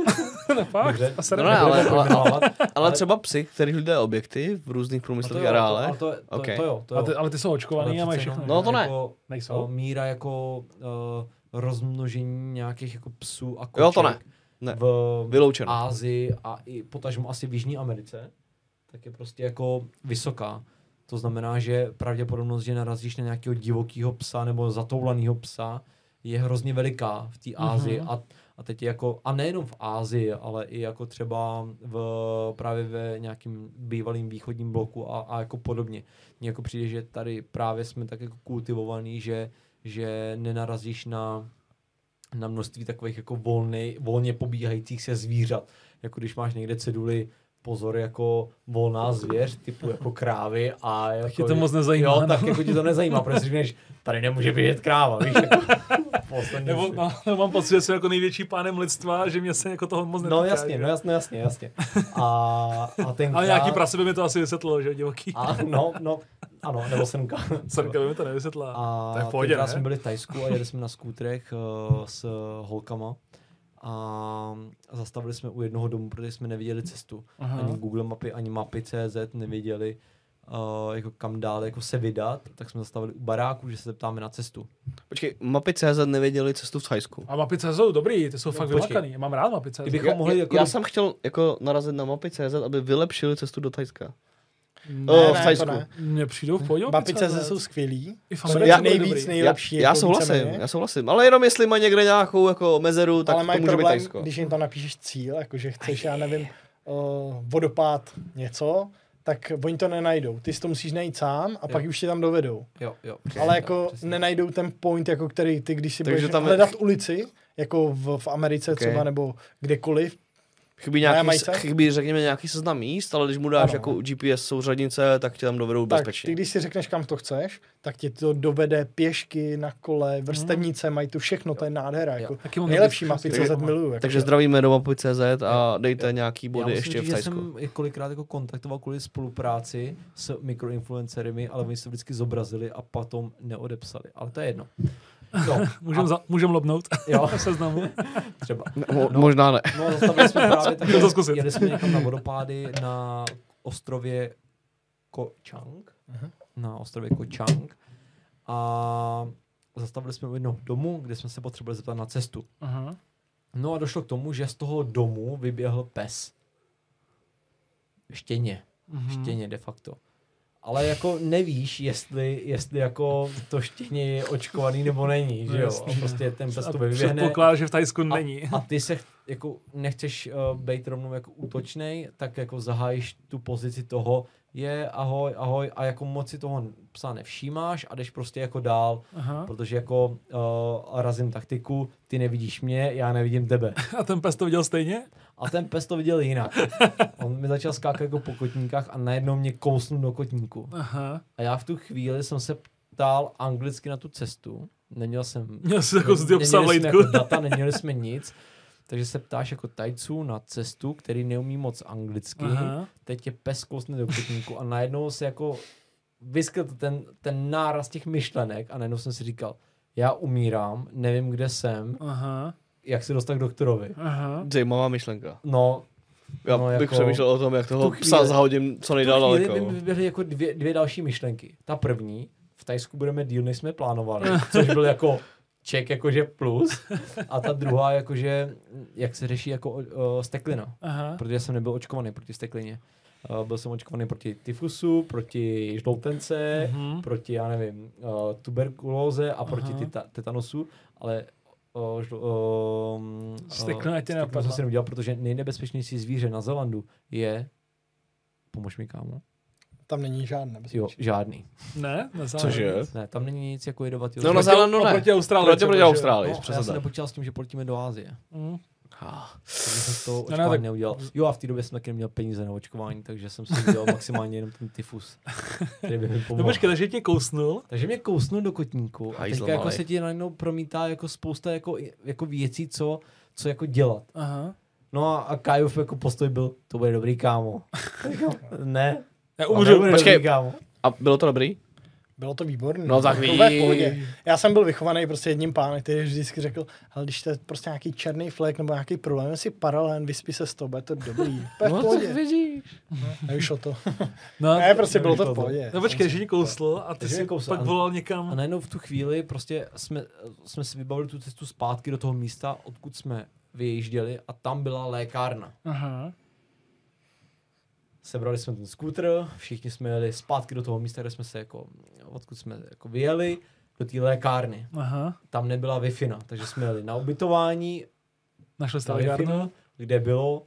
S1: ne, fakt?
S2: Dobře.
S1: A se
S4: No ne, ale-
S2: Nebudeme pojmenovat.
S4: Ale třeba psy, kterých lidé objekty v různých průmyslových
S2: jo,
S4: areálech.
S2: ale No to, to,
S4: Ok.
S2: to, to jo, to
S1: a
S2: jo.
S1: ty, ale ty jsou očkovaný a mají všechno.
S4: No to ne.
S2: Jako,
S1: Nejsou?
S2: eh, míra jako uh, rozmnožení nějakých jako psů a koček.
S4: Jo, to ne. Ne.
S2: V
S4: Vyloučeno.
S2: Ázii a i potažmo asi v Jižní Americe, tak je prostě jako vysoká. To znamená, že pravděpodobnost, že narazíš na nějakého divokého psa nebo zatoulaného psa, je hrozně veliká v té Ázii.
S1: Mhm.
S2: Mm-hmm. A, a teď jako, a nejenom v Ázii, ale i jako třeba v, právě ve nějakým bývalým východním bloku a, a jako podobně. Mně jako přijde, že tady právě jsme tak jako kultivovaný, že, že nenarazíš na na množství takových jako volnej, volně pobíhajících se zvířat. Jako když máš někde ceduly pozor jako volná zvěř, typu jako krávy a jako,
S1: tě to moc nezajímá,
S2: Jo,
S1: no.
S2: tak jako ti to nezajímá, protože si říkneš, tady nemůže běžet kráva, víš, jako, poslední
S1: Nebo,
S2: si-
S1: no, nebo mám pocit, že jsem jako největší pánem lidstva, že mě se jako toho moc
S2: no
S1: netýká,
S2: jasně,
S1: že?
S2: no jasně, jasně, jasně. A, a ten
S1: Ale nějaký prase by mi to asi vysvětlilo, že jo, divoký.
S2: A, no, no, ano, nebo semka.
S1: Srnka by mi to nevysvětlila.
S2: A
S1: to je v pohodě,
S2: tenkrát
S1: ne?
S2: jsme byli v Tajsku a jeli jsme na skútrech uh, s holkama a zastavili jsme u jednoho domu, protože jsme neviděli cestu.
S1: Aha.
S2: Aha. Ani Google mapy, ani mapy CZ nevěděli, uh, jako kam dál jako se vydat, tak jsme zastavili u baráku, že se zeptáme na cestu.
S4: Počkej, mapy CZ nevěděli cestu v Thajsku.
S1: A mapy CZ jsou dobrý, ty jsou fakt
S2: No, počkej.
S1: vymakaný. Mám rád mapy CZ.
S2: Kdybych-
S4: Já,
S2: mohli
S4: já,
S2: jako
S4: já
S2: do-
S4: jsem chtěl jako narazit na mapy CZ, aby vylepšili cestu do Thajska.
S1: Ne,
S4: O,
S3: ne,
S4: v
S3: to
S4: Thajsku.
S3: ne.
S1: Mně přijdou v pohodě mapy
S3: Mapice
S1: CZ.
S3: jsou skvělý.
S1: I v
S3: Jsou
S2: jako
S1: Americe byly
S3: nejvíc,
S1: dobrý.
S4: Já,
S3: nejlepší.
S4: já
S3: jako
S4: souhlasím,
S3: víceméně.
S4: já souhlasím, ale jenom jestli má někde nějakou jako mezeru, tak
S3: ale
S4: to
S3: mají
S4: může být
S3: problém,
S4: Thajsko.
S3: když jim tam napíšeš cíl, jakože chceš, já nevím, uh, vodopád něco, tak oni to nenajdou. Ty si to musíš najít sám a pak už tě tam dovedou.
S2: Jo, jo.
S3: Ale jako nenajdou ten point, jako který ty, když si
S4: no, Takže
S3: budeš
S4: tam je-
S3: hledat ulici, jako v, v Americe
S4: Ok.
S3: třeba nebo kdekoliv,
S4: Chybí,
S3: Na
S4: nějaký,
S3: Jamajce?
S4: chybí, řekněme, nějaký seznam míst, ale když mu dáš
S3: Ano.
S4: jako
S2: no.
S4: GPS souřadnice, tak tě tam dovedou
S3: tak
S4: bezpečně.
S3: ty, když si řekneš, kam to chceš, tak tě to dovede pěšky, na kole, vrstevnice, mají tu všechno, to je nádhera. Jako.
S1: Taky mám
S3: Nejlepší
S1: dobrý
S3: mapy, co
S1: zkušenosti.
S3: Z miluju. Jako.
S4: Hmm. Takže zdravíme do mapy CZ a dejte nějaký
S2: Já
S4: body
S2: musím
S4: ještě
S2: říct,
S4: v
S2: že
S4: Thajsku.
S2: jsem je kolikrát jako kontaktoval kvůli spolupráci s mikroinfluencerymi, ale oni se vždycky zobrazili a potom neodepsali. Ale to je jedno. No,
S1: Můžem, za, můžem lobnout
S2: jo,
S1: na seznamu.
S2: třeba.
S4: Mo- možná ne.
S2: No, zastavili jsme právě
S1: Můžu to
S2: také,
S1: zkusit.
S2: jeli jsme někam na vodopády na ostrově Kočang. Na ostrově Kočang. A zastavili jsme u jednoho domu, kde jsme se potřebovali zeptat na cestu.
S1: Aha.
S2: No a došlo k tomu, že z toho domu vyběhl pes. Štěně.
S1: Mhm.
S2: Mm-hmm. Štěně de facto. Ale jako nevíš, jestli, jestli jako to štěně je očkovaný nebo není, že jo? A prostě ten pes to
S1: No A
S2: vyběhne.
S1: předpokládám, že v Tajsku není.
S2: A, a ty se, jako nechceš uh, být rovnou jako útočnej, tak jako zahájíš tu pozici toho, je ahoj, ahoj a jako moc si toho psa nevšímáš a jdeš prostě jako dál,
S1: Aha.
S2: protože jako uh, razím taktiku, ty nevidíš mě, já nevidím tebe.
S1: A ten pes to viděl stejně?
S2: A ten pes to viděl jinak. On mi začal skákat jako po kotníkách a najednou mě kousnul do kotníku.
S1: Aha.
S2: A já v tu chvíli jsem se ptal anglicky na tu cestu. Neměl jsem...
S1: Měl jsi jako z toho psa v
S2: neměli jsme
S1: lejtku.
S2: jako data, neměli jsme nic. Takže se ptáš jako tajců na cestu, který neumí moc anglicky. Aha.
S1: Aha.
S2: Teď tě pes kousne do kotníku a najednou se jako vyskytl ten, ten náraz těch myšlenek a najednou jsem si říkal, já umírám, nevím, kde jsem,
S1: Aha.
S2: jak se dostat k doktorovi.
S1: Aha.
S4: Zajímavá myšlenka.
S2: No,
S4: Já
S2: No,
S4: no, bych
S2: jako-
S4: jako... přemýšlel o tom, jak toho
S2: tu chvíli-
S4: psa zahodím co nejdál
S2: tu
S4: daleko.
S2: chvíli mi vyběhly jako dvě, dvě další myšlenky. Ta první, v Tajsku budeme díl, než jsme plánovali, což byl jako ček jakože plus. A ta druhá jakože, jak se řeší jako uh, steklina.
S1: Aha.
S2: Protože jsem nebyl očkovaný proti steklině. Uh, byl jsem očkovaný proti tyfusu, proti žloutence,
S1: Mhm.
S2: proti, já nevím, uh, tuberkulóze a proti
S1: Aha.
S2: tita- tetanosu, ale uh, žlo, um,
S1: Steklina tě
S2: jsem
S1: napadla.
S2: si neudělal, protože nejnebezpečnější zvíře na Zelandu je, pomož mi kámo,
S3: Tam není žádné
S2: jo,
S3: bezpečí.
S2: žádný.
S1: Ne? na závěr.
S4: Cože?
S2: Ne, tam není nic jako jedovatý.
S4: No, na
S1: Proti-
S4: Zélandu ne.
S1: Oproti Austrálii.
S4: Proti proti Austrálii,
S2: no, já
S4: přesně
S2: jsem
S4: tak.
S2: nepočítal s tím, že poletíme do Ázie.
S1: Mm.
S2: Takže jsem to
S1: ne,
S2: očkování no,
S1: tak-
S2: neudělal. Jo a v té době jsem taky neměl peníze na očkování, takže jsem si udělal maximálně jenom ten tyfus, který by mi
S1: No
S2: pomohl.
S1: počkej, takže tě kousnul.
S2: Takže mě kousnu do kotníku a
S4: Hajzl
S2: teďka jako
S4: malej.
S2: se ti najednou promítá jako spousta jako, jako věcí, co, co jako dělat.
S1: Aha.
S2: No a, a Kajův jako postoj byl, to bude dobrý kámo. Říkám, ne,
S1: Já
S2: to
S1: umřu.
S2: nebude
S4: Počkej.
S2: dobrý kámo.
S4: A bylo to dobrý?
S3: Bylo to výborné.
S4: No tak
S3: To bylo v
S4: ví.
S3: pohodě. Já jsem byl vychovaný prostě jedním pánem, který vždycky řekl, ale když to je prostě nějaký černý flek nebo nějaký problém, si paralén, vyspí se s tobou, je to dobrý. To je v pohodě.
S4: vidíš?
S3: Nevyšlo to.
S1: No,
S3: Ne, prostě bylo
S2: nevyšlo
S3: to v
S2: to.
S3: pohodě.
S1: no počkej, že tě kousl a ty
S2: Takže
S1: jsi
S2: mě kousl,
S1: pak
S2: ano.
S1: volal
S2: A
S1: někam.
S2: najednou v tu chvíli prostě jsme, jsme si vybavili tu cestu zpátky do toho místa, odkud jsme vyjížděli a tam byla lékárna.
S1: Aha.
S2: Sebrali jsme ten skútr, všichni jsme jeli zpátky do toho místa, kde jsme se jako, odkud jsme jako vyjeli, do té lékárny.
S1: Aha.
S2: Tam nebyla wi takže jsme jeli na ubytování,
S1: Našel jsi
S2: na
S1: legárnu.
S2: wi kde bylo uh,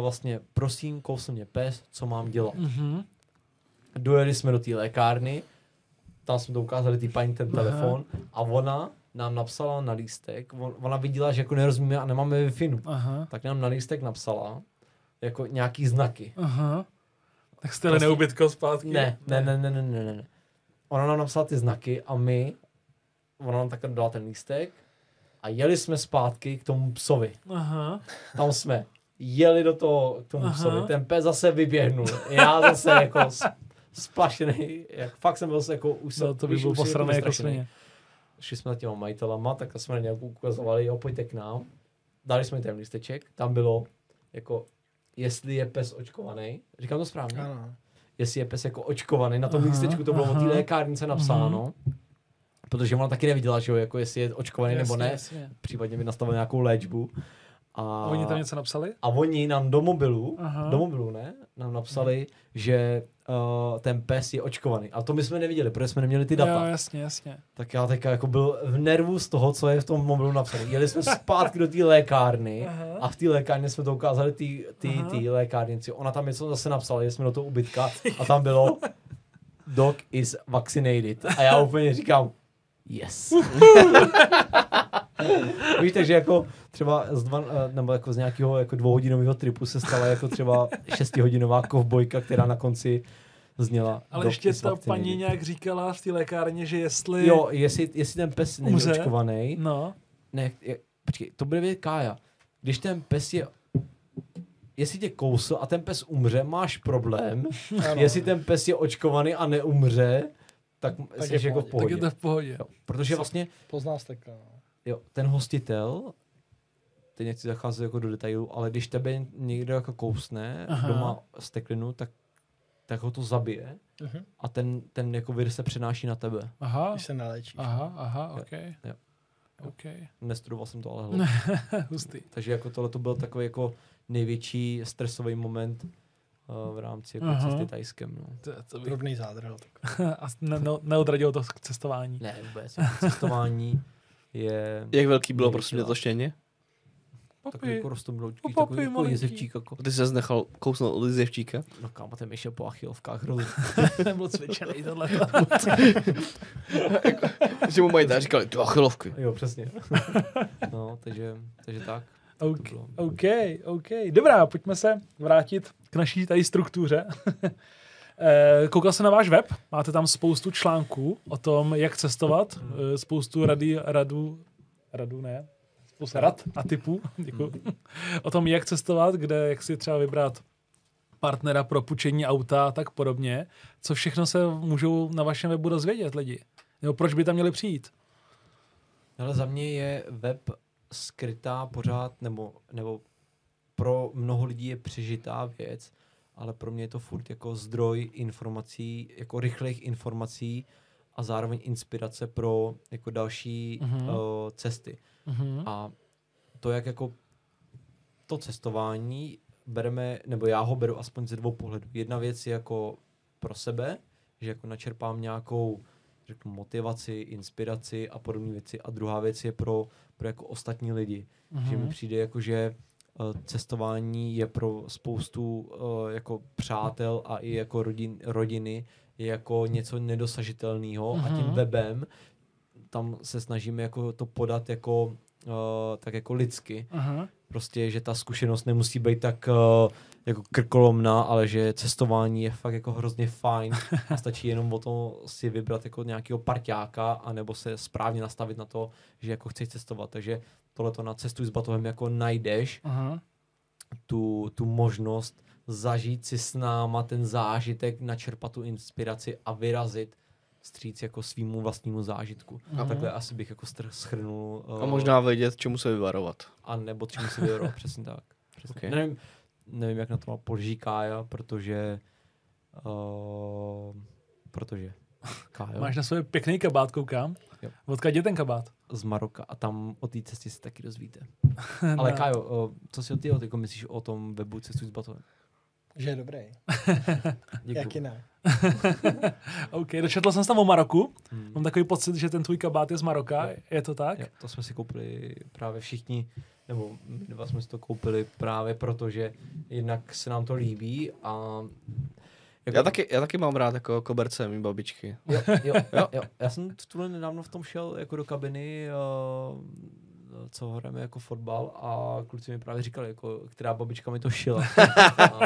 S2: vlastně, prosím, kousl mě pes, co mám dělat.
S1: Mhm.
S2: Dojeli jsme do té lékárny, tam jsme to ukázali té paní ten telefon a ona nám napsala na lístek, on, ona viděla, že jako nerozumíme a nemáme wi
S1: Aha.
S2: tak nám na lístek napsala jako nějaký znaky.
S1: Aha. Tak jste jeli
S2: Prostě-
S1: neubytko zpátky?
S2: Ne, ne, ne, ne, ne, ne, ne, ne. Ona nám napsala ty znaky a my, ona nám takhle dala ten lístek a jeli jsme zpátky k tomu psovi.
S1: Aha.
S2: Tam jsme jeli do toho, k tomu
S1: Aha.
S2: psovi. Ten pes zase vyběhnul. Já zase jako s- splašený, jak fakt jsem byl zase jako už
S1: No, to by
S2: víš,
S1: byl
S2: už jsem
S1: posraný jako
S2: vystrašený.
S1: svině.
S2: Šli jsme za těma majitelama, tak jsme na nějak ukazovali, jo, pojďte k nám. Dali jsme jim ten lísteček, tam bylo jako, jestli je pes očkovaný. Říkám to správně?
S3: Ano.
S2: jestli je pes jako očkovaný. Na tom
S1: Aha,
S2: lístečku to bylo od té
S1: aha. Mhm.
S2: lékárnice napsáno. Protože ona taky neviděla, že jo, jako jestli je očkovaný nebo ne.
S1: jasně.
S2: Případně by nastavila nějakou léčbu. A
S1: A Oni tam něco napsali?
S2: a oni nám do mobilu,
S1: Aha. Mhm.
S2: do mobilu ne, nám napsali, že uh, ten pes je očkovaný. A to my jsme neviděli, protože jsme neměli ty data.
S1: Jo, jasně, jasně.
S2: Tak já teďka jako byl v nervu z toho, co je v tom mobilu napsané. Jeli jsme zpátky do té lékárny
S1: Aha.
S2: a v té lékárně jsme to ukázali ty, ty,
S1: Aha.
S2: ty lékárnici. Ona tam něco zase napsala, jeli jsme do toho ubytka a tam bylo Dog is vaccinated. A já úplně říkám, yes. Víš, takže jako třeba z, dva, eh, nebo jako z nějakého jako dvouhodinového tripu se stala jako třeba šestihodinová kovbojka, která na konci zněla
S1: Ale
S2: "Dog
S1: ještě
S2: is
S1: ta
S2: vaccinated."
S1: paní nějak říkala v té lékárně, že jestli...
S2: Jo, jestli, jestli ten pes není
S1: Umře?
S2: očkovaný,
S1: No.
S2: ne, je, počkej, to bude vědět Kája. Když ten pes je, jestli tě kousl a ten pes umře, máš problém.
S3: Ano.
S2: Jestli ten pes je očkovaný a neumře, tak, tak jsi
S3: je v
S2: jako v
S1: Tak
S2: pohodě.
S3: pohodě.
S1: je to v pohodě.
S2: Jo, protože vlastně
S3: Pozná se tak. no.
S2: jo, ten hostitel, teď nechci zacházet jako do detailů, ale když tebe někdo jako kousne Aha.
S1: Aha.
S2: doma steklinu, tak, tak ho to zabije
S3: Mhm.
S2: a ten, ten jako vir se přenáší na tebe.
S1: Aha,
S3: Když se naléčí.
S1: aha, aha, ok.
S2: no. jo.
S1: Ok,
S2: Nestudoval jsem to ale hlavně.
S1: hustý.
S2: Takže jako tohle to byl takový jako největší stresový moment uh, v rámci jako
S1: Aha.
S2: cesty Tajskem. No.
S1: To, to bych...
S3: Drobný zádrhel.
S1: A ne, ne, neodradilo to k cestování.
S2: Ne, vůbec. jako Cestování je... no.
S4: Jak velký bylo prosím tě to štěně?
S2: Takový
S1: Papi,
S2: jako rostomloučký,
S1: O, papi,
S2: takový jako
S1: malinký.
S2: jezevčík. Jako.
S4: Ty se nechal kousnout od jezevčíka.
S2: No kámo, ten myšel po achilovkách hrozně.
S1: nebyl cvičený tohle.
S4: Že mu mají dát, říkali, ty achilovky.
S2: jo, přesně. no, takže, takže tak.
S1: OK, OK, OK. Dobrá, pojďme se vrátit k naší tady struktuře. Eh, Koukal jsem na váš web, máte tam spoustu článků o tom, jak cestovat, eh, spoustu rady, radu, radu ne, spoustu rad a typů, děkuji, o tom, jak cestovat, kde, jak si třeba vybrat partnera pro půjčení auta a tak podobně. Co všechno se můžou na vašem webu dozvědět lidi? Nebo proč by tam měli přijít?
S2: Ale za mě je web skrytá pořád, nebo, nebo pro mnoho lidí je přežitá věc, ale pro mě je to furt jako zdroj informací, jako rychlých informací a zároveň inspirace pro jako další
S1: Mhm.
S2: mm-hmm. uh, cesty.
S1: Mhm.
S2: A to, jak jako to cestování bereme, nebo já ho beru aspoň ze dvou pohledů. Jedna věc je jako pro sebe, že jako načerpám nějakou řeknu, motivaci, inspiraci a podobné věci. A druhá věc je pro, pro jako ostatní lidi. Mm-hmm. Že mi přijde jako, že eh, cestování je pro spoustu eh, jako přátel a i jako rodin, rodiny je jako něco nedosažitelného mm-hmm. a tím
S1: Mhm.
S2: webem tam se snažíme jako to podat jako uh, tak jako lidsky.
S1: Aha.
S2: Prostě, že ta zkušenost nemusí být tak uh, jako krkolomná, ale že cestování je fakt jako hrozně fajn. A stačí jenom o to si vybrat jako nějakého parťáka, anebo se správně nastavit na to, že jako chceš cestovat. Takže tohle to na cestu s batohem jako najdeš
S1: Aha.
S2: tu, tu možnost zažít si s náma ten zážitek, načerpat tu inspiraci a vyrazit stříc jako svýmu vlastnímu zážitku. A takhle asi bych jako str- schrnul.
S4: A
S2: eh,
S4: možná vědět, čemu se vyvarovat.
S2: a nebo čím si vyhrál, přesně tak. Přesně.
S4: Okay.
S2: Okay. Nevím, nevím, jak na to má polží Kája, protože... Uh, protože... Kájo
S1: Máš na sobě pěkný kabát, koukám.
S2: Jo.
S1: Odkud je ten kabát?
S2: z Maroka a tam o té cestě se taky dozvíte. Ale
S1: No.
S2: Kájo, uh, co si ty jako myslíš o tom webu Cestuj s batohem?
S3: Že je dobrý. Jak
S2: Děkuju.
S3: jinak.
S1: OK, dočetl jsem se tam o Maroku.
S2: Hmm.
S1: Mám takový pocit, že ten tvůj kabát je z Maroka.
S2: Jo.
S1: Je to tak?
S2: Jo, to jsme si koupili právě všichni, nebo my dva jsme si to koupili právě proto, že jednak se nám to líbí a... jako
S4: Já taky, já taky mám rád jako koberce mý babičky.
S2: Jo, jo, jo, jo. Já jsem v tuhle nedávno v tom šel jako do kabiny, eh, co hrajeme jako fotbal a kluci mi právě říkali, jako, která babička mi to šila. A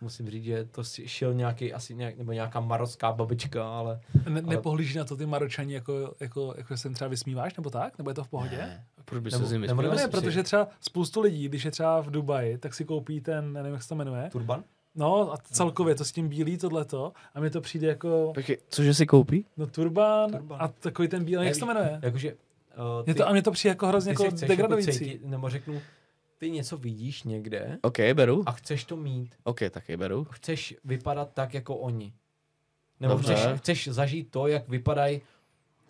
S2: musím říct, že to si šil nějaký, asi nějak, nebo nějaká marocká babička, ale
S1: Ne, nepohlíží na to ty Maročani, jako, jako, jako jsem třeba vysmíváš, nebo tak? Nebo je to v pohodě? Ne,
S4: Proč by
S2: Nebo-
S4: se s nimi
S2: nebo
S4: směl?
S1: ne,
S2: myslím si-
S1: protože třeba spoustu lidí, když je třeba v Dubaji, tak si koupí ten, nevím, jak se to jmenuje.
S2: turban.
S1: No a celkově to s tím bílý tohleto. A mi to přijde jako,
S4: Taky, cože si koupí?
S1: no turban,
S2: Turban.
S1: a takový ten bílý, jak se to jmenuje?
S2: Jakože, eh,
S1: Je to, a mě to přijde jako hrozně
S2: ty
S1: jako
S2: se chceš jako
S1: degradující.
S2: cítit, nebo řeknu, ty něco vidíš někde
S4: OK, beru.
S2: a chceš to mít.
S4: OK, taky beru.
S2: chceš vypadat tak jako oni. Nebo
S4: Dobře.
S2: chceš, chceš zažít to, jak vypadají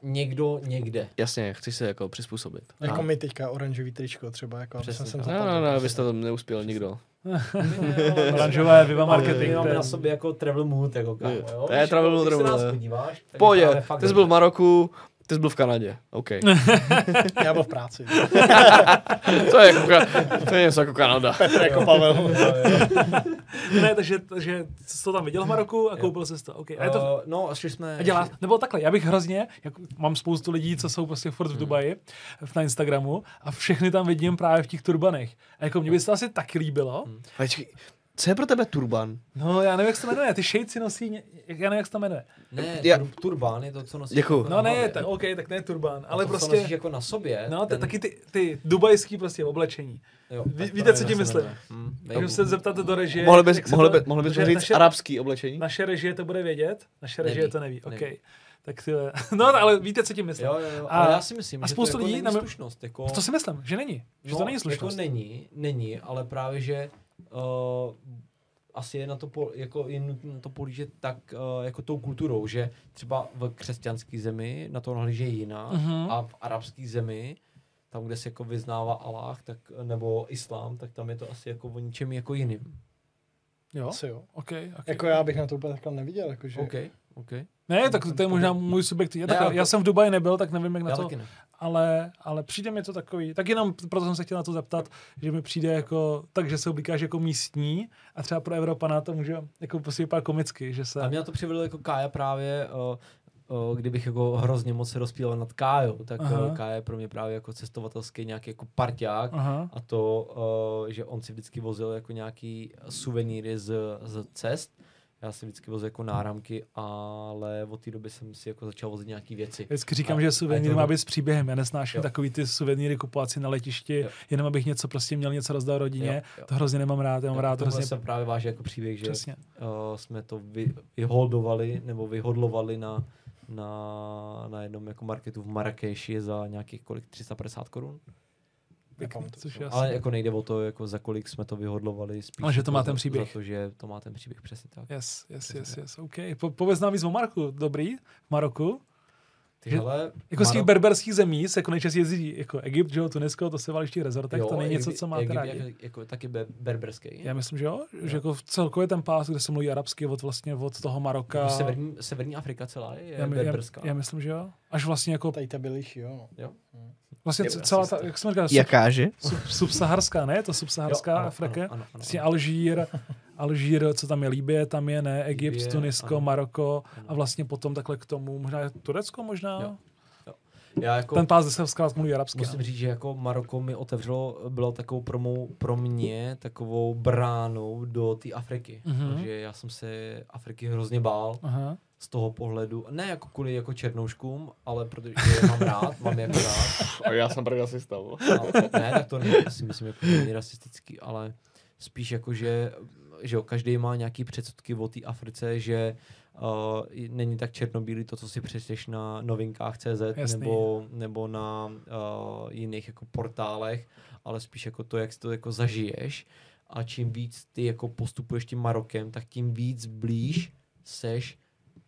S2: někdo někde.
S4: Jasně, chci se jako přizpůsobit.
S3: Jako
S2: A-
S3: my teďka oranžový tričko třeba, jako aby
S2: Přesně
S3: jsem sem
S2: tak.
S4: No,
S3: zapadl.
S4: no, no, vy jste tam neuspěl nikdo.
S1: Oranžové, Viva
S2: Mm-hmm. My
S1: Marketing. to
S2: máme
S1: je-
S2: na sobě jako travel mood, jako kámo,
S4: Jo.
S2: jo?
S4: To je travel mood,
S2: Když se na
S4: travel
S2: nás
S4: mood.
S2: podíváš, tak
S4: Pohodě,
S2: vypadáme fakt
S4: ty
S2: dobře.
S4: jsi byl v Maroku, ty jsi byl v Kanadě. OK.
S3: Já byl v práci.
S4: To je, jako, Ka- to je něco jako Kanada.
S3: jako Pavel.
S2: Jo, jo.
S1: Ne, takže, takže jsi to tam viděl v Maroku a koupil jsi to. Okay. A je to v
S2: Eh, No, a šli jsme...
S1: A dělá, nebo takhle, já bych hrozně, jak mám spoustu lidí, co jsou prostě furt v
S4: Hmm.
S1: Dubaji, v- na Instagramu, a všechny tam vidím právě v těch turbanech. A jako mě by se to asi taky líbilo.
S4: Ale čekej, co je pro tebe turban?
S1: No, já nevím, jak se to jmenuje, ty šejci nosí, ně- já nevím, jak se to jmenuje.
S2: Ne,
S4: Já-
S2: tur- turbán je to, co nosíš.
S4: Děkuju.
S2: jako na
S1: No ne,
S2: hlavě.
S1: tak OK, tak ne turban,
S4: No,
S2: A
S1: ale
S2: to, co nosíš
S1: prostě,
S2: jako na sobě.
S1: no, t-
S2: ten-
S1: taky ty, ty dubajský prostě oblečení.
S2: jo,
S1: Vy-
S2: tak to
S1: víte, co
S2: nevím,
S1: tím
S2: se
S1: myslím.
S2: jmenuje. Hm,
S1: Takže
S2: nevím.
S1: se zeptáte do režie.
S4: No. Mohli bys,
S1: jak se
S4: mohli
S1: to-
S4: by, mohli bys
S1: protože
S4: říct
S1: naše-
S4: arabský oblečení?
S1: Naše režie to bude vědět, naše
S2: Neví,
S1: režie to neví, OK.
S2: neví.
S1: Tak ty, no, ale víte, co tím myslím.
S2: Jo, jo, jo.
S1: A-
S2: ale já si myslím,
S1: a
S2: že to
S1: spoustu
S2: jako
S1: lidí
S2: není
S1: na mě-
S2: slušnost. Jako...
S1: To si myslím, že není. Že to není slušnost.
S2: Jako není, není, ale právě, že uh, asi je na to, po, jako je nutné na to polížet tak uh, jako tou kulturou, že třeba v křesťanské zemi na to nahlíže jiná
S1: Mhm.
S2: a v arabské zemi tam, kde se jako vyznává Allah, tak, nebo islám, tak tam je to asi jako o ničem jako jiným.
S1: Jo?
S3: Asi jo.
S1: OK, OK.
S3: Jako já bych na to úplně takhle neviděl, jakože
S2: OK, OK.
S1: Ne, tak to je možná můj subjekt. Já,
S2: Ne,
S1: tak,
S2: ale
S1: já
S2: to-
S1: jsem v Dubaji nebyl, tak nevím, jak na
S2: Já
S1: to.
S2: taky ne.
S1: ale, ale přijde mi to takový, tak jenom proto jsem se chtěl na to zeptat, že mi přijde jako, takže se oblíkáš jako místní a třeba pro Evropana to může jako prostě vypadat komicky, že se...
S2: A mě na to přivedlo jako Kája právě, o, o, kdybych jako hrozně moc se rozpíval nad Kájou, tak
S1: Aha.
S2: Aha. Kája je pro mě právě jako cestovatelský nějaký jako parťák
S1: Aha.
S2: a to, o, že on si vždycky vozil jako nějaký suvenýry z, z cest, já si vždycky vozil jako náramky, ale od té doby jsem si jako začal vozit nějaký věci.
S1: Vždycky říkám,
S2: A-
S1: že
S2: a je
S1: suvenýr
S2: to
S1: má
S2: dobrý.
S1: být s příběhem. Já nesnáším
S2: Jo.
S1: takový ty suvenýry kupovací na letišti,
S2: Jo.
S1: jenom abych něco prostě měl něco rozdal rodině.
S2: Jo, jo. Jako
S1: To hrozně nemám rád, já mám rád
S2: tohle
S1: hrozně...
S2: se právě váží jako příběh, že
S1: Přesně.
S2: uh, jsme to vy, vyholdovali nebo vyhodlovali na, na, na jednom jako marketu v Marrakeši za nějakých kolik 350 korun.
S1: Pěkný, což je
S2: Ale
S1: asi...
S2: jako nejde o to, jako za kolik jsme to vyhodlovali. Spíš
S1: Ale že
S2: je
S1: to má
S2: za-
S1: ten příběh.
S2: Za to, že to má ten příběh, přesně tak.
S1: Yes, yes, yes, yes, OK. Po, pověz nám víc o Marku, dobrý, v Maroku.
S2: Ty,
S1: Že-
S2: hele,
S1: Jako z těch
S2: Marok-
S1: berberských zemí se jako nejčastěji jezdí jako Egypt, že jo, Tunisko, to se valí v těch rezortech, to není něco,
S2: Egypt-
S1: co máte
S2: Egypt
S1: rádi.
S2: je Jako, taky be, berberský.
S1: Já myslím, že jo, že jako v celkově ten pás, kde se mluví arabsky, od vlastně od toho Maroka.
S2: Jako severní, severní Afrika celá je, je
S1: já, my- já,
S2: berberská.
S1: já, myslím, že jo. Až vlastně jako,
S3: Tady ta byliši, jo. No.
S2: jo?
S1: vlastně
S2: je
S1: c-
S2: asi
S1: celá ta,
S2: stejný.
S1: jak jsem říkal, sub,
S5: Jakáže?
S1: sub, subsaharská, ne? Je to
S2: Jo,
S1: subsaharská
S2: ano,
S1: Afrika?
S2: ano, ano, ano.
S1: Vlastně Alžír, Alžír, co tam je Líbie, tam je ne, Egypt,
S2: Libye,
S1: Tunisko,
S2: ano.
S1: Maroko
S2: Ano.
S1: a vlastně potom takhle k tomu, možná Turecko možná?
S2: Jo. Já jako,
S1: Ten pás se zkrát mluví arabsky.
S2: Musím říct, že jako Maroko mi otevřelo, bylo takovou pro, mou, pro mě takovou bránou do té Afriky.
S1: Mhm.
S2: Mm-hmm. Takže já jsem se Afriky hrozně bál
S1: Aha.
S2: z toho pohledu, ne jako kvůli jako černouškům, ale protože je mám rád, mám je jako rád.
S4: A já jsem právě asi stavu.
S2: A, No, ne, tak to ne, to si myslím, jako, že není rasistický, ale spíš jako, že, že jo, každý má nějaký předsudky o té Africe, že uh, není tak černobílý to, co si přečteš na novinkách CZ
S1: Jasný.
S2: nebo, nebo na uh, jiných jako portálech, ale spíš jako to, jak si to jako zažiješ a čím víc ty jako postupuješ tím Marokem, tak tím víc blíž seš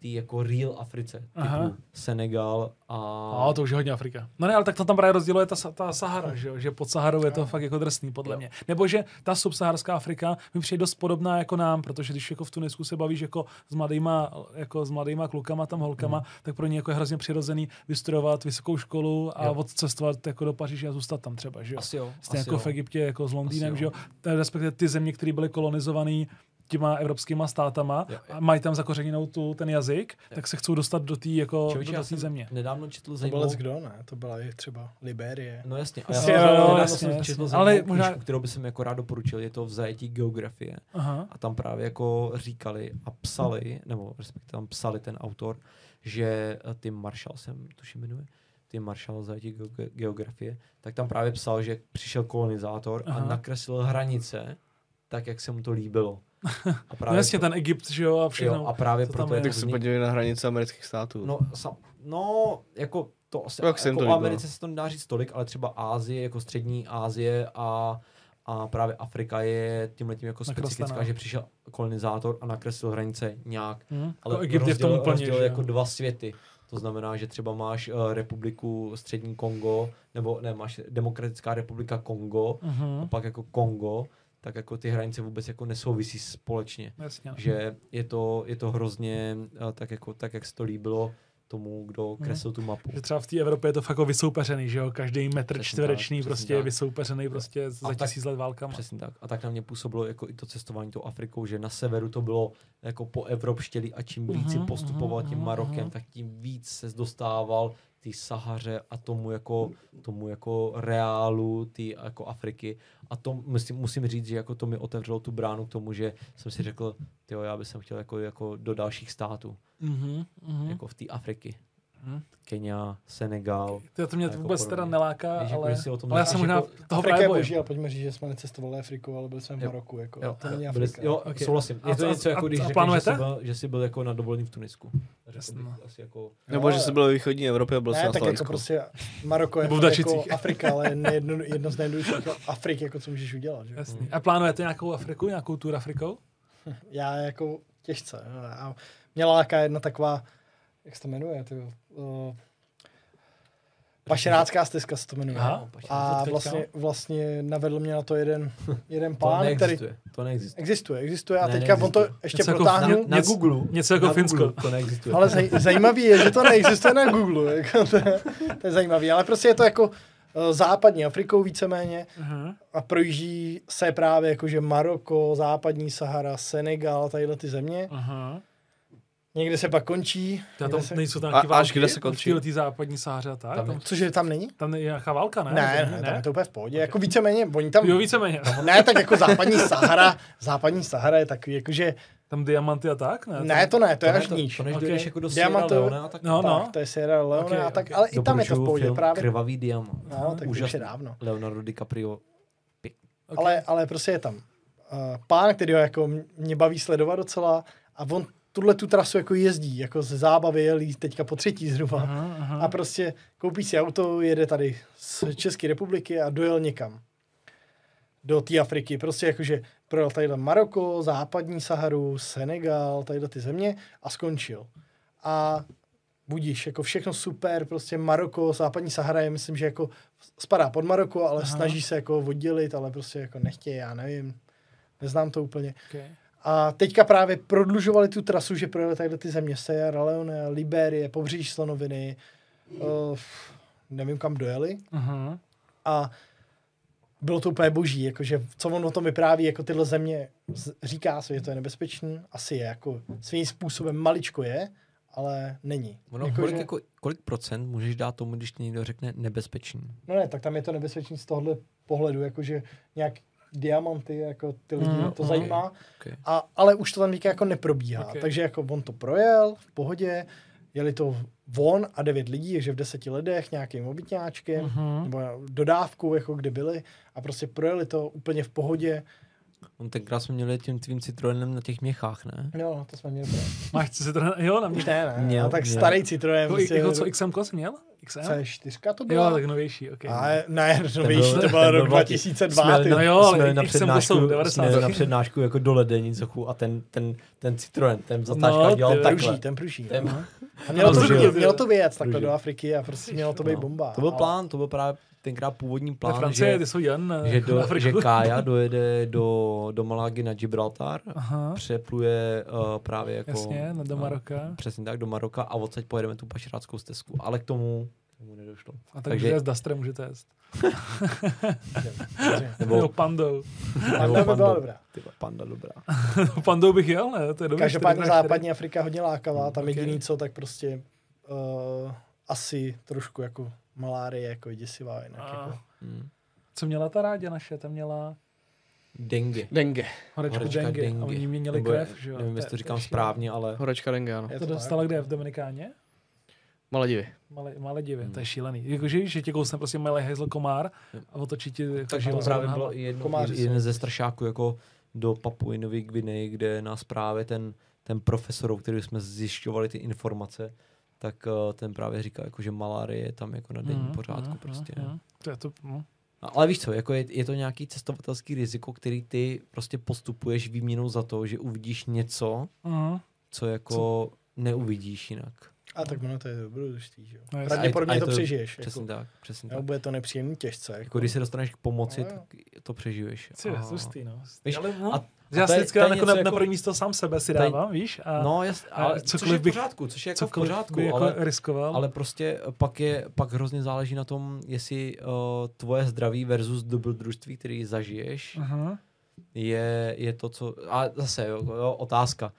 S2: ty jako real Africe,
S1: Aha.
S2: typu Senegal a...
S1: No, to už je hodně Afrika. No ne, ale tak to tam právě rozděluje ta, sa- ta Sahara, že, jo? že pod Saharou je to fakt jako drsný, podle mě. Nebo že ta subsaharská Afrika mi přijde dost podobná jako nám, protože když jako v Tunisku se bavíš jako s mladýma, jako s mladýma klukama, tam holkama,
S2: Mhm.
S1: hmm. tak pro ně jako je hrozně přirozený vystudovat vysokou školu a
S2: Jo.
S1: odcestovat jako do Paříže a zůstat tam třeba, že jo.
S2: Asi jo,
S1: Stejně
S2: asi
S1: jako
S2: jo.
S1: v Egyptě, jako s Londýnem,
S2: Asi
S1: že jo.
S2: jo.
S1: T- Respektive ty země, které byly kolonizované těma evropskýma státama
S2: Jo, jo.
S1: a mají tam zakořeněnou tu, ten jazyk, tak se chcou dostat do té jako,
S2: Čověče,
S1: do,
S2: já
S1: do té
S2: jsem
S1: země.
S2: Nedávno četl
S3: To byl
S2: zajímavou...
S3: kdo, ne? To byla i třeba Liberie.
S2: No jasně, a
S1: Jo,
S2: já
S1: jo,
S2: jsem nedávno
S1: jasně,
S2: jsem
S1: jasně.
S2: četl
S1: Ale
S2: zajímavou
S1: možná-
S2: knížku, kterou bych sem jako rád doporučil, je to v zajetí geografie.
S1: Aha.
S2: A tam právě jako říkali a psali, nebo respektive tam psali ten autor, že eh, Tim Marshall jsem tuším jmenuje, Tim Marshall zajetí geogra- geografie, tak tam právě psal, že přišel kolonizátor
S1: Aha.
S2: a nakreslil hranice tak, jak se mu to líbilo. A
S1: No jasně, ten Egypt, že jo, a všechno.
S2: jo, a právě
S1: co tam
S2: proto
S1: je.
S2: je to
S1: Tak
S4: Tak se
S2: vznik-
S4: podívej na hranice amerických států.
S2: No, sam, no jako to asi,
S4: Hm. Jak se jim
S2: jako
S4: to
S2: o
S4: líbilo?
S2: Americe se to nedá říct tolik, ale třeba Ázie, jako střední Ázie a, a právě Afrika je tímhle tím jako
S1: Nakreslená.
S2: specifická, že přišel kolonizátor a nakreslil hranice nějak.
S1: Hmm.
S2: Ale
S1: Ale Egypt je v tom
S2: rozdělil-
S1: úplně,
S2: rozdělil
S1: že
S2: jako
S1: jako
S2: dva světy. To znamená, že třeba máš eh, republiku Střední Kongo, nebo ne, máš Demokratická republika Kongo, a
S1: uh-huh.
S2: pak jako Kongo, tak jako ty hranice vůbec jako nesouvisí společně
S1: Jasně. no.
S2: že je to, je to hrozně eh, tak, jako, tak, jak se to líbilo tomu, kdo
S1: Mhm.
S2: kreslil tu mapu.
S1: Že třeba v té Evropě je to fakt jako vysoupeřený, že jo? Každý metr
S2: Přesně
S1: čtverečný
S2: tak, přesně
S1: prostě je
S2: tak.
S1: vysoupeřený prostě za
S2: tak-
S1: tisíc let válkama.
S2: Přesně tak. A tak na mě působilo jako i to cestování tou Afrikou, že na severu to bylo jako po evropštěli a čím víc si
S1: Mhm,
S2: postupoval
S1: mhm,
S2: tím
S1: mhm,
S2: Marokem,
S1: mhm.
S2: tak tím víc se dostával ty Sahaře a tomu jako, tomu jako reálu ty jako Afriky. A to musím, musím říct, že jako to mi otevřelo tu bránu k tomu, že jsem si řekl, jo, já bych sem chtěl jako, jako do dalších států,
S1: Mhm,
S3: Hmm?
S1: mhm.
S2: jako v té Afriky.
S1: Mhm.
S2: Kenia, Senegal,
S1: Ty, to mě to
S2: Jako
S1: vůbec
S2: podobně.
S1: teda neláká,
S2: Ježíš,
S1: ale,
S2: když si o tom
S1: ale já
S2: řekneš,
S1: jsem možná
S2: jako
S1: toho
S3: Afrika
S1: právě
S3: je
S1: bojím.
S3: boží, ale pojďme říct, že jsme necestovali Afriku, ale byli jsme v
S2: Jo.
S3: Maroku. Jako.
S2: Jo,
S3: to není
S2: byli-
S3: Afrika.
S2: jo
S1: Ok.
S2: okay. souhlasím. Je
S1: A
S2: to
S1: co-
S2: něco
S1: a-
S2: jako když
S1: a
S2: řekneš, že
S1: plánujete?
S2: jsi, byl, že jsi byl jako na dovolení v Tunisku. Řekl
S1: Jasno.
S2: bych asi jako...
S4: Nebo
S3: Jo,
S4: že
S3: ale-
S4: jsi byl ve východní Evropě a byl jsi
S3: Ne,
S4: na
S3: tak jako
S4: Slovensku.
S3: prostě Maroko je
S1: Nebo v
S3: fakt jako
S1: Dačicích.
S3: Afrika, ale je jedno, jedno z nejjednodušších Afrik, jako co můžeš udělat. Že?
S1: Jasný. A plánujete nějakou Afriku, nějakou tour Afrikou?
S3: Já jako těžce. no, A mě láká jedna taková, jak se to jmenuje, ty, uh, Pašerácká stezka se to jmenuje.
S1: Aha.
S3: A
S2: teďka?
S3: vlastně, vlastně navedl mě na to jeden, jeden
S2: to
S3: pán, který...
S2: neexistuje. To neexistuje.
S3: Existuje, existuje. A
S2: Ne,
S3: teďka on to
S2: neexistuje.
S3: ještě
S1: Něco jako
S3: protáhnul.
S1: na- na Google. něco jako
S2: na
S1: Finsko.
S2: Google To neexistuje.
S3: Ale zaj, zajímavý je, že to neexistuje na Google. Jako to, je- to je zajímavý. Ale prostě je to jako eh, západní Afrikou víceméně
S1: Aha.
S3: a projíždí se právě jakože Maroko, západní Sahara, Senegal, tadyhle ty země.
S1: Aha.
S3: Někde se pak končí.
S1: Já
S3: někde
S1: tam
S3: se,
S1: nejsou tam
S4: A-
S1: nějaký války, jako
S4: až kde se končí?
S1: V té západní sáře a tak.
S2: Tam
S1: Tam, tam,
S2: je-
S3: Cože tam není?
S1: je nějaká válka, ne?
S3: Ne, ne, ne, tam je to úplně v pohodě. Jako víceméně, oni tam...
S1: Jo, víceméně.
S3: Ne, tak jako západní Sahara, západní Sahara je takový, jakože...
S1: Tam diamanty a tak, ne?
S3: Ne, to ne, to je
S2: ne,
S3: až níž.
S2: To než
S1: Ok.
S2: dojdeš jako do Sierra
S3: Diamantový-
S2: Leone a tak.
S1: No,
S3: tak,
S1: no.
S3: to je Sierra Leone
S1: Ok,
S3: a tak,
S1: ok.
S3: ale i tam je to v
S2: Doporučuju
S3: pohodě
S2: film
S3: právě.
S2: Krvavý diamant.
S3: No, tak už
S2: Úžasný.
S3: je dávno.
S2: Leonardo DiCaprio.
S1: Okay.
S3: Ale, ale prostě je tam uh, pán, který ho jako m- mě baví sledovat docela a on tuhle tu trasu jako jezdí, jako ze zábavy jelí teďka po třetí zhruba.
S1: Aha, aha.
S3: A prostě koupí si auto, jede tady z České republiky a dojel někam. Do té Afriky. Prostě jakože projel tadyhle Maroko, západní Saharu, Senegal, tadyhle ty země a skončil. A budíš, jako všechno super, prostě Maroko, západní Sahara je, myslím, že jako spadá pod Maroko,
S1: Aha.
S3: ale Aha. snaží se jako oddělit, ale prostě jako nechtějí, já nevím, neznám to úplně.
S1: Okay.
S3: A teďka právě prodlužovali tu trasu, že projeli takhle ty země, Sierra Leone, Liberie, Pobříž Slonoviny, uh, nevím kam dojeli.
S1: Aha.
S3: A bylo to úplně boží, jakože co on o tom vypráví, jako tyhle země z- říká se, že to je nebezpečný, asi je, jako svým způsobem maličko je, ale není.
S2: Ono,
S3: Jako,
S2: kolik,
S3: že-
S2: jako, kolik procent můžeš dát tomu, když ti někdo řekne nebezpečný?
S3: No ne, tak tam je to nebezpečný z tohohle pohledu, jakože nějak diamanty, jako ty lidi
S1: Mm,
S3: mm, to
S2: ok.
S3: zajímá,
S2: Okay.
S3: a, ale už to tam teďka jako neprobíhá,
S1: Ok.
S3: okay. takže jako on to projel v pohodě, jeli to von a devět lidí, takže v deseti lidech nějakým obytňáčkem,
S1: Mhm.
S3: mm-hmm. nebo dodávkou, jako kde byli a prostě projeli to úplně v pohodě.
S2: On tenkrát jsme měli tím tvým Citroenem na těch měchách, ne?
S3: No, to jsme měli. pro-
S1: Máš co se to... Jo, na mě.
S3: Už ne, ne,
S2: Měl,
S3: měl, tak
S2: měl.
S3: měl. starý Citroen.
S1: Jako,
S3: prostě-
S1: jako co, XM Klas měl? XM?
S3: C4 to
S1: Jo,
S3: byla?
S1: tak novější, ok.
S3: A ne,
S2: byl-
S3: novější, to
S2: ten
S3: byl
S2: byl
S3: rok
S2: vlaky.
S3: 2002.
S2: Jsme
S3: ty.
S2: jeli
S1: No
S2: na-
S1: jo, ale
S2: jsme jeli na
S1: i- i jsem poslou
S2: přednášku,
S1: 90.
S2: jsme jeli na přednášku jako do ledenicochu a ten, ten, ten Citroen, ten zatáčka
S1: No,
S2: no, dělal
S1: ty
S2: takhle.
S3: Pruží, ten pruží.
S2: Ten-
S3: no. A mělo to,
S2: Pružil.
S3: být- mělo to vyjet takhle
S2: Pružil.
S3: do Afriky a prostě mělo to být
S2: No.
S3: bomba.
S2: To byl
S3: ale-
S2: plán, to byl právě tenkrát původní
S1: Ve
S2: plán,
S1: Francii,
S2: že,
S1: ty jsou jen eh,
S2: že,
S1: na
S2: do,
S1: Afriku.
S2: že Kája dojede do, do Malagy na Gibraltar,
S1: Aha,
S2: přepluje uh, právě jako...
S1: jasně, na do
S2: no,
S1: Maroka.
S2: Přesně tak, do Maroka a odsaď pojedeme tu pašeráckou stezku, ale k tomu, k tomu nedošlo.
S1: A tak
S2: takže-
S1: můžete s Dustrem, můžete jet.
S3: Dobře.
S1: Nebo
S2: Nebo,
S1: Pandou. No,
S2: nebo
S3: Panda by byla
S2: panda,
S3: dobrá.
S2: ty vole, panda dobrá.
S1: Pandou bych jel, ne? To je dobrý.
S3: Každopádně
S1: 4x4.
S3: západní Afrika hodně lákavá, tam
S1: Hmm, Ok.
S3: jediný co, tak prostě uh, asi trošku jako malárie, jako děsivá jinak.
S1: A
S3: Jako.
S2: Hmm.
S1: Co měla ta rádě naše? Ta měla
S2: Dengue.
S4: Dengue.
S1: horečku dengue. A oni mě měli
S2: Nebo
S1: krev,
S2: je-
S1: že jo?
S2: Nevím,
S1: To je-
S2: jestli to říkám
S1: je
S2: správně, ale
S4: Horečka dengue, ano.
S3: Je
S1: To
S3: tak?
S1: dostala kde? V Dominikáně?
S4: Maledivy.
S1: Malé, malé divy,
S2: Hmm.
S1: to je šílený. Jakože, že tě kousne prostě malé hezl komár a otočí ti jako
S2: takže to
S1: život
S2: právě
S1: na
S2: bylo
S1: hlavu.
S2: i jedno,
S3: Komáři jsou.
S2: jeden ze strašáků jako do Papuji Nový Gvineji, kde nás právě ten, ten profesor, u kterého jsme zjišťovali ty informace, tak eh, ten právě říkal, jako, že malárie je tam jako na denní
S1: Mhm,
S2: pořádku
S1: mhm,
S2: prostě.
S1: mhm. To je to, no.
S2: A- Ale víš co, jako je, je to nějaký cestovatelský riziko, který ty prostě postupuješ výměnou za to, že uvidíš něco,
S1: Mhm.
S2: co jako co? neuvidíš jinak.
S3: A tak ono to je dobrodružství, že jo.
S1: No, jasně.
S2: A
S3: Pravděpodobně
S2: je- a
S3: to
S2: je to-
S3: přežiješ.
S2: Přesně
S3: Jako,
S2: tak, přesně
S3: nebo
S2: tak.
S3: bude to nepříjemný těžce.
S2: Jako
S3: Jako.
S2: když se dostaneš k pomoci,
S3: No, jo.
S2: tak to přežiješ.
S1: Ty,
S2: A-
S1: hustý, no. hustý.
S2: Víš,
S1: Ale, no.
S2: a-
S1: já
S2: to
S1: si
S2: je-
S1: vždycky
S2: to je
S1: jako
S2: něco
S1: na, na
S2: jako-
S1: první místo sám sebe si
S2: to je-
S1: dávám, víš? A
S2: No, jas,
S1: a
S2: ale což
S1: cokoliv
S2: je v
S1: bych-
S2: pořádku, což je jako v
S1: cokoliv
S2: pořádku,
S1: by jako
S2: ale,
S1: riskoval.
S2: ale prostě pak je, pak hrozně záleží na tom, jestli uh, tvoje zdraví versus dobrodružství, který zažiješ,
S1: Aha.
S2: je, je to, co... A zase, jo, jo, otázka.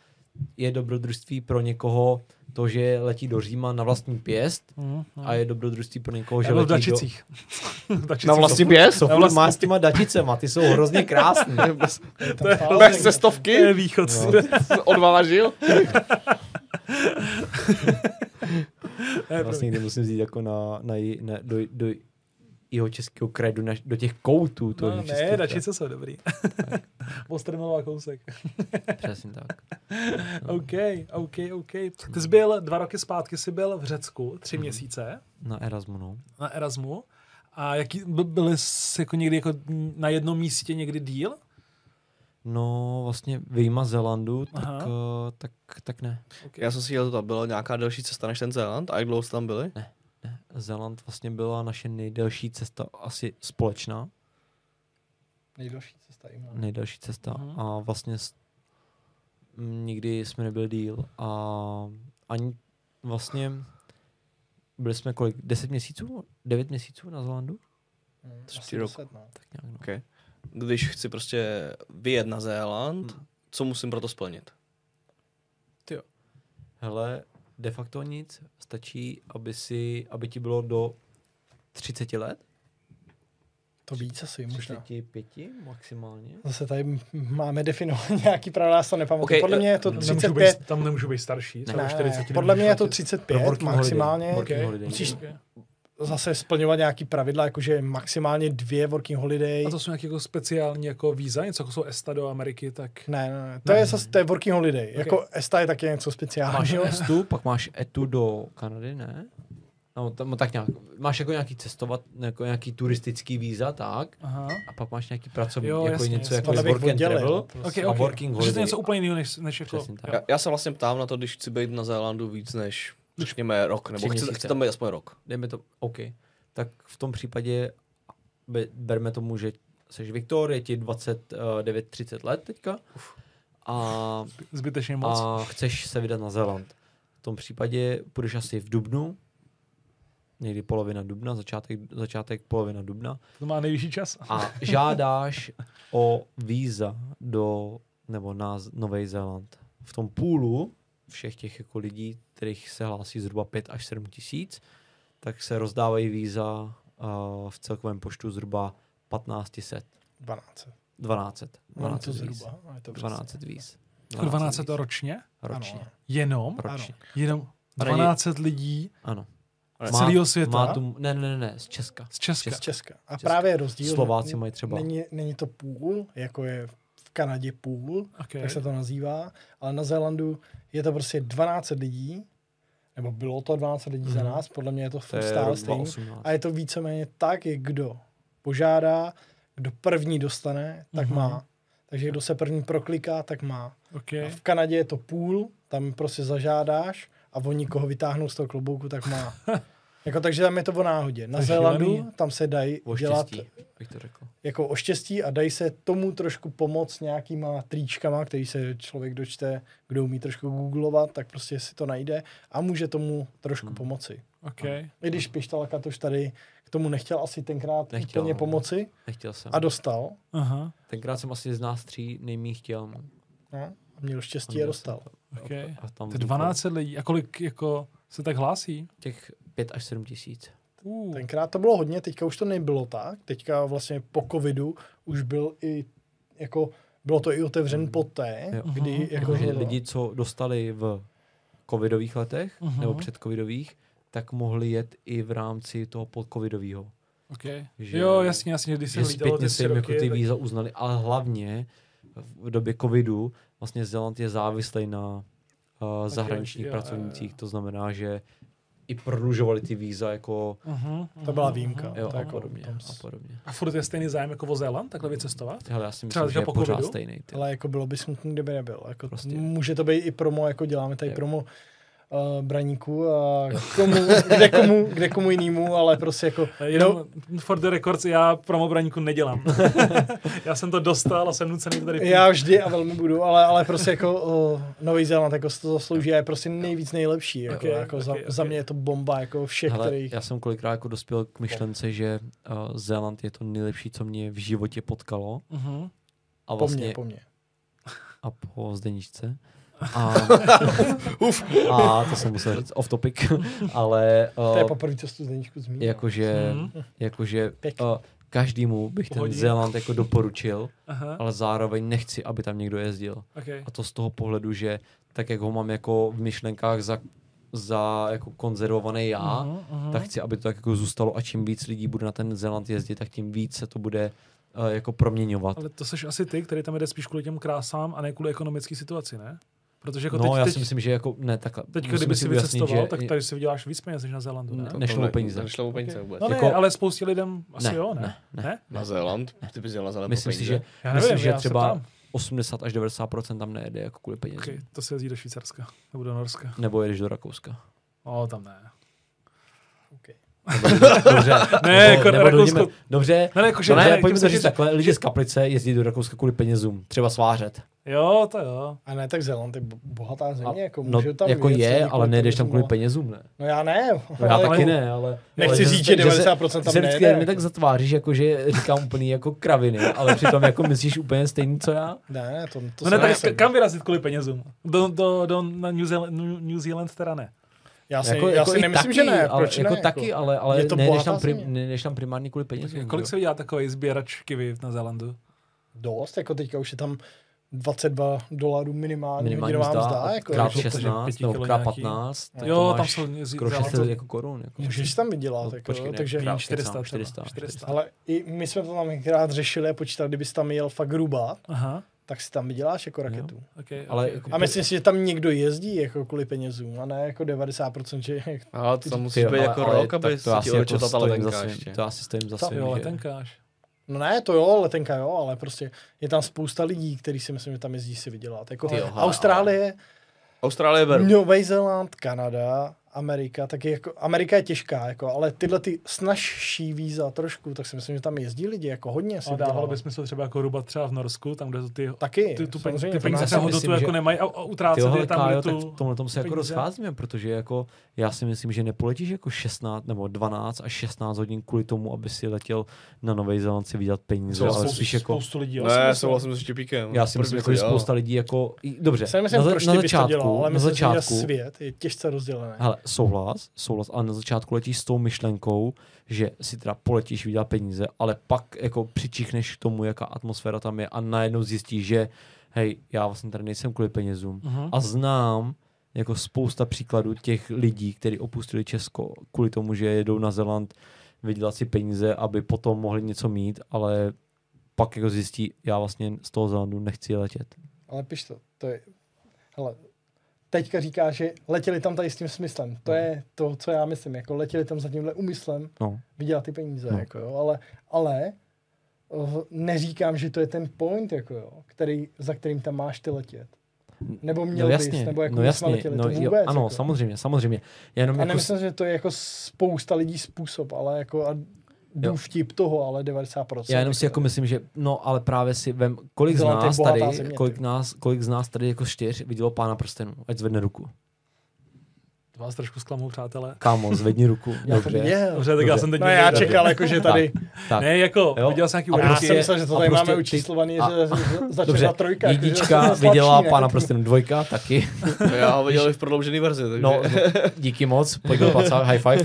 S2: Je dobrodružství pro někoho to, že letí do Říma na vlastní pěst
S1: Mhm.
S2: a je dobrodružství pro někoho,
S1: Já
S2: že No, vlastně-
S1: byl Jako v
S2: letí do...
S1: Dačicích. V Dačicích
S4: Na vlastní pěst?
S2: Co furt má s těma dačicema, ty jsou hrozně krásný.
S3: To je
S4: Bez
S3: fakt-
S1: To je
S4: cestovky?
S1: východ.
S2: vlastně No.
S4: Odvážil?
S1: Ne,
S2: Vlastně někdy musím jít jako na, na, jí- na do, do jeho českého kredu, na, do těch koutů. To
S1: No, ne, dačice jsou dobrý. Postrmelová kousek.
S2: Přesně tak.
S1: OK, OK, OK. Ty jsi byl dva roky zpátky, jsi byl v Řecku, tři měsíce
S2: Na Erasmu, no.
S1: na Erasmu. A jaký, by- byli jsi jako někdy jako na jednom místě někdy díl?
S2: No, vlastně vyjma Zelandu, tak,
S1: Aha.
S2: uh, tak, tak ne.
S4: Já jsem si jel, to byla nějaká delší cesta než ten Zéland. A jak dlouho jste tam byli?
S2: Zéland vlastně byla naše nejdelší cesta, asi společná
S3: Nejdelší cesta Imran.
S2: nejdelší cesta
S1: Mhm.
S2: a vlastně s- m, nikdy jsme nebyli díl a ani vlastně byli jsme kolik, 10 měsíců, 9 měsíců na Zélandu?
S3: Mm,
S4: Tři
S3: asi
S4: roku.
S3: deset, no.
S2: Tak nějak no.
S4: Okay. Když chci prostě vyjet na Zéland, hmm. co musím pro to splnit?
S2: Hele, de facto nic, stačí, aby, si, aby ti bylo do 30 let,
S3: To víc asi
S1: no.
S3: možná.
S2: 35 maximálně.
S3: Zase tady m- máme definovat nějaký pravda, já si to nepamatuju.
S4: Ok,
S3: Podle mě je to
S1: Tam nemůžu být,
S3: 35.
S1: tam nemůžu být starší.
S2: Ne,
S1: Ne, 40
S3: Ne, podle mě je to
S1: tři.
S3: 35 maximálně.
S2: Working
S1: Ok.
S2: holiday.
S3: Musíš- Zase splňovat nějaký pravidla, jakože maximálně dvě working holiday.
S1: A to jsou nějaké jako speciální jako víza, něco jako jsou ESTA do Ameriky, tak...
S3: Ne, ne, ne. To, je zase, to je working holiday. Jako ESTA je taky něco
S2: Máš
S3: speciálního.
S2: estu, pak máš etu do Kanady, ne? No, tam, no tak nějak. Máš jako nějaký cestovat, jako nějaký turistický víza, tak?
S1: Aha.
S2: A pak máš nějaký pracovní,
S1: Jo,
S2: jo, jako
S1: jasně,
S2: něco
S1: jasně.
S2: jako
S3: Tohle
S2: je
S3: bych
S2: work and
S3: oddělil,
S2: travel
S3: prostě.
S1: Ok,
S2: a
S1: ok.
S2: working
S1: Že to je
S2: holiday.
S1: něco úplně jiného, než, než jako...
S2: Přesně tak.
S4: Já, já se vlastně ptám na to, když chci být na Zélandu víc než řekněme rok, nebo
S2: Tři
S4: chci,
S2: měsíce.
S4: chci tam být aspoň rok.
S2: Dejme to, OK. Tak v tom případě be- berme tomu, že jsi Viktor, je ti 29-30 let teďka. A
S1: Zbytečně moc. A...
S2: a chceš se vydat na Zéland. V tom případě půjdeš asi v Dubnu, někdy polovina Dubna, začátek, začátek polovina Dubna
S1: To má nejvyšší čas. Jako
S2: a žádáš o víza do, nebo na Z- Nový Zéland. V tom půlu všech těch jako lidí, kterých se hlásí zhruba 5 až 7 tisíc, tak se rozdávají víza uh, v celkovém počtu zhruba 1500,
S3: 12.
S2: 1200,
S3: Mám
S2: 1200
S3: to
S2: víz.
S3: zhruba. ale No, je to prostě přesně.
S2: 1200 víz.
S1: Jako 12 to ročně?
S2: ročně.
S3: Ano,
S1: Jenom?
S2: ročně.
S1: Jenom
S4: A není-
S1: 12 lidí
S2: Ano.
S1: z celého světa?
S2: Má tu, ne, ne, ne, ne, z Česka.
S1: Z Česka.
S3: Z Česka. A právě je rozdíl.
S2: Slováci mají třeba.
S3: Není, není to půl, jako je v Kanadě půl,
S1: Okay.
S3: tak se to nazývá, ale na Zélandu je to prostě 12 lidí, nebo bylo to 12 lidí za nás, podle mě je to
S2: Mhm. To
S3: furt
S2: je
S3: stále
S2: rok
S3: stejný.
S2: 2018.
S3: A je to víceméně tak, jak kdo požádá, kdo první dostane, tak
S1: Mhm.
S3: má. Takže kdo se první prokliká, tak má. A
S1: okay.
S3: v Kanadě je to půl, tam prostě zažádáš a oni koho vytáhnou z toho klobouku, tak má. jako, takže tam je to o náhodě. Na
S1: To je
S3: Zélandu
S1: šílený.
S3: tam se dají
S2: O
S3: dělat
S2: štěstí, bych to řekl.
S3: jako o štěstí a dají se tomu trošku pomoc nějakýma tričkama, který se člověk dočte, kdo umí trošku googlovat, tak prostě si to najde a může tomu trošku
S2: Hmm.
S3: pomoci.
S1: Okay.
S3: I když Pištalka tož tady k tomu nechtěl asi tenkrát
S2: Nechtěl,
S3: nechtěl, úplně
S2: no.
S3: pomoci
S2: Nechtěl jsem.
S3: a dostal.
S1: Aha.
S2: Tenkrát jsem asi z nás tří nejmíň chtěl. no.
S3: No, a měl
S2: A
S3: štěstí a
S2: měl
S3: dostal.
S2: jsem to.
S1: Okay.
S2: A tam
S1: To je 12 lidí. A kolik jako se tak hlásí?
S2: vzniklo Těch 5 až 7 tisíc.
S1: Uh.
S3: Hm. Tenkrát to bylo hodně, teďka už to nebylo tak. Teďka vlastně po covidu už byl i jako bylo to i otevřen
S2: Hmm.
S3: poté,
S2: Jo.
S3: kdy
S1: Mhm.
S3: jako
S2: Jakože
S3: to-
S2: lidi, co dostali v covidových letech,
S1: Mhm.
S2: nebo předcovidových, tak mohli jet i v rámci toho podcovidového.
S1: Okay.
S2: Že-
S1: jo, jasně, jasně, když se
S2: Že
S1: lítalo ty
S2: zpětně
S1: tři
S2: se jim jako
S1: roky,
S2: ty
S1: tak-
S2: víza uznali, ale hlavně v době covidu vlastně Zeland je závislý na uh, zahraničních
S1: jo, jo, jo.
S2: pracovnících, to znamená, že i prodlužovali ty víza jako
S1: Mhm,
S3: to
S1: mhm,
S3: byla
S1: mhm.
S3: výjimka.
S2: jo,
S3: to
S2: a
S3: jako
S2: podobně.
S3: tam
S2: A
S3: s-
S2: podobně.
S1: A furt je stejný zájem jako o Zéland, takhle vycestovat?
S2: Hele, já si
S1: Třeba
S2: myslím, že je
S1: po
S2: pořád
S1: covidu?
S2: stejný. Ty.
S3: Ale jako bylo by smutný, kdyby nebyl. Jako
S2: Prostě.
S3: prostě. Může to být i promo, jako děláme tady
S2: Jo.
S3: promo uh, braníků a komu, kde, komu, kde komu jinému, ale prostě jako no,
S1: Jenom no. for the records, já promo braníku nedělám. já jsem to dostal a jsem nucený tady pít.
S3: já vždy a velmi budu, ale, ale prostě jako uh, Nový Zéland jako si to zaslouží a je prostě nejvíc nejlepší. Jako,
S1: Okay,
S3: jako za,
S1: okay,
S3: za
S1: okay.
S3: mě je to bomba jako všech,
S2: Hele,
S3: kterých...
S2: já jsem kolikrát jako dospěl k myšlence, že uh, Zéland je to nejlepší, co mě v životě potkalo.
S1: Mhm.
S2: A
S3: Po
S2: vlastně
S3: mně, po mně.
S2: a po Zdeničce. A, a to jsem musel říct off topic, ale
S3: To je
S2: uh,
S3: poprvé, co jsi tu zdeníčku zmínil.
S2: jako- jakože,
S1: Mhm.
S2: jakože
S3: Pěkně.
S2: uh, každému bych ten
S1: Pohodě.
S2: Zéland jako doporučil,
S1: Aha,
S2: ale zároveň nechci, aby tam někdo jezdil.
S1: okay.
S2: A to z toho pohledu, že tak, jak ho mám jako v myšlenkách za, za jako konzervovaný já,
S1: Mhm, mhm.
S2: tak chci, aby to tak jako zůstalo a čím víc lidí bude na ten Zéland jezdit, tak tím víc se to bude uh, jako proměňovat.
S1: Ale to seš asi ty, který tam jede spíš kvůli těm krásám a ne kvůli ekonomické situaci, ne? Protože jako
S2: Jako no, teď, já
S1: teď,
S2: si myslím, že jako ne takhle.
S1: teď, teď
S2: musíme
S1: kdyby si
S2: ujasnit,
S1: vycestoval,
S2: že- No,
S1: tak tady si vyděláš víc peněz než na Zélandu, ne?
S2: Ne. Nešlo o peníze.
S4: Nešlo o peníze
S1: Ok.
S4: vůbec.
S1: No ne,
S2: Jako-
S1: jako... ale spoustě lidem asi
S2: Ne,
S1: jo, ne?
S2: ne, ne.
S4: Na Zéland? Ty bys jel na Zéland
S2: Myslím si,
S4: pro peníze?
S2: že,
S1: Já nevím,
S2: myslím, že
S1: já se
S2: třeba
S1: ptám.
S2: 80 až 90 tam nejede jako kvůli penězům.
S1: Okay, to se jezdí do Švýcarska nebo do Norska.
S2: Nebo jedeš do Rakouska.
S1: O, tam ne.
S3: Okay.
S2: Dobře.
S1: Ne,
S2: Nebo-
S1: jako
S2: nebo
S1: Rakousko-
S2: dojdeme- Dobře,
S1: No ne, jako, že
S2: to ne,
S1: ne,
S2: pojďme
S1: tím
S2: to
S1: se
S2: říct
S1: říct-
S2: takhle, lidi z Kaplice jezdí do Rakouska kvůli penězům, třeba svářet.
S1: Jo, to jo.
S3: A ne, tak Zéland je bo- bohatá země,
S2: A-
S3: jako
S2: no,
S3: můžu tam
S2: jako
S3: vyjet
S2: je,
S3: celý
S2: ale
S3: kolem
S2: nejdeš
S3: toho
S2: tam kvůli
S3: domova.
S2: penězům, ne?
S3: No já ne.
S2: No, já
S3: ale-
S2: taky ne, ale...
S3: Nechci
S2: ale
S3: říct, že
S2: se-
S3: 90% tam
S2: se vždycky
S3: nejde.
S2: mi tak zatváříš, jako že říkám úplně jako kraviny, ale přitom jako myslíš úplně stejný, co já.
S3: Ne, ne, to, to
S1: No
S3: se
S1: ne, tak
S3: nejsem.
S1: kam vyrazit kvůli penězům? Do, do, do na New Zealand, New, New Zealand teda ne.
S3: Já si,
S2: Jako,
S3: já
S2: jako
S3: si
S2: i
S3: nemyslím,
S2: taky,
S3: že ne.
S2: ale,
S3: Proč
S2: jako
S3: ne?
S2: taky, ale, ale
S3: Je to
S2: nejdeš,
S3: bohatá
S2: tam prim,
S3: země.
S2: nejdeš tam primárně kvůli penězům. no.
S1: Kolik
S2: že
S1: se vydělá takový sběrač kivy na Zelandu?
S3: Dost, jako teďka už je tam 22 dolarů minimálně,
S2: minimální
S3: hodinová
S2: mzda,
S3: mzda,
S2: a
S3: jako,
S2: krát no.
S1: že- že
S2: 16
S1: pěti
S2: nebo
S1: kilo
S2: krát
S1: nějaký.
S2: 15, tak to
S1: Jo, tam
S2: máš
S1: jsou nězí-
S2: skoro
S1: Zelandu-
S2: 600 jako korun. Jako.
S3: můžeš tam vydělat,
S2: No,
S3: jako,
S2: počkej, ne,
S3: takže,
S2: krát
S1: 400 třeba,
S2: kecám, 400.
S1: 400.
S3: ale i my jsme to tam několikrát řešili a počítali, kdybys tam jel fakt gruba,
S1: Aha,
S3: tak si tam vyděláš jako raketu.
S1: okay,
S2: Ale
S1: okay,
S2: jako-
S1: okay.
S3: A myslím si, že tam někdo jezdí jako kvůli penězům, a ne jako 90%, že
S4: Ale to tam musí
S2: Ty jo,
S4: být
S2: ale-
S4: jako
S2: ale
S4: rok,
S2: tak
S4: aby
S2: to
S4: se
S2: já
S4: ti
S2: si jako
S4: odečetla ta
S2: stojím za
S4: letenka
S2: svým,
S4: ještě.
S2: To já si stojím za
S3: To-
S2: svým.
S1: Jo,
S2: že-
S1: letenkáš.
S3: No ne, to jo, letenka jo, ale prostě je tam spousta lidí, kteří si myslím, že tam jezdí si vydělat. Jako
S2: Ty jo, ale-
S3: Austrálie,
S4: Austrálie beru.
S3: Nový Zéland, Kanada, Amerika, taky jako, Amerika je těžká, jako, ale tyhle ty snažší víza trošku, tak si myslím, že tam jezdí lidi, jako hodně si
S1: A dávalo
S3: vydělávat.
S1: by smysl třeba jako rubat třeba v Norsku, tam, kde ty,
S3: Taky,
S1: ty, tu peníze,
S3: samozřejmě,
S1: ty
S3: to
S1: peníze
S3: máš-
S1: třeba
S2: si myslím,
S1: hodnotu jako
S2: že-
S1: nemají a, a
S2: Ty
S1: utrácet
S2: jo,
S1: je
S2: hele,
S1: tam,
S2: Kájo,
S1: kde
S2: tak
S1: tu...
S2: v tomhle tom se jako
S1: peníze.
S2: rozcházíme, protože jako já si myslím, že nepoletíš jako 16 nebo 12 až 16 hodin kvůli tomu, aby si letěl na Nový Zéland si vydělat peníze, ale spíš jako...
S1: Spoustu lidí. jo, si
S4: Ne,
S1: myslím.
S4: souhlasím s Štěpíkem.
S2: Já si
S4: Proč
S2: myslím,
S4: bych
S2: jako,
S4: to
S2: že
S4: dělal?
S2: spousta lidí jako... i- Dobře,
S3: Si Myslím,
S2: na, za-
S3: proč
S2: na
S3: ty bys to dělal,
S2: začátku,
S3: ale
S2: na
S3: myslím, si, že
S2: začátku,
S3: svět je těžce rozdělený.
S2: Hele, souhlas, souhlas, ale na začátku letíš s tou myšlenkou, že si teda poletíš vydělat peníze, ale pak jako přičichneš k tomu, jaká atmosféra tam je a najednou zjistíš, že hej, já vlastně tady nejsem kvůli penězům.
S1: Mhm.
S2: A znám jako spousta příkladů těch lidí, kteří opustili Česko kvůli tomu, že jedou na Zeland vydělat si peníze, aby potom mohli něco mít, ale pak jako zjistí, já vlastně z toho Zelandu nechci letět.
S3: Ale piš to, to je, hele, teďka říká, že letěli tam tady s tím smyslem. To je to, co já myslím, jako letěli tam za tímhle úmyslem
S2: No.
S3: vydělat ty peníze,
S2: No.
S3: no. jako jo, ale, ale eh, neříkám, že to je ten point, jako jo, který, za kterým tam máš ty letět. Nebo měl
S2: no
S3: no
S2: jasně,
S3: bys, nebo jako
S2: no
S3: my jsme
S2: jasně,
S3: letěli,
S2: no,
S3: to
S2: jo,
S3: vůbec,
S2: ano,
S3: jako.
S2: samozřejmě, samozřejmě. Já jenom
S3: A
S2: jako s-
S3: nemyslím, že to je jako spousta lidí způsob, ale jako a
S2: Jo.
S3: jdu vtip toho, ale 90%.
S2: Já jenom si jako myslím, že no, ale právě si vem, kolik z
S3: Zeland je
S2: nás
S3: bohatá
S2: tady,
S3: země,
S2: kolik,
S3: ty.
S2: nás, kolik z nás tady jako čtyř vidělo pána prstenů, ať zvedne ruku.
S1: To Vás trošku zklamu, přátelé.
S2: Kámo, zvedni ruku.
S3: já to viděl.
S1: Dobře, tak já
S2: Dobře.
S1: jsem teď...
S3: No já
S1: nevěděl.
S3: čekal, jako, že tady,
S2: Tak.
S1: Ne, jako,
S2: Jo.
S1: viděl jsem nějaký
S2: A
S3: já
S1: úryvky.
S2: prostě-
S3: jsem myslel, že to
S2: a
S3: tady
S2: prostě
S3: máme
S2: ty-
S3: učíslovaný,
S2: a-
S3: že za- začne
S2: Dobře,
S3: za trojka. jako, že
S2: jednička prostě
S3: jsme slabší,
S2: viděla
S3: ne?
S2: pána prstenů, no, dvojka taky.
S4: Já ho viděl i v prodloužený verzi, takže...
S2: No, díky moc, pojďme placat, high five.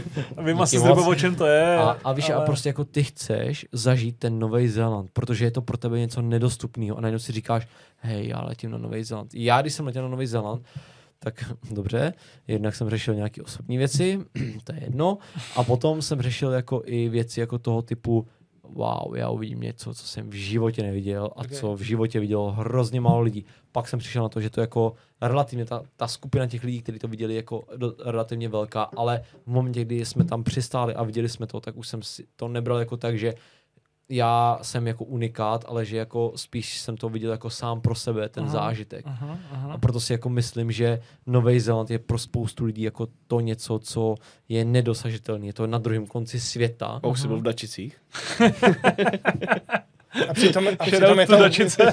S1: Vím asi
S2: Díky
S1: zhruba,
S2: moc.
S1: o čem to je.
S2: A, a víš, ale... a
S1: ale-
S2: prostě jako ty chceš zažít ten Nový Zéland, protože je to pro tebe něco nedostupného a najednou si říkáš, hej, já letím na Nový Zéland. Já, když jsem letěl na Nový Zéland, tak dobře, jednak jsem řešil nějaké osobní věci, to je jedno, a potom jsem řešil jako i věci jako toho typu, wow, já uvidím něco, co jsem v životě neviděl a co v životě vidělo hrozně málo lidí. Pak jsem přišel na to, že to jako relativně ta, ta skupina těch lidí, kteří to viděli, jako do, relativně velká, ale v momentě, kdy jsme tam přistáli a viděli jsme to, tak už jsem si to nebral jako tak, že já jsem jako unikát, ale že jako spíš jsem to viděl jako sám pro sebe, ten zážitek.
S1: Aha, aha.
S2: A proto si jako myslím, že Nový Zéland je pro spoustu lidí jako to něco, co je nedosažitelné. Je to na druhém konci světa.
S4: A už jsi byl v Dačicích.
S3: A přitom, a
S1: Shoutout
S3: přitom, je
S1: to
S3: to,
S1: Dačice.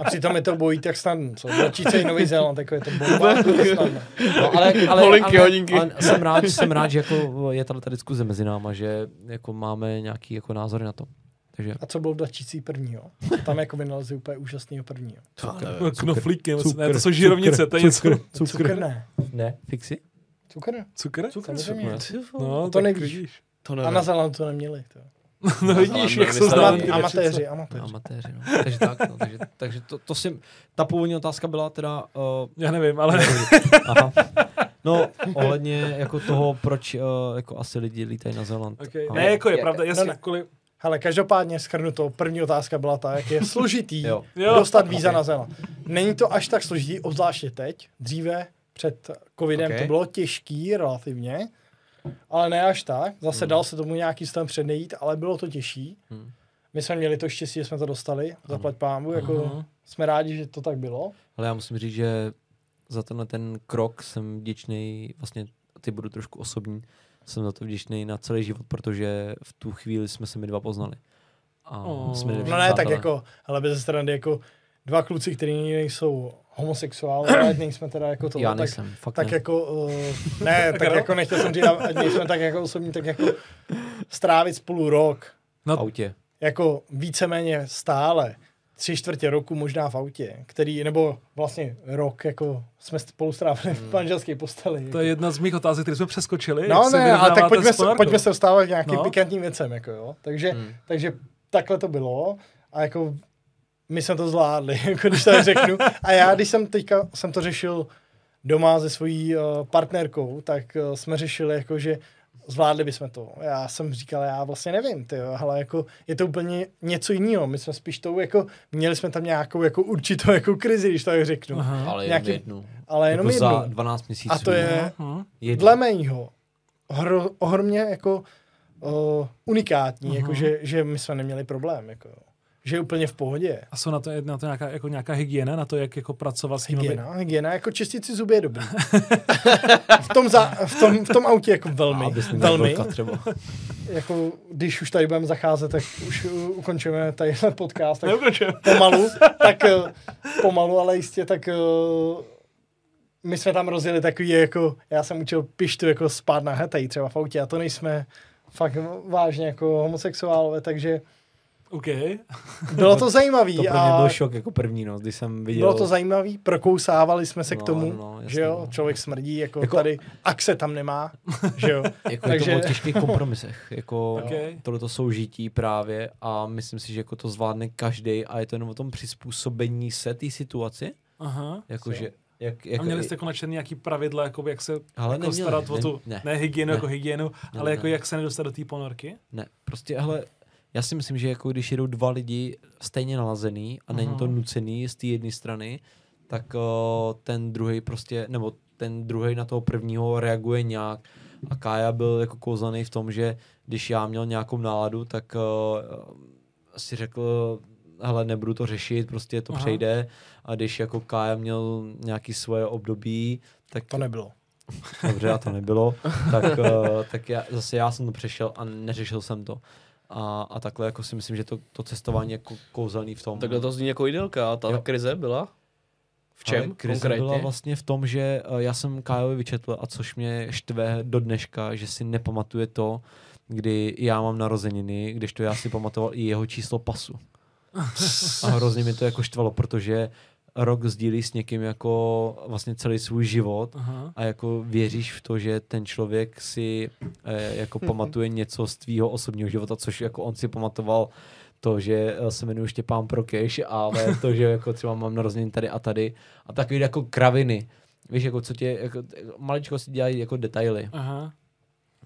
S3: a přitom je to bojí tak snadno. Co? Dačice i Nový Zéland, jako je to bomba. jako snadno.
S2: No, ale, ale,
S4: Holinky,
S2: ale,
S4: hodinky.
S2: ale jsem, rád, jsem rád, že jako je tady ta diskuze mezi náma, že jako máme nějaký jako názory na to. Takže
S3: A co bylo v Dačicí prvního? Tam jako vynalezli úplně úžasného prvního.
S1: Jako Knoflíky, ne,
S2: Cukr,
S1: to jsou žirovnice, to je něco.
S3: Cukr ne.
S2: ne, fixi?
S3: Cukr?
S1: Cukr?
S3: Samozřejmě.
S1: No,
S3: To
S1: tak
S3: nevíš.
S1: vidíš.
S4: To
S3: A na Zélandu to neměli. To.
S1: No vidíš,
S4: Zelený,
S1: jak jsou
S4: zelený.
S1: znám ty
S4: Amatéři,
S1: dačice.
S3: Amatéři, amatéři.
S2: Amatéři, no. Takže tak, no. Takže, takže to, to si, ta původní otázka byla teda uh,
S1: Já nevím, ale
S2: Aha. No, ohledně jako toho, proč uh, jako asi lidi lítají na Zeland.
S1: okay.
S2: A-
S1: ne, jako je
S4: Je-
S1: pravda, jasně,
S3: ne.
S1: kvůli...
S3: Ale každopádně schrnuto, první otázka byla ta, jak je složitý
S2: Jo.
S1: Jo.
S3: dostat víza na Zéland. Není to až tak složitý, obzvláště teď. Dříve před covidem
S4: Ok.
S3: to bylo těžký relativně, ale ne až tak. Zase dal se tomu nějaký stan předejít, ale bylo to těžší.
S2: Hmm.
S3: My jsme měli to štěstí, že jsme to dostali, zaplať pámu, jako
S2: Hmm.
S1: Mhm.
S3: jsme rádi, že to tak bylo.
S2: Ale já musím říct, že za tenhle ten krok jsem vděčný, vlastně ty budu trošku osobní, jsem za to vděčný na celý život, protože v tu chvíli jsme se my dva poznali. A
S1: Oh. No
S2: jsme nejlepší
S3: No ne, tak
S2: přátelé.
S3: jako, ale bez strany jako dva kluci, kteří nejsou homosexuálové, ale nejsme teda jako to.
S2: Já
S3: tak,
S2: nejsem, fakt
S3: tak
S2: ne.
S3: jako, uh, ne, tak jako nechtěl jsem říct, ať nejsme tak jako osobní, tak jako strávit spolu rok,
S2: v autě.
S3: jako víceméně stále, tři čtvrtě roku možná v autě, který, nebo vlastně rok, jako jsme spolu strávili v manželské posteli.
S1: Hmm. To je jedna z mých otázek, které jsme přeskočili. jak
S3: No
S1: se
S3: ne, ale tak
S1: vyrovnáváte
S3: pojďme
S1: s
S3: se,
S1: ponorkou.
S3: pojďme se dostávat k nějakým
S1: No.
S3: no. pikantním věcem, jako jo. Takže, hmm. takže takhle to bylo a jako my jsme to zvládli, jako když to tak řeknu. A já, když jsem teďka, jsem to řešil doma se svojí uh, partnerkou, tak uh, jsme řešili jako, že zvládli bychom to. Já jsem říkal, já vlastně nevím, ty ale jako je to úplně něco jiného. My jsme spíš tou, jako, měli jsme tam nějakou jako určitou jako krizi, když to tak řeknu. Aha.
S2: Ale
S3: jenom Nějaký-
S2: jednu.
S3: Ale jenom
S2: Jako za
S3: jednu.
S2: 12 měsíců.
S3: A to je,
S1: Aha.
S2: jednu.
S3: dle mého hro, ohromně jako uh, unikátní, jako že, že my jsme neměli problém, jako jo. že je úplně v pohodě.
S1: A jsou na to, na to nějaká, jako nějaká hygiena, na to, jak jako pracovat s tím, aby...
S3: Hygiena, hygiena, jako čistit si zuby je dobrý. v, tom za, v, tom, v tom autě jako velmi,
S2: Aby s ním
S3: velmi.
S2: nebyl třeba.
S3: Jako, když už tady budeme zacházet, tak už uh, ukončíme tadyhle podcast, tak
S1: Neukončil.
S3: pomalu, tak eh, pomalu, ale jistě, tak eh, my jsme tam rozjeli takový, jako já jsem učil pištu jako spát na hetej třeba v autě a to nejsme fakt vážně jako homosexuálové, takže
S1: OK.
S3: bylo to zajímavé.
S2: To pro mě byl šok jako první noc, když jsem viděl.
S3: Bylo to zajímavé, prokousávali jsme se k
S2: No,
S3: tomu,
S2: no, jasně,
S3: že jo,
S2: no.
S3: člověk smrdí, jako, jako tady, akce tam nemá, že jo.
S2: Jako je
S3: Takže-
S2: to o těžkých kompromisech. Jako
S1: Ok.
S2: tohleto soužití právě a myslím si, že jako to zvládne každý a je to jenom o tom přizpůsobení se té situaci.
S1: Aha.
S2: Jakože, jak,
S1: A
S2: jako,
S1: měli jste konečně nějaký pravidla, jakoby, jak se
S2: Ale
S1: jako
S2: neměli,
S1: starat o
S2: ne-
S1: tu, ne,
S2: ne.
S1: hygienu
S2: Ne.
S1: jako hygienu,
S2: Ne,
S1: ale
S2: ne,
S1: jako
S2: ne.
S1: jak se nedostat do té ponorky?
S2: Ne, prostě, ale já si myslím, že jako když jedou dva lidi stejně nalazený a není to
S1: Mhm.
S2: nucený z té jedné strany, tak o, ten druhý prostě, nebo ten druhý na toho prvního reaguje nějak. A Kája byl jako kouzelný v tom, že když já měl nějakou náladu, tak o, si řekl, hele, nebudu to řešit, prostě to
S1: Aha.
S2: Aha. přejde. A když jako Kája měl nějaký svoje období, tak
S3: To nebylo.
S2: dobře, a to nebylo, tak, uh, tak já, zase já jsem to přešel a neřešil jsem to. A, a takhle jako si myslím, že to, to cestování je jako kouzelný v tom.
S4: Takhle to zní jako idylka a ta
S2: Jo.
S4: krize byla? V čem
S2: Ale krize
S4: konkrétně?
S2: byla vlastně v tom, že eh, já jsem Kájovi vyčetl a což mě štve do dneška, že si nepamatuje to, kdy já mám narozeniny, když to já si pamatoval i jeho číslo pasu. A hrozně mi to jako štvalo, protože rok sdílí s někým jako vlastně celý svůj život
S1: Aha.
S2: a jako věříš v to, že ten člověk si eh, jako pamatuje něco z tvýho osobního života, což jako on si pamatoval to, že eh, se jmenuji Štěpán Prokeš, ale to, že jako třeba mám narozeniny tady a tady a takový jako kraviny. Víš, jako co tě, jako, maličko si dělají jako detaily.
S1: Aha.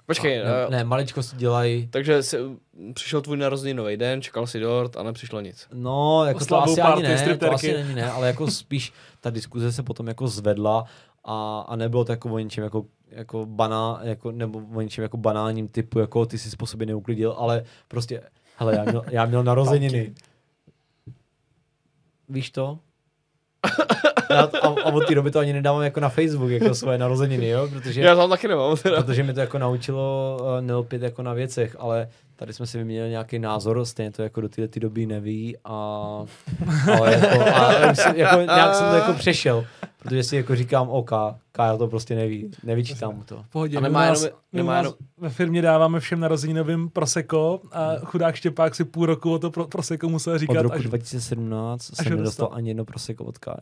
S4: Počkej,
S2: Ne,
S4: eh,
S2: ne maličko si dělají
S4: takže si, přišel tvůj narozeninový den, čekal si dort a nepřišlo nic.
S2: No, jako to
S1: Oslavu
S2: asi
S1: party,
S2: ani ne, to
S1: stripterky.
S2: asi není ne, ale jako spíš ta diskuze se potom jako zvedla a, a nebylo to jako o ničem jako, jako baná, jako, nebo o ničem jako banálním typu, jako ty si po sobě neuklidil, ale prostě, hele, já měl, já měl narozeniny. Víš to? Já to a, a od té doby to ani nedávám jako na Facebook, jako svoje narozeniny, jo, protože...
S4: Já tam taky nemám teda.
S2: Protože mi to jako naučilo eh, nelpit jako na věcech, ale tady jsme si vyměnili nějaký názor, stejně to jako do téhle ty doby neví a, ale jako, a myslím, jako, nějak jsem to jako přešel, protože si jako říkám, OK, Kyle to prostě neví, nevyčítám mu to.
S1: V Pohodě.
S4: A nemá
S1: my u nás,
S4: jenom-
S1: my
S4: nemá
S1: u nás
S4: jenom-
S1: Ve firmě dáváme všem narozeninovým proseko a chudák Štěpák si půl roku o to pro, proseko musel
S2: Hmm. Od
S1: říkat,
S2: roku
S1: až,
S2: 2017
S1: až ho
S2: jsem nedostal
S1: dostal.
S2: ani jedno proseko od Kai.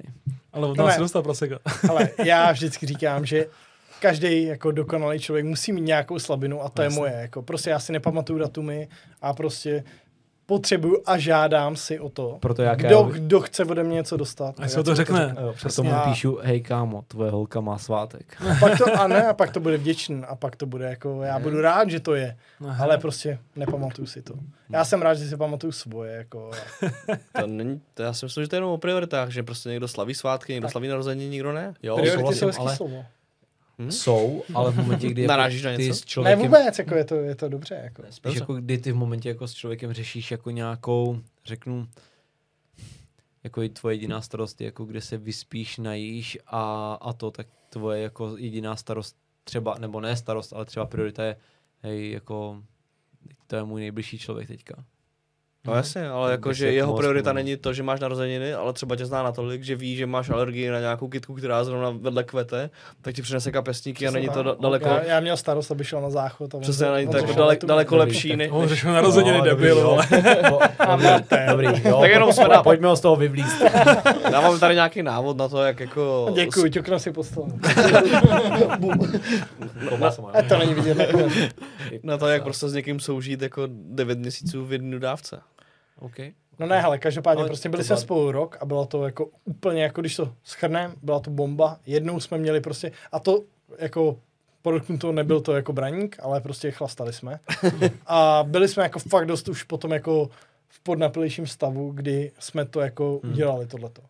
S1: ale on
S3: No
S1: nás
S3: ne.
S1: dostal proseko.
S3: Ale já vždycky říkám, že každý jako dokonalý člověk musí mít nějakou slabinu a to je moje. Jako. Prostě já si nepamatuju datumy a prostě potřebuju a žádám si o to,
S2: Proto já
S3: kdo,
S2: Kyle,
S3: kdo chce ode mě něco dostat.
S1: Až
S3: Já
S1: se ho to
S3: si
S1: řekne.
S2: eh, proto
S3: Přesně. Mhm.
S2: mu
S3: Prostě Já-
S2: píšu, hej kámo, tvoje holka má svátek.
S3: A pak to, a ne, a pak to bude vděčný a pak to bude jako, já budu rád, že to je,
S1: Aha.
S3: ale prostě nepamatuju si to. Já jsem rád, že si pamatuju svoje, jako.
S4: To není, to já si myslím, že to je jenom o prioritách, že prostě někdo slaví svátky, někdo slaví narozeniny, nikdo ne.
S2: Jo,
S4: vlastně
S3: Priority jsou
S2: souhlasím,
S3: hezký
S2: ale
S3: slovo.
S2: jsou, ale v momentě, kdy
S4: Narážíš na
S2: jako ty
S4: něco?
S2: s
S3: Ne
S2: člověkem
S3: vůbec, jako je to, je to dobře, jako.
S2: Spíš
S4: Dobře.
S2: jako kdy ty v momentě jako s člověkem řešíš jako nějakou, řeknu, jako i tvoje jediná starost, je jako kde se vyspíš, najíš a, a to, tak tvoje jako jediná starost třeba, nebo ne starost, ale třeba priorita je, hej, jako, to je můj nejbližší člověk teďka.
S4: No jasně, ale
S2: Tak
S4: jako,
S2: bych
S4: že
S2: si
S4: jeho
S2: mohl
S4: priorita
S2: vzpomenout.
S4: není to, že máš narozeniny, ale třeba tě zná natolik, že ví, že máš alergii na nějakou kytku, která zrovna vedle kvete, tak ti přinese kapesníky a není to da- daleko,
S3: Já, já měl starost, aby šel na záchod. A on
S4: přesně
S3: to-
S4: není
S3: on to
S4: to jako
S3: šel
S4: daleko,
S3: na tu-
S4: daleko
S2: dobrý,
S4: lepší,
S2: tak
S4: než...
S1: On řešil narozeniny, debil, ale...
S2: Dobrý, jo.
S4: Tak jenom jsme na-
S2: Pojďme ho z toho vyvlíst.
S4: No, Já mám tady nějaký návod na to, jak jako...
S3: Děkuji, ťuknu si pod stůl.
S2: Koma jsem, jo.
S3: A to není vidět. jako. takhle.
S4: Na to, jak prostě s někým soužít jako 9 měsíců v jednu dávce.
S2: OK.
S3: No ne, ale každopádně
S2: Ale
S3: prostě
S2: to
S3: byli jsme
S2: byla-
S3: spolu rok a byla to jako úplně, jako když to schrnem, byla to bomba. Jednou jsme měli prostě, a to jako podotknu to, nebyl to jako braník, ale prostě chlastali jsme. A byli jsme jako fakt dost už potom jako v podnapilejším stavu, kdy jsme to jako
S2: Hmm.
S3: udělali tohleto.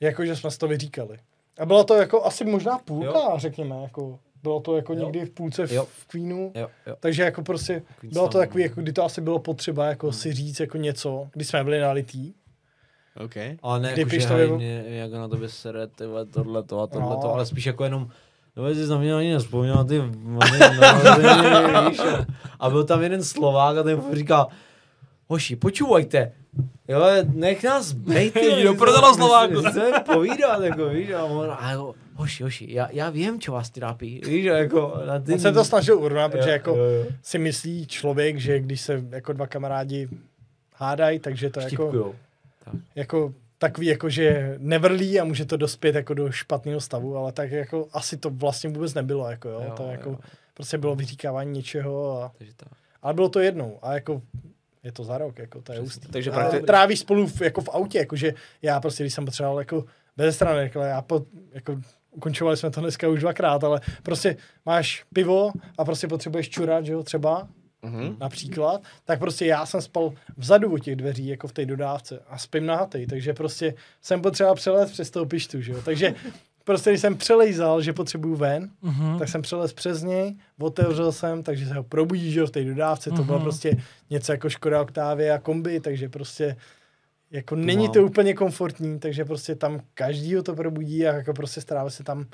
S3: Jakože jsme si to vyříkali. A byla to jako asi možná půlka,
S2: Jo.
S3: řekněme, jako bylo to jako
S2: Jo.
S3: někdy v půlce v,
S2: Jo.
S3: v Queenu.
S2: Jo, jo.
S3: Takže jako prostě
S2: Takový
S3: bylo to
S2: slavný.
S3: takový, jako kdy to asi bylo potřeba jako
S2: Hmm.
S3: si říct jako něco, když jsme byli nalitý.
S4: OK.
S2: Ale ne,
S3: Kdy
S2: jako,
S3: píš
S2: že
S3: to
S2: hej,
S3: vyvo-
S2: mě, jako na tobě sere, ty vole, tohle to a tohle
S3: No.
S2: to, ale spíš jako jenom No, jsi na mě ani nespomněl, ty mami, no, víš. jo. A byl tam jeden Slovák a ten říká, hoši, počúvajte, jo, nech nás bejt, ty,
S1: Jdi do prdele, Slováku.
S2: co jim povídat, jako, víš, a on, a jako, hoši, hoši, já, já vím, čo vás trápí, víš, a jako, na ty...
S3: On se to snažil urovnat, protože
S2: Jo,
S3: jako
S2: jo, jo.
S3: si myslí člověk, že když se jako dva kamarádi hádají, takže to jako,
S2: Štipkujou.
S3: jako takový jako, že nevrlí a může to dospět jako do špatného stavu, ale tak jako asi to vlastně vůbec nebylo, jako jo,
S2: Jo,
S3: to
S2: jo.
S3: jako prostě bylo vyříkávání něčeho a,
S2: Takže tak.
S3: ale bylo to jednou a jako je to za rok, jako to je ústý.
S4: Takže
S3: A
S4: prakti-
S3: trávíš spolu v, jako v autě, jakože já prostě, když jsem potřeboval jako bez strany, jako já po, jako ukončovali jsme to dneska už dvakrát, ale prostě máš pivo a prostě potřebuješ čurat, že jo, třeba
S4: Mhm.
S3: například, tak prostě já jsem spal vzadu u těch dveří, jako v té dodávce a spím nahatej, takže prostě jsem potřeboval přelézt přes toho pištu, že jo, takže prostě když jsem přelejzal, že potřebuju ven,
S1: Mhm.
S3: tak jsem přelez přes něj, otevřel jsem, takže se ho probudí, že jo, v té dodávce, to bylo
S1: Mhm.
S3: prostě něco jako Škoda Octavia a kombi, takže prostě jako není to
S2: Wow.
S3: úplně komfortní, takže prostě tam každýho to probudí a jako prostě strává se tam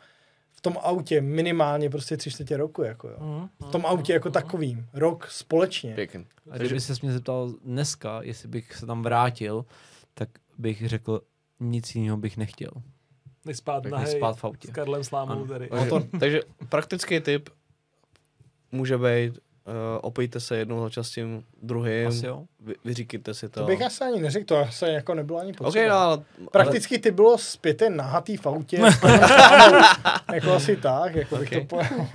S3: v tom autě minimálně prostě tři čtvrtě roku, jako jo.
S1: Mhm.
S3: V tom autě jako takovým, rok společně.
S4: Pěkný.
S2: A kdyby se mě zeptal dneska, jestli bych se tam vrátil, tak bych řekl, nic jiného bych nechtěl.
S1: Než spát
S2: Tak
S1: na
S2: než
S1: No hej.
S2: spát v
S1: S
S2: autě.
S1: Karlem Slámou
S2: Ano.
S1: tady.
S4: Takže, takže praktický tip může být, uh, opijte se jednou za čas tím druhým,
S2: Asi jo.
S4: vy, vyříkejte si to.
S3: To bych asi ani neřekl, to asi jako nebylo ani potřeba.
S4: OK, no, ale,
S3: Prakticky ty bylo zpěte nahatý v autě. jako asi tak, jako bych
S4: Okay.
S3: to pojel.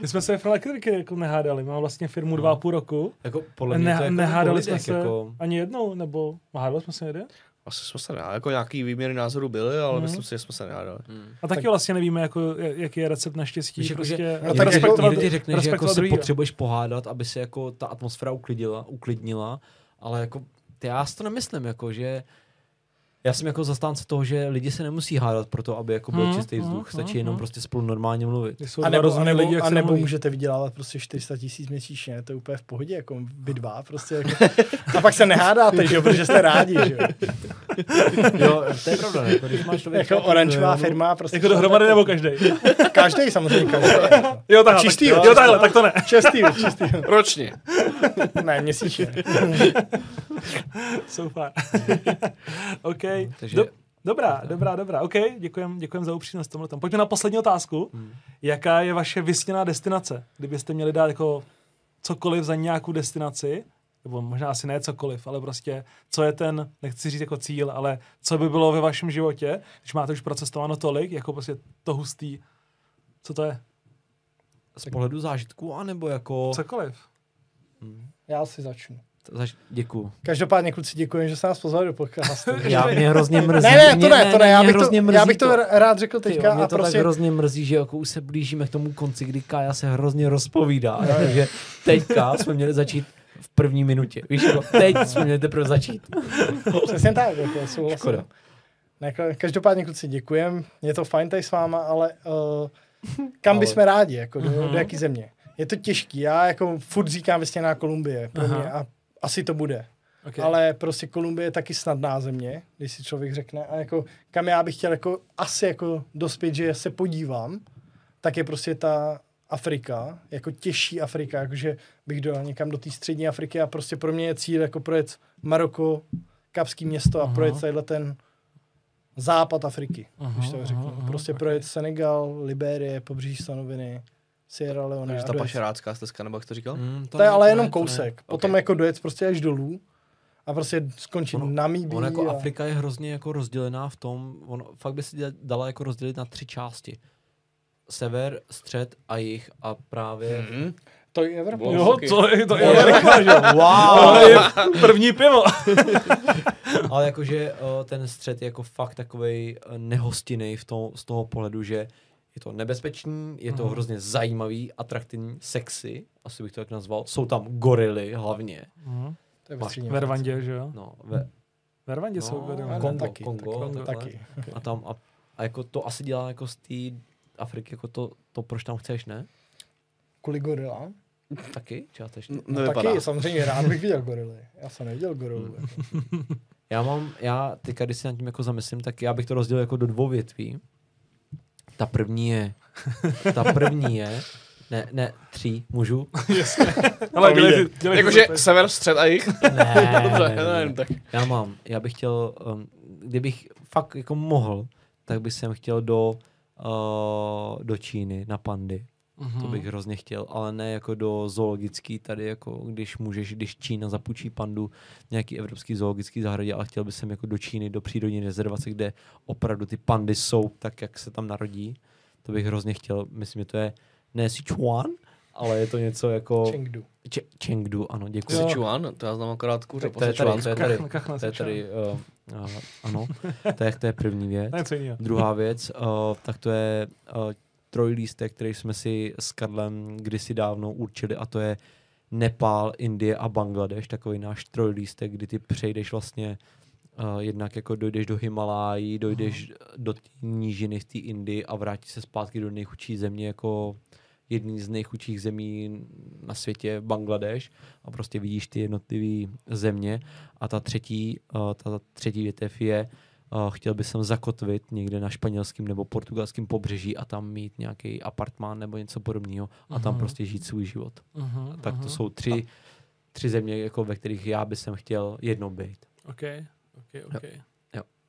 S1: My jsme se v elektriky jako nehádali, mám vlastně firmu dva a půl roku.
S2: Jako No. podle mě
S1: Ne,
S2: to jako
S1: nehádali
S2: jako
S1: jsme se
S2: Jako,
S1: ani jednou, nebo hádali jsme se jeden?
S4: asi jsme se nehádali, jako nějaký výměny názorů byly, ale
S1: Mhm.
S4: myslím si, že jsme se nehádali.
S2: Mm.
S1: A taky vlastně nevíme, jako, jak- jaký je recept na štěstí.
S2: Víš, jako, že-
S1: prostě,
S3: No
S2: no,
S3: tak
S2: tak
S1: respektovat-
S3: jako-
S2: někdo ti řekne, že jako
S1: respektovat
S2: se
S1: druhýho.
S2: potřebuješ pohádat, aby se jako ta atmosféra uklidila, uklidnila, ale jako ty já si to nemyslím, jako že já jsem jako zastánce toho, že lidi se nemusí hádat pro to, aby jako byl
S1: Hmm,
S2: čistý
S1: hmm,
S2: vzduch, stačí
S1: hmm,
S2: jenom
S1: hmm.
S2: prostě spolu normálně mluvit.
S1: Když jsou
S3: A
S1: dva
S3: nebo, a
S1: rozumní
S3: nebo,
S1: lidi, jak
S3: a
S1: se
S3: nebo
S1: mluví.
S3: můžete vydělávat prostě 400 tisíc měsíčně, to je úplně v pohodě, jako vy dva prostě. Jako. A pak se nehádáte, že jo, protože jste rádi, že jo.
S2: Jo, to je pravda, jako když máš člověka...
S3: Jako oranžová
S2: jako-
S3: firma, prostě.
S1: Jako dohromady nebo každý?
S3: Každý samozřejmě, každý.
S1: Jo, takhle,
S3: čistý,
S1: tak,
S3: jo,
S1: jo,
S3: čistý.
S1: takhle, tak to ne.
S3: Čestý, čestý.
S4: Ročně.
S3: Ne, měsíčně.
S1: So far. OK.
S2: Takže-
S1: Dob- Dobrá, dobrá, dobrá. OK, děkujem, děkujem za upřímnost tomhle. Pojďme na poslední otázku. Jaká je vaše vysněná destinace? Kdybyste měli dát jako cokoliv za nějakou destinaci, nebo možná asi ne cokoliv, ale prostě, co je ten, nechci říct jako cíl, ale co by bylo ve vašem životě, když máte už procestováno tolik, jako prostě to hustý, co to je?
S2: Z pohledu zážitku, anebo jako...
S1: Cokoliv.
S3: Já si začnu.
S2: Zač- děkuju.
S3: Každopádně, kluci, děkuji, že jste nás pozvali do podcastu.
S2: Já mě hrozně mrzí.
S3: Ne, ne, to
S2: Mě-
S3: ne, to ne, já
S2: mě
S3: bych to,
S2: hrozně mrzí
S3: já bych to r- rád řekl
S2: Ty jo,
S3: teďka
S2: mě
S3: a
S2: to tak
S3: prostě
S2: hrozně mrzí, že jako už se blížíme k tomu konci, kdy Kaja se hrozně rozpovídá. Takže teďka jsme měli začít v první minutě. Víš, jako teď jsme měli teprve začít.
S3: přesně tak, jako souhlasím.
S2: Škoda.
S3: Ne, ka- Každopádně, kluci, děkujem. Je to fajn tady s váma, ale uh, kam
S2: Ale-
S3: bychom rádi, jako do, do jaký země? Je to těžký. Já jako furt říkám vysněná Kolumbie pro
S1: Aha.
S3: mě a asi to bude.
S1: Okay.
S3: Okay. Ale prostě Kolumbie je taky snadná země, když si člověk řekne. A jako kam já bych chtěl jako asi jako dospět, že se podívám tak je prostě ta Afrika, jako těžší Afrika, jakože bych dojel někam do té střední Afriky a prostě pro mě je cíl jako projet Maroko, Kapský město a
S1: Aha.
S3: projet tadyhle ten západ Afriky,
S1: Aha,
S3: když to
S1: aha,
S3: řeknu.
S1: aha,
S3: prostě
S1: ok.
S3: projet Senegal, Liberie, pobřeží stanoviny, Sierra Leone.
S4: Takže
S3: a
S4: ta
S3: dojet.
S4: pašerácká stezka, nebo jak to říkal?
S2: Mm,
S3: To je ale
S2: ne,
S3: jenom
S2: to ne.
S3: kousek. Potom jako dojet prostě až dolů a prostě skončit
S2: Ono-
S3: na Míbí.
S2: On jako
S3: a...
S2: Afrika je hrozně jako rozdělená v tom, on fakt by se dě- dala jako rozdělit na tři části. Sever, střed a jih a
S3: Hmm.
S2: právě...
S4: Mhm.
S3: To je Evropa.
S4: Wow.
S1: Jo, to je, to je,
S2: wow!
S1: to je první pivo.
S2: Ale jakože eh, ten střed je jako fakt takovej eh, nehostinej v tom, z toho pohledu, že je to nebezpečný, je to
S1: Mhm.
S2: hrozně zajímavý, atraktivní, sexy, asi bych to tak nazval. Jsou tam gorily hlavně.
S3: To je
S2: Máš-
S3: ve střední
S1: Ve
S3: Africe.
S1: Rwandě, že jo?
S2: No, ve,
S1: Ve Rwandě
S2: No,
S1: jsou
S3: Ale
S1: uvedeny.
S2: Kongo,
S3: taky,
S2: Kongo,
S3: taky,
S2: takhle.
S3: taky.
S2: a tam a, a jako to asi dělá jako z té Afriky jako to, to, proč tam chceš, ne?
S3: Kvůli gorilám?
S2: Taky částečně.
S4: N-
S3: No,
S4: Nevypadá.
S3: taky, samozřejmě rád bych viděl gorily. Já jsem neviděl
S2: Mm.
S3: gorilu. jako.
S2: Já mám, já teďka, když se nad tím jako zamyslím, tak já bych to rozdělil jako do dvou větví. Ta první je, ta první je, ne, ne, tří, můžu?
S1: Ale
S4: Povídej.
S1: dělej si- dělej si
S4: Jakože
S1: to, to
S4: sever, střed a jich.
S2: Ne,
S4: Dobře,
S2: ne,
S4: ne,
S2: ne, ne.
S4: ne, tak.
S2: Já mám, já bych chtěl, um, kdybych fakt jako mohl, tak bych jsem chtěl do, uh, do Číny na pandy.
S1: Mhm.
S2: To bych hrozně chtěl, ale ne jako do zoologický tady, jako když můžeš, když Čína zapučí pandu v nějaký evropský zoologický zahradě, ale chtěl bych sem jako do Číny, do přírodní rezervace, kde opravdu ty pandy jsou tak, jak se tam narodí. To bych hrozně chtěl, myslím, že to je ne Sichuan, ale je to něco jako
S3: Chengdu.
S2: Če- Chengdu, ano, děkuji.
S4: Sichuan, to já znám akorát kuře
S2: Tak
S4: po
S2: to je tady,
S4: Sichuansku.
S2: to je
S1: Kachna-
S2: tady,
S1: kachna
S2: to je
S1: se
S2: tady, uh, uh, ano, to je, to je první věc.
S1: čá- Ne, co jiného.
S2: Druhá věc, uh, tak to je uh, trojlístek, který jsme si s Karlem kdysi dávno určili a to je Nepál, Indie a Bangladeš, takový náš trojlístek, kdy ty přejdeš vlastně uh, jednak jako dojdeš do Himalájí, dojdeš do té nížiny v té Indii a vrátíš se zpátky do nejchudší země jako jedný z nejchudších zemí na světě, Bangladeš, a prostě vidíš ty jednotlivé země. A ta třetí, uh, ta třetí větev je, uh, chtěl bych sem zakotvit někde na španělském nebo portugalském pobřeží a tam mít nějaký apartmán nebo něco podobného a tam
S1: Mhm.
S2: prostě žít svůj život.
S1: Mhm,
S2: Tak to
S1: mhm.
S2: jsou tři, tři země, jako ve kterých já bych sem chtěl jednou být.
S1: OK, OK, OK.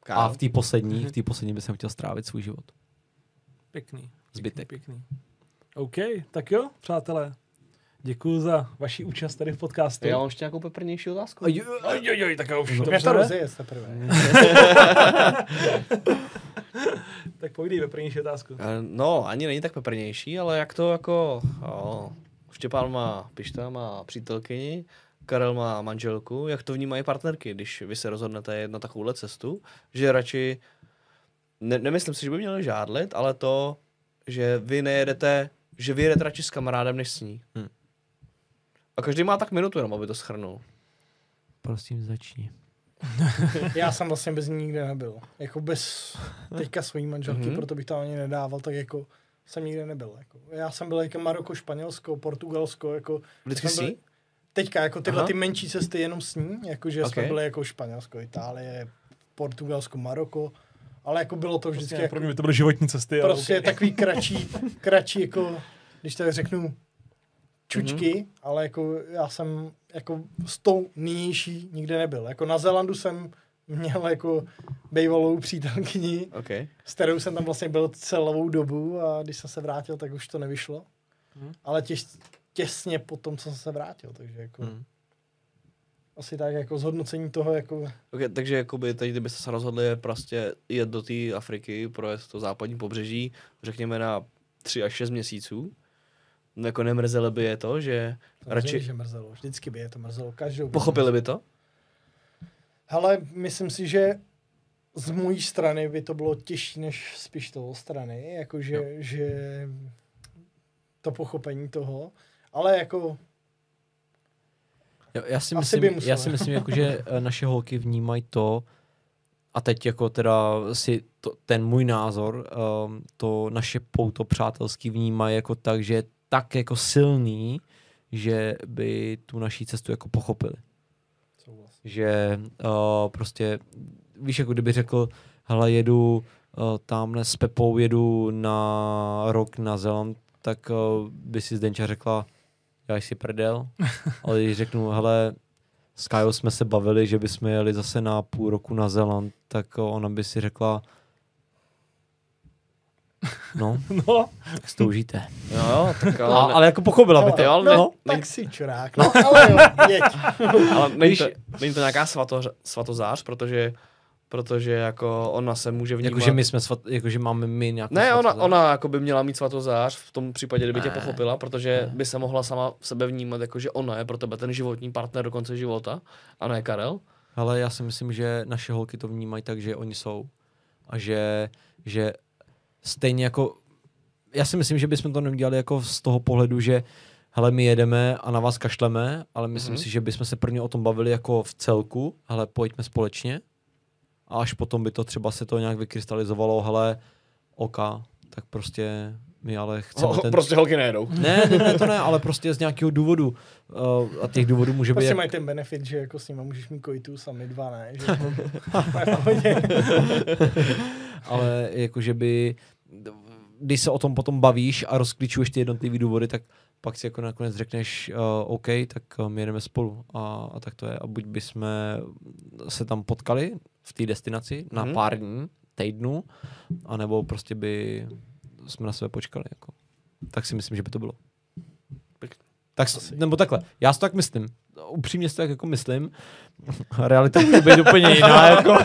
S2: A v té poslední, v té poslední bych sem chtěl strávit svůj život.
S1: Pěkný.
S2: Zbytek.
S1: Pěkný. OK, tak jo, přátelé. Děkuji za vaši účast tady v podcastu.
S4: Já mám ještě nějakou peprnější otázku.
S1: Ojojoj, tak já
S2: No,
S1: už
S3: Mě to
S1: dobře.
S3: rozjeje teprve.
S2: Mm.
S1: Tak povídej ve první otázku.
S4: Eh, No, ani není tak peprnější, ale jak to jako... O, Štěpán má pišta, má přítelkyni, Karel má manželku, jak to vnímají partnerky, když vy se rozhodnete jet na takovouhle cestu, že radši, ne, nemyslím si, že by měli žádlit, ale to, že vy nejedete, že vy jedete radši s kamarádem než s ní.
S2: Hm.
S4: A každý má tak minutu jenom, aby to schrnul.
S2: Prosím, začni.
S3: Já jsem vlastně bez ní nikde nebyl. Jako bez teďka svojí manželky,
S4: Mhm.
S3: mm-hmm. proto bych to ani nedával, tak jako jsem nikde nebyl. Jako. Já jsem byl jako Maroko, Španělsko, Portugalsko, jako
S4: Vždycky
S3: jsme
S4: s ní?
S3: byli- Teďka, jako tyhle
S4: Aha.
S3: ty menší cesty jenom s ní, jakože okay. jsme
S4: Ok.
S3: byli jako Španělsko, Itálie, Portugalsko, Maroko, ale jako bylo to vždycky jako,
S1: Pro mě by to byly životní cesty. ale
S3: prostě
S1: OK.
S3: takový kratší, kratší jako, když to řeknu, čučky,
S4: Mhm.
S3: mm-hmm. ale jako já jsem jako s tou nynější nikde nebyl. Jako na Zelandu jsem měl jako bejvalou přítelkyni,
S4: Okay.
S3: s kterou jsem tam vlastně byl celou dobu a když jsem se vrátil, tak už to nevyšlo.
S1: Mhm.
S3: Hmm. Ale těž, těsně po tom, co jsem se vrátil, takže jako
S2: Mhm.
S3: hmm. asi tak jako zhodnocení toho, jako
S4: Okay, takže jakoby teď, kdybyste se rozhodli prostě jet do té Afriky, projet to západní pobřeží, řekněme na 3 až 6 měsíců, no jako nemrzelo by je to, že
S3: radši...
S4: radši
S3: že mrzelo, vždycky by je to mrzelo, každou by-
S4: pochopili by to?
S3: Hele, myslím si, že z mojí strany by to bylo těžší než z Pištovou strany,
S2: Jo.
S3: jakože že to pochopení toho, ale jako
S2: Já, já si
S3: Asi
S2: myslím,
S3: by
S2: já
S3: museli.
S2: si myslím jako, že eh, naše holky vnímají to, a teď jako teda si to, ten můj názor, um, to naše pouto přátelský vnímají jako tak, že je tak jako silný, že by tu naší cestu jako pochopili. eh,
S3: souhlas.
S2: Že uh, prostě, víš, jako kdyby řekl, hele, jedu eh, tamhle s Pepou jedu na rok na Zeland, tak eh, by si Zdenča řekla, já si prdel, ale když řeknu, hele, s Kajou jsme se bavili, že bychom jeli zase na půl roku na Zeland, tak eh, ona by si řekla, no,
S1: No,
S2: tak si to užijte.
S4: Jo, No, jo, tak
S2: A,
S4: ale,
S2: ale jako pochopila by
S3: Ale-
S2: to.
S4: jo, ale ne-
S2: no.
S4: ne-
S3: Tak si čurák. No, ale jo, jeď.
S4: Ale není to,
S2: Víš-
S4: není to nějaká svato, svatozář, protože, protože jako ona se může vnímat...
S2: Jakože my jsme svat, jakože máme my nějakou
S4: Ne, ona,
S2: svatozář.
S4: ona jako by měla mít svatozář v tom případě, kdyby tě
S2: Ne.
S4: pochopila, protože by se mohla sama sebe vnímat, jako že ona je pro tebe ten životní partner do konce života a ne Karel.
S2: Ale já si myslím, že naše holky to vnímají tak, že oni jsou. A že, že stejně jako... Já si myslím, že bychom to neudělali jako z toho pohledu, že hele, my jedeme a na vás kašleme, ale myslím
S4: Mhm.
S2: si, že bychom se prvně o tom bavili jako v celku, hele, pojďme společně. A až potom by to třeba se to nějak vykrystalizovalo, hele, oka, tak prostě my ale chceme
S4: Ho,
S2: ten...
S4: Prostě holky nejedou.
S2: Ne, ne, ne, to ne, ale prostě z nějakého důvodu. Uh, a těch důvodů může být...
S3: Prostě
S2: jak-
S3: mají ten benefit, že jako s nima můžeš mít kojitu sami dva, ne? Že v pohodě.
S2: ale jakože by, když se o tom potom bavíš a rozklíčuješ ty jednotlivé důvody, tak pak si jako nakonec řekneš, uh, OK, tak eh, my jedeme spolu a, a tak to je. A buď bychom se tam potkali v té destinaci na
S4: Mhm.
S2: pár dní, týdnů, anebo prostě by jsme na sebe počkali. Jako. Tak si myslím, že by to bylo.
S4: Pěkně.
S2: Tak, s-
S3: Asi.
S2: nebo takhle, já si to tak myslím. Upřímně si to tak jako myslím. Realita může být úplně jiná. Jako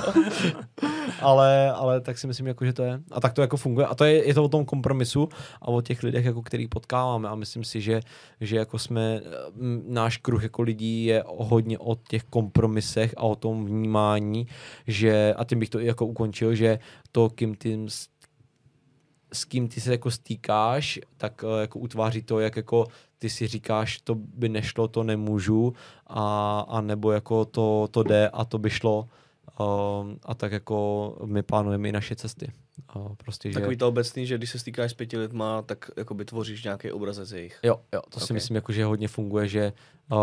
S2: ale, ale tak si myslím, jako, že to je. A tak to jako funguje. A to je, je to o tom kompromisu a o těch lidech, jako, který potkáváme. A myslím si, že, že jako jsme, m, náš kruh jako lidí je o- hodně o těch kompromisech a o tom vnímání, že, a tím bych to i jako ukončil, že to, kým ty s- s kým ty se jako stýkáš, tak eh, jako utváří to, jak jako ty si říkáš, to by nešlo, to nemůžu, a, a nebo jako to, to jde a to by šlo. Um, a tak jako my plánujeme i naše cesty. Uh, prostě, že...
S4: Takový to obecný, že když se stýkáš s pěti lidma, tak jako by tvoříš nějaký obrazec jejich.
S2: Jo, jo, to si
S4: Ok.
S2: myslím, jako, že hodně funguje, že, uh,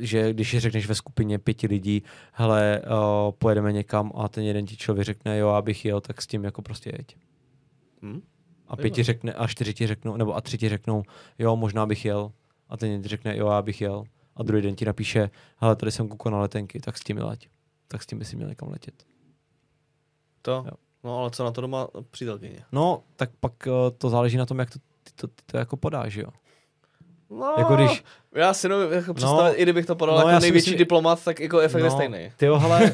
S2: že když řekneš ve skupině pěti lidí, hele, uh, pojedeme někam a ten jeden ti člověk řekne, jo, abych jel, tak s tím jako prostě jeď.
S4: Hm?
S2: A pěti řekne, a čtyři ti řeknou, nebo a tři ti řeknou, jo, možná bych jel. A ten jeden ti řekne, jo, já bych jel. A druhý den ti napíše, hele, tady jsem kuko na letenky, tak s tím leď. Tak s tím by si měl někam letět.
S4: To?
S2: Jo.
S4: No ale co na to doma přítelkyně?
S2: No, tak pak eh, to záleží na tom, jak to, ty to, ty to jako podáš, že jo?
S4: No,
S2: Jako když-
S4: Já si nevím, jako představit, i kdybych to podal
S2: no,
S4: no,
S2: já
S4: jako
S2: si
S4: největší
S2: myslím-
S4: myslím, diplomat, tak jako efekt no. je
S2: no,
S4: stejný.
S2: Ty jo, hele,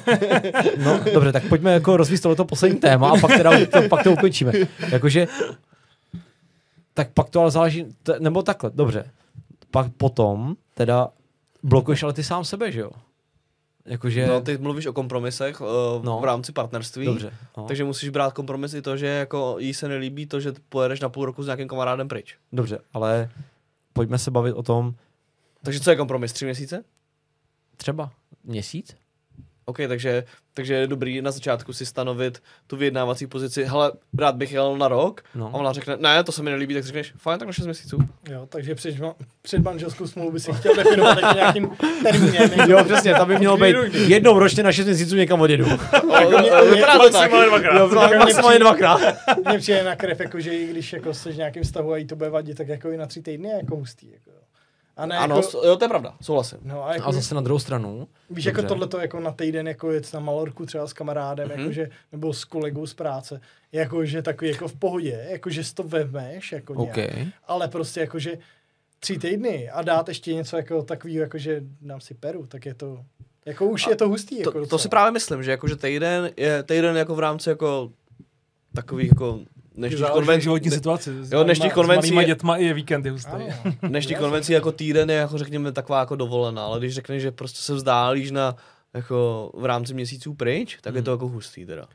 S2: no, dobře, tak pojďme jako rozvíjet tohleto poslední téma a pak, teda, to, pak to ukončíme. Jakože, tak pak to ale záleží, t- nebo takhle, dobře. Pak potom, teda, blokuješ ale ty sám sebe, že jo? Jakože,
S4: No, ty mluvíš o kompromisech uh,
S2: No.
S4: no. v rámci partnerství.
S2: dobře. No, takže...
S4: Takže musíš brát kompromis i to, že jako jí se nelíbí to, že pojedeš na půl roku s nějakým kamarádem pryč.
S2: Dobře, ale pojďme se bavit o tom
S4: Takže co je kompromis? Tři měsíce?
S2: třeba měsíc?
S4: OK, takže, takže je dobrý na začátku si stanovit tu vyjednávací pozici. Hele, rád bych jel na rok.
S2: No.
S4: No. A ona řekne, ne, to se mi nelíbí, tak řekneš, fajn, tak na 6 měsíců.
S3: Jo, takže před, před manželskou smlouvu by si chtěl definovat taky nějakým termínem. jako-
S2: Jo, přesně, tam by mělo být jednou ročně na 6 měsíců někam odjedu.
S4: O, o,
S3: mě-
S4: o,
S3: mě-
S4: vypadá to tak.
S2: Jo, maximálně dvakrát.
S3: Mně přijde na krev, jako, že i když jako jsi v nějakém vztahu a jí to bude vadit, tak jako i na tři týdny je jako hustý. Jako. jo. A ne,
S4: Ano,
S3: jako,
S4: s- jo, to je pravda, souhlasím.
S3: no, a, jako,
S2: A zase na druhou stranu.
S3: víš,
S2: dobře. Mhm.
S3: jako tohle to jako na týden jako jet na malorku třeba s kamarádem, mm-hmm. jakože, nebo s kolegou z práce, jakože takový jako v pohodě, jakože si to vemeš, jako nějak,
S2: OK.
S3: ale prostě jakože tři týdny a dát ještě něco jako takového, jakože dám si peru, tak je to, jako už je to hustý. Jako
S4: To, to
S3: docela.
S4: si právě myslím, že jakože týden je týden jako v rámci jako takových jako dnešních
S1: záleží na
S4: konvencí.
S1: životní situaci. S
S4: Jo, dnešních
S1: malýma- S
S4: konvencí
S1: malýma
S4: je-
S1: dětma i je víkend je hustý. No
S3: Ano.
S4: dnešní konvenci jako týden je jako řekněme taková jako dovolená, ale když řekneš, že prostě se vzdálíš na jako v rámci měsíců pryč, tak je to jako hustý teda.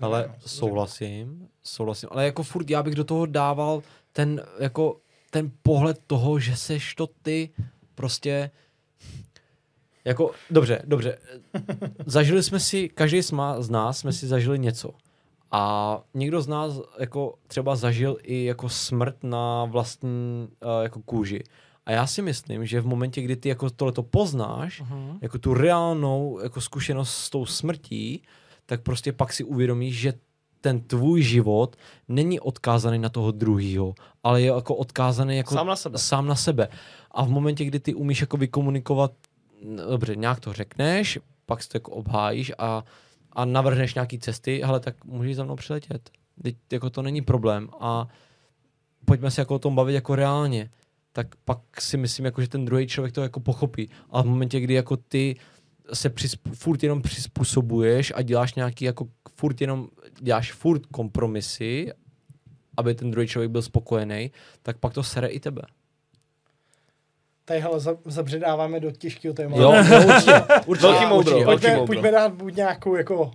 S2: Ale souhlasím, souhlasím. Ale jako furt já bych do toho dával ten, jako, ten pohled toho, že seš to ty prostě jako, dobře, dobře. Zažili jsme si, každý z ma- z nás jsme si zažili něco. A někdo z nás jako třeba zažil i jako smrt na vlastní uh, jako kůži. A já si myslím, že v momentě, kdy ty jako tohleto poznáš,
S1: Mhm.
S2: jako tu reálnou jako zkušenost s tou smrtí, tak prostě pak si uvědomíš, že ten tvůj život není odkázaný na toho druhýho, ale je jako odkázaný jako
S4: Sám na sebe.
S2: sám na sebe. A v momentě, kdy ty umíš jako vykomunikovat, n- dobře, nějak to řekneš, pak si to jako obhájíš a, a navrhneš nějaký cesty, hele, tak můžeš za mnou přiletět. Teď jako to není problém a pojďme se jako o tom bavit jako reálně. Tak pak si myslím, jako, že ten druhý člověk to jako pochopí. A v momentě, kdy jako ty se přizp- furt jenom přizpůsobuješ a děláš nějaký jako furt jenom, děláš furt kompromisy, aby ten druhý člověk byl spokojený, tak pak to sere i tebe.
S3: Tady hele, za- zabředáváme do těžkého tématu.
S2: Jo, jo určitě. určitě
S4: Velký moudro,
S2: určitě.
S4: velký
S3: Pojďme,
S4: moudro.
S3: pojďme dát buď nějakou jako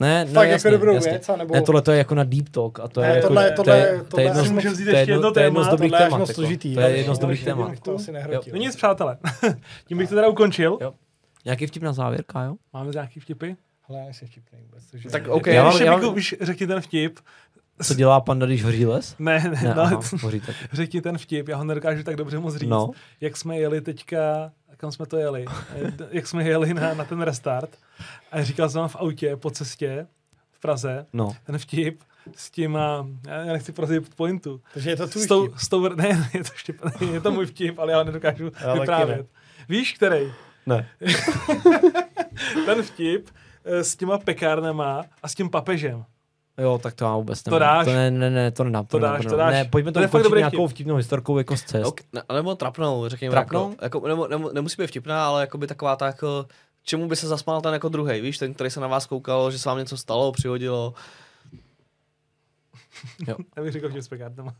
S2: Ne,
S3: no,
S2: ne,
S3: fakt
S2: jasně,
S3: jako dobrou
S2: jasně.
S3: věc, anebo
S2: Ne, tohle to je jako na deep talk a to
S3: Ne,
S2: je jako,
S3: tohle-
S2: to je,
S3: tohle-
S2: to je jedno,
S1: tohle-
S2: z-
S1: Můžeme vzít
S2: to je
S1: ještě
S2: jedno,
S1: jedno
S2: to je jedno z
S1: téma,
S2: dobrých
S3: tohle je až
S2: témat.
S3: moc
S2: jako.
S3: složitý,
S2: To je
S3: ale
S2: jedno z
S3: jo,
S2: dobrých
S3: ještě jednou
S2: témat.
S3: bych To asi nehrotil.
S1: No nic, přátelé. Tím bych to teda ukončil.
S2: Jo. Nějaký vtip na závěrka, jo?
S1: Máme nějaký vtipy?
S3: Hele, já nejsem vtipný vůbec. Takže...
S4: Tak OK,
S2: Já
S1: Já
S2: mám-
S1: ještě,
S2: já
S1: já...
S2: mám-
S1: Už řekni ten vtip.
S2: Co dělá panda, když hoří les?
S1: Ne, ne,
S2: Ne,
S1: no,
S2: aha, hoří tak.
S1: řekni ten vtip, já ho nedokážu tak dobře moc říct.
S2: No.
S1: Jak jsme jeli teďka, kam jsme to jeli, Eh, d- jak jsme jeli na, na ten restart a říkal jsem vám v autě po cestě v Praze,
S2: No.
S1: ten vtip s tím, a, já nechci prozit pointu,
S3: Takže je to tvůj
S1: s tou,
S3: vtip.
S1: s tou, ne, je to, štěp, je to můj vtip, ale já ho nedokážu
S4: taky
S1: vyprávět. Víš, který?
S2: Ne.
S1: Ten vtip eh, s těma pekárnama a s tím papežem.
S2: Jo, tak to já vůbec
S1: To
S2: nevím.
S1: dáš?
S2: To ne, ne, ne, to nedám.
S1: To
S2: nedám,
S1: dáš, to
S2: nedám.
S1: dáš.
S2: Ne, pojďme
S1: To
S2: to
S1: je fakt
S2: ukončit
S1: dobrý
S2: nějakou
S1: vtip.
S2: vtipnou historkou jako z cest.
S4: Ok, ne, nebo trapnou, řekněme.
S2: Trapnou?
S4: Jako, jako nebo, nebo, nemusí být vtipná, ale jako by taková ta jako, čemu by se zasmál ten jako druhý, víš, ten, který se na vás koukal, že se vám něco stalo, přihodilo.
S1: Já bych řekl, že s pekárnama.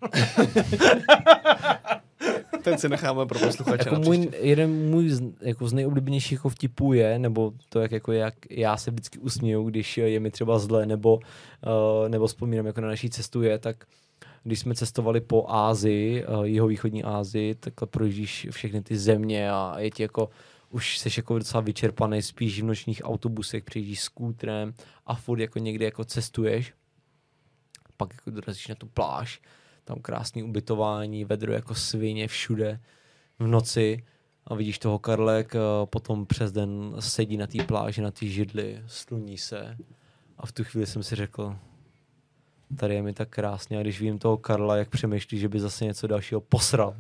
S4: Ten si necháme pro posluchače.
S2: Jako
S4: na
S2: můj,
S4: příště.
S2: jeden můj z, jako z nejoblíbenějších jako vtipů je, nebo to, jak, jako jak já se vždycky usměju, když je mi třeba zle, nebo, uh, nebo vzpomínám jako na naší cestu je, tak když jsme cestovali po Ázii, uh, jihovýchodní Ázii, takhle projíždíš všechny ty země a je ti jako už jsi jako docela vyčerpaný, spíš v nočních autobusech, přijíždíš skútrem a furt jako někde jako cestuješ pak jako dorazíš na tu pláž, tam krásný ubytování, vedro jako svině všude v noci a vidíš toho Karlek, eh, potom přes den sedí na té pláži, na té židli, sluní se a v tu chvíli jsem si řekl, tady je mi tak krásně a když vidím toho Karla, jak přemýšlí, že by zase něco dalšího posral.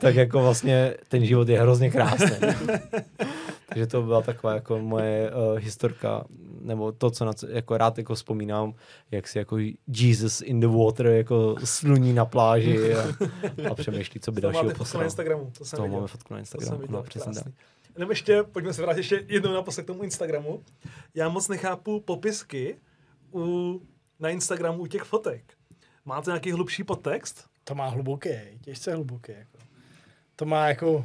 S2: tak jako vlastně ten život je hrozně krásný. Takže to byla taková jako moje uh, historka, nebo to, co na, co- jako rád jako vzpomínám, jak si jako Jesus in the water jako sluní na pláži a, a přemýšlí, co by
S1: To
S2: dalšího
S1: máte fotku na
S2: posral.
S1: Instagramu, to jsem
S2: To
S1: viděl.
S2: máme fotku na
S1: To jsem
S2: Instagramu.
S1: viděl,
S2: No, přesně tak.
S1: krásný. Nebo ještě, pojďme se vrátit ještě jednou naposled k tomu Instagramu. Já moc nechápu popisky u, na Instagramu u těch fotek. Máte nějaký hlubší podtext?
S3: To má hluboké, těžce hluboké. Jako. To má jako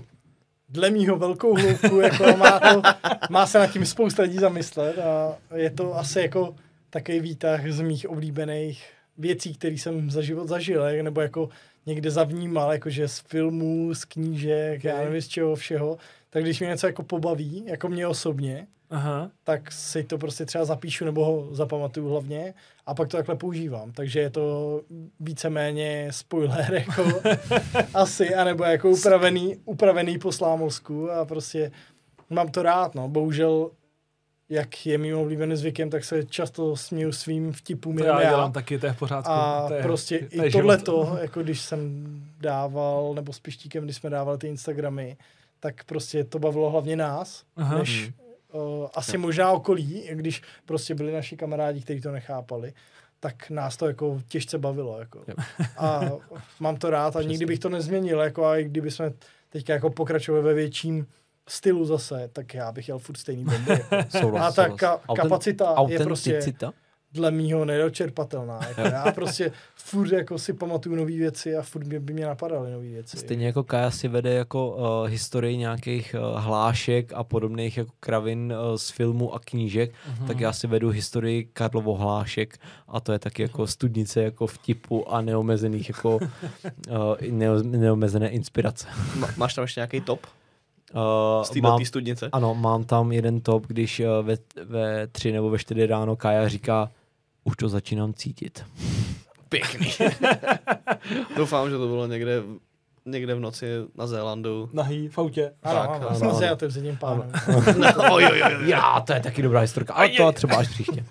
S3: dle mýho velkou hloubku, jako má, to, má se nad tím spousta lidí zamyslet a je to asi jako takový výtah z mých oblíbených věcí, které jsem za život zažil, jak- nebo jako někde zavnímal, jakože z filmů, z knížek, já nevím z čeho všeho, tak když mě něco jako pobaví, jako mě osobně,
S1: Aha.
S3: tak si to prostě třeba zapíšu nebo ho zapamatuju hlavně a pak to takhle používám. Takže je to víceméně spoiler jako asi, anebo jako upravený, upravený po slámovsku a prostě mám to rád, no. Bohužel, jak je mým oblíbeným zvykem, tak se často směju svým vtipům
S1: To
S3: jenom
S1: já dělám taky, to je v pořádku.
S3: a
S1: to je,
S3: prostě
S1: to je život.
S3: i tohle to, jako když jsem dával, nebo s Pištíkem, když jsme dávali ty Instagramy, tak prostě to bavilo hlavně nás,
S1: Aha.
S3: Aha.
S2: Mhm,
S3: než uh, asi možná okolí, i když prostě byli naši kamarádi, kteří to nechápali, tak nás to jako těžce bavilo. Jako.
S2: Jo.
S3: A mám to rád a nikdy bych to nezměnil, jako a i kdyby jsme teďka jako pokračovali ve větším stylu zase, tak já bych jel furt stejný bomby. Jako.
S2: Souhlas,
S3: A ta
S2: souhlas.
S3: ka-
S2: Autent-
S3: kapacita je prostě-
S2: autenticita?
S3: dle mýho nedočerpatelná. Jako já prostě furt jako si pamatuju nové věci a furt by, by mě napadaly nové věci.
S2: Stejně jako Kaja si vede jako uh, historii nějakých uh, hlášek a podobných jako kravin uh, z filmů a knížek, uh-huh.
S1: Mhm.
S2: tak já si vedu historii Karlovo hlášek a to je taky jako studnice jako vtipu a neomezených jako uh, neo, neomezené inspirace.
S4: Ma- Máš tam ještě nějaký top z
S2: Uh,
S4: této tý studnice?
S2: ano, mám tam jeden top, když uh, ve, ve tři nebo ve čtyři ráno Kaja říká, už to začínám cítit.
S4: Pěkný. Doufám, že to bylo někde někde v noci na Zélandu.
S1: Nahý v autě.
S4: Tak,
S3: Ano, ano,
S4: ano,
S3: jsem
S2: ano.
S3: se tím zimním pánem.
S4: oj, oj, oj, oj.
S2: Já, to je taky dobrá historka. A to třeba až příště.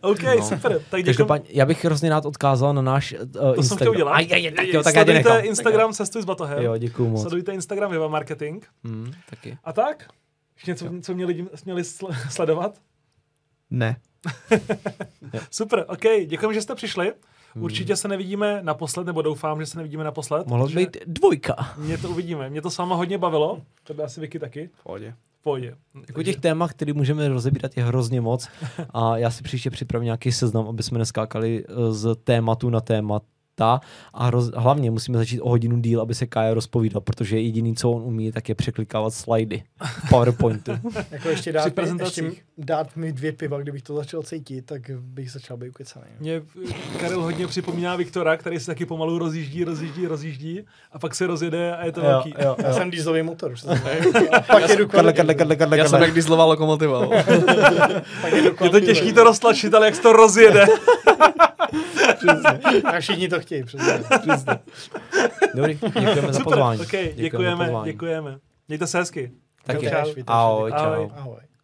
S1: OK, no. super. Tak děkuji.
S2: Každopádně, já bych hrozně rád odkázal na náš uh,
S1: To jsem chtěl udělat.
S2: Aj, aj, aj, tak jo, tak já tě
S1: Sledujte
S2: nechám.
S1: Instagram Cestuj s
S2: Tak
S1: batohem.
S2: Jo, děkuju moc.
S1: Sledujte Instagram Viva Marketing.
S2: Hmm, taky.
S1: A tak? Ještě něco, co mě lidi měli sl- sledovat?
S4: Ne.
S1: Super, OK, děkujeme, že jste přišli. Určitě se nevidíme naposled, nebo doufám, že se nevidíme naposled.
S2: Mohlo
S1: protože
S2: být dvojka.
S1: Mě to uvidíme. Mě to sama hodně bavilo. To by asi Vicky taky.
S4: V pohodě.
S1: V pohodě.
S2: Jako těch témat, které můžeme rozebírat, je hrozně moc. A já si příště připravím nějaký seznam, aby jsme neskákali eh, z tématu na témata. A roz, hlavně musíme začít o hodinu díl, aby se Kaja rozpovídal, protože jediný, co on umí, tak je překlikávat slidy v PowerPointu.
S3: Jako ještě dát,
S1: Při
S3: mi, ještě
S1: prezentacích.
S3: dát mi dvě piva, kdybych to začal cítit, tak bych začal být ukecaný. no.
S1: Mě Karel hodně připomíná Viktora, který se taky pomalu rozjíždí, rozjíždí, rozjíždí a pak se rozjede a je to velký.
S3: Já jsem dieselový motor, už se znamená. A pak jedu
S2: Kadle,
S3: kolem,
S2: kadle, kadle, kadle,
S4: Já jsem jako
S2: kadle.
S4: jak dieselová lokomotiva. vole.
S3: pak jedu
S1: Je
S3: kolem
S1: to
S3: piva.
S1: těžký to roztlačit, ale jak se to rozjede.
S3: A všichni to chtějí, přesně.
S2: Dobrý, děkujeme za
S1: Super,
S2: pozvání.
S1: okay,
S2: za
S1: děkujeme,
S2: pozvání.
S1: děkujeme. Mějte se hezky.
S2: Taky.
S3: Čau, vítej,
S2: Ahoj,
S1: Ahoj.
S2: čau.
S3: Ahoj.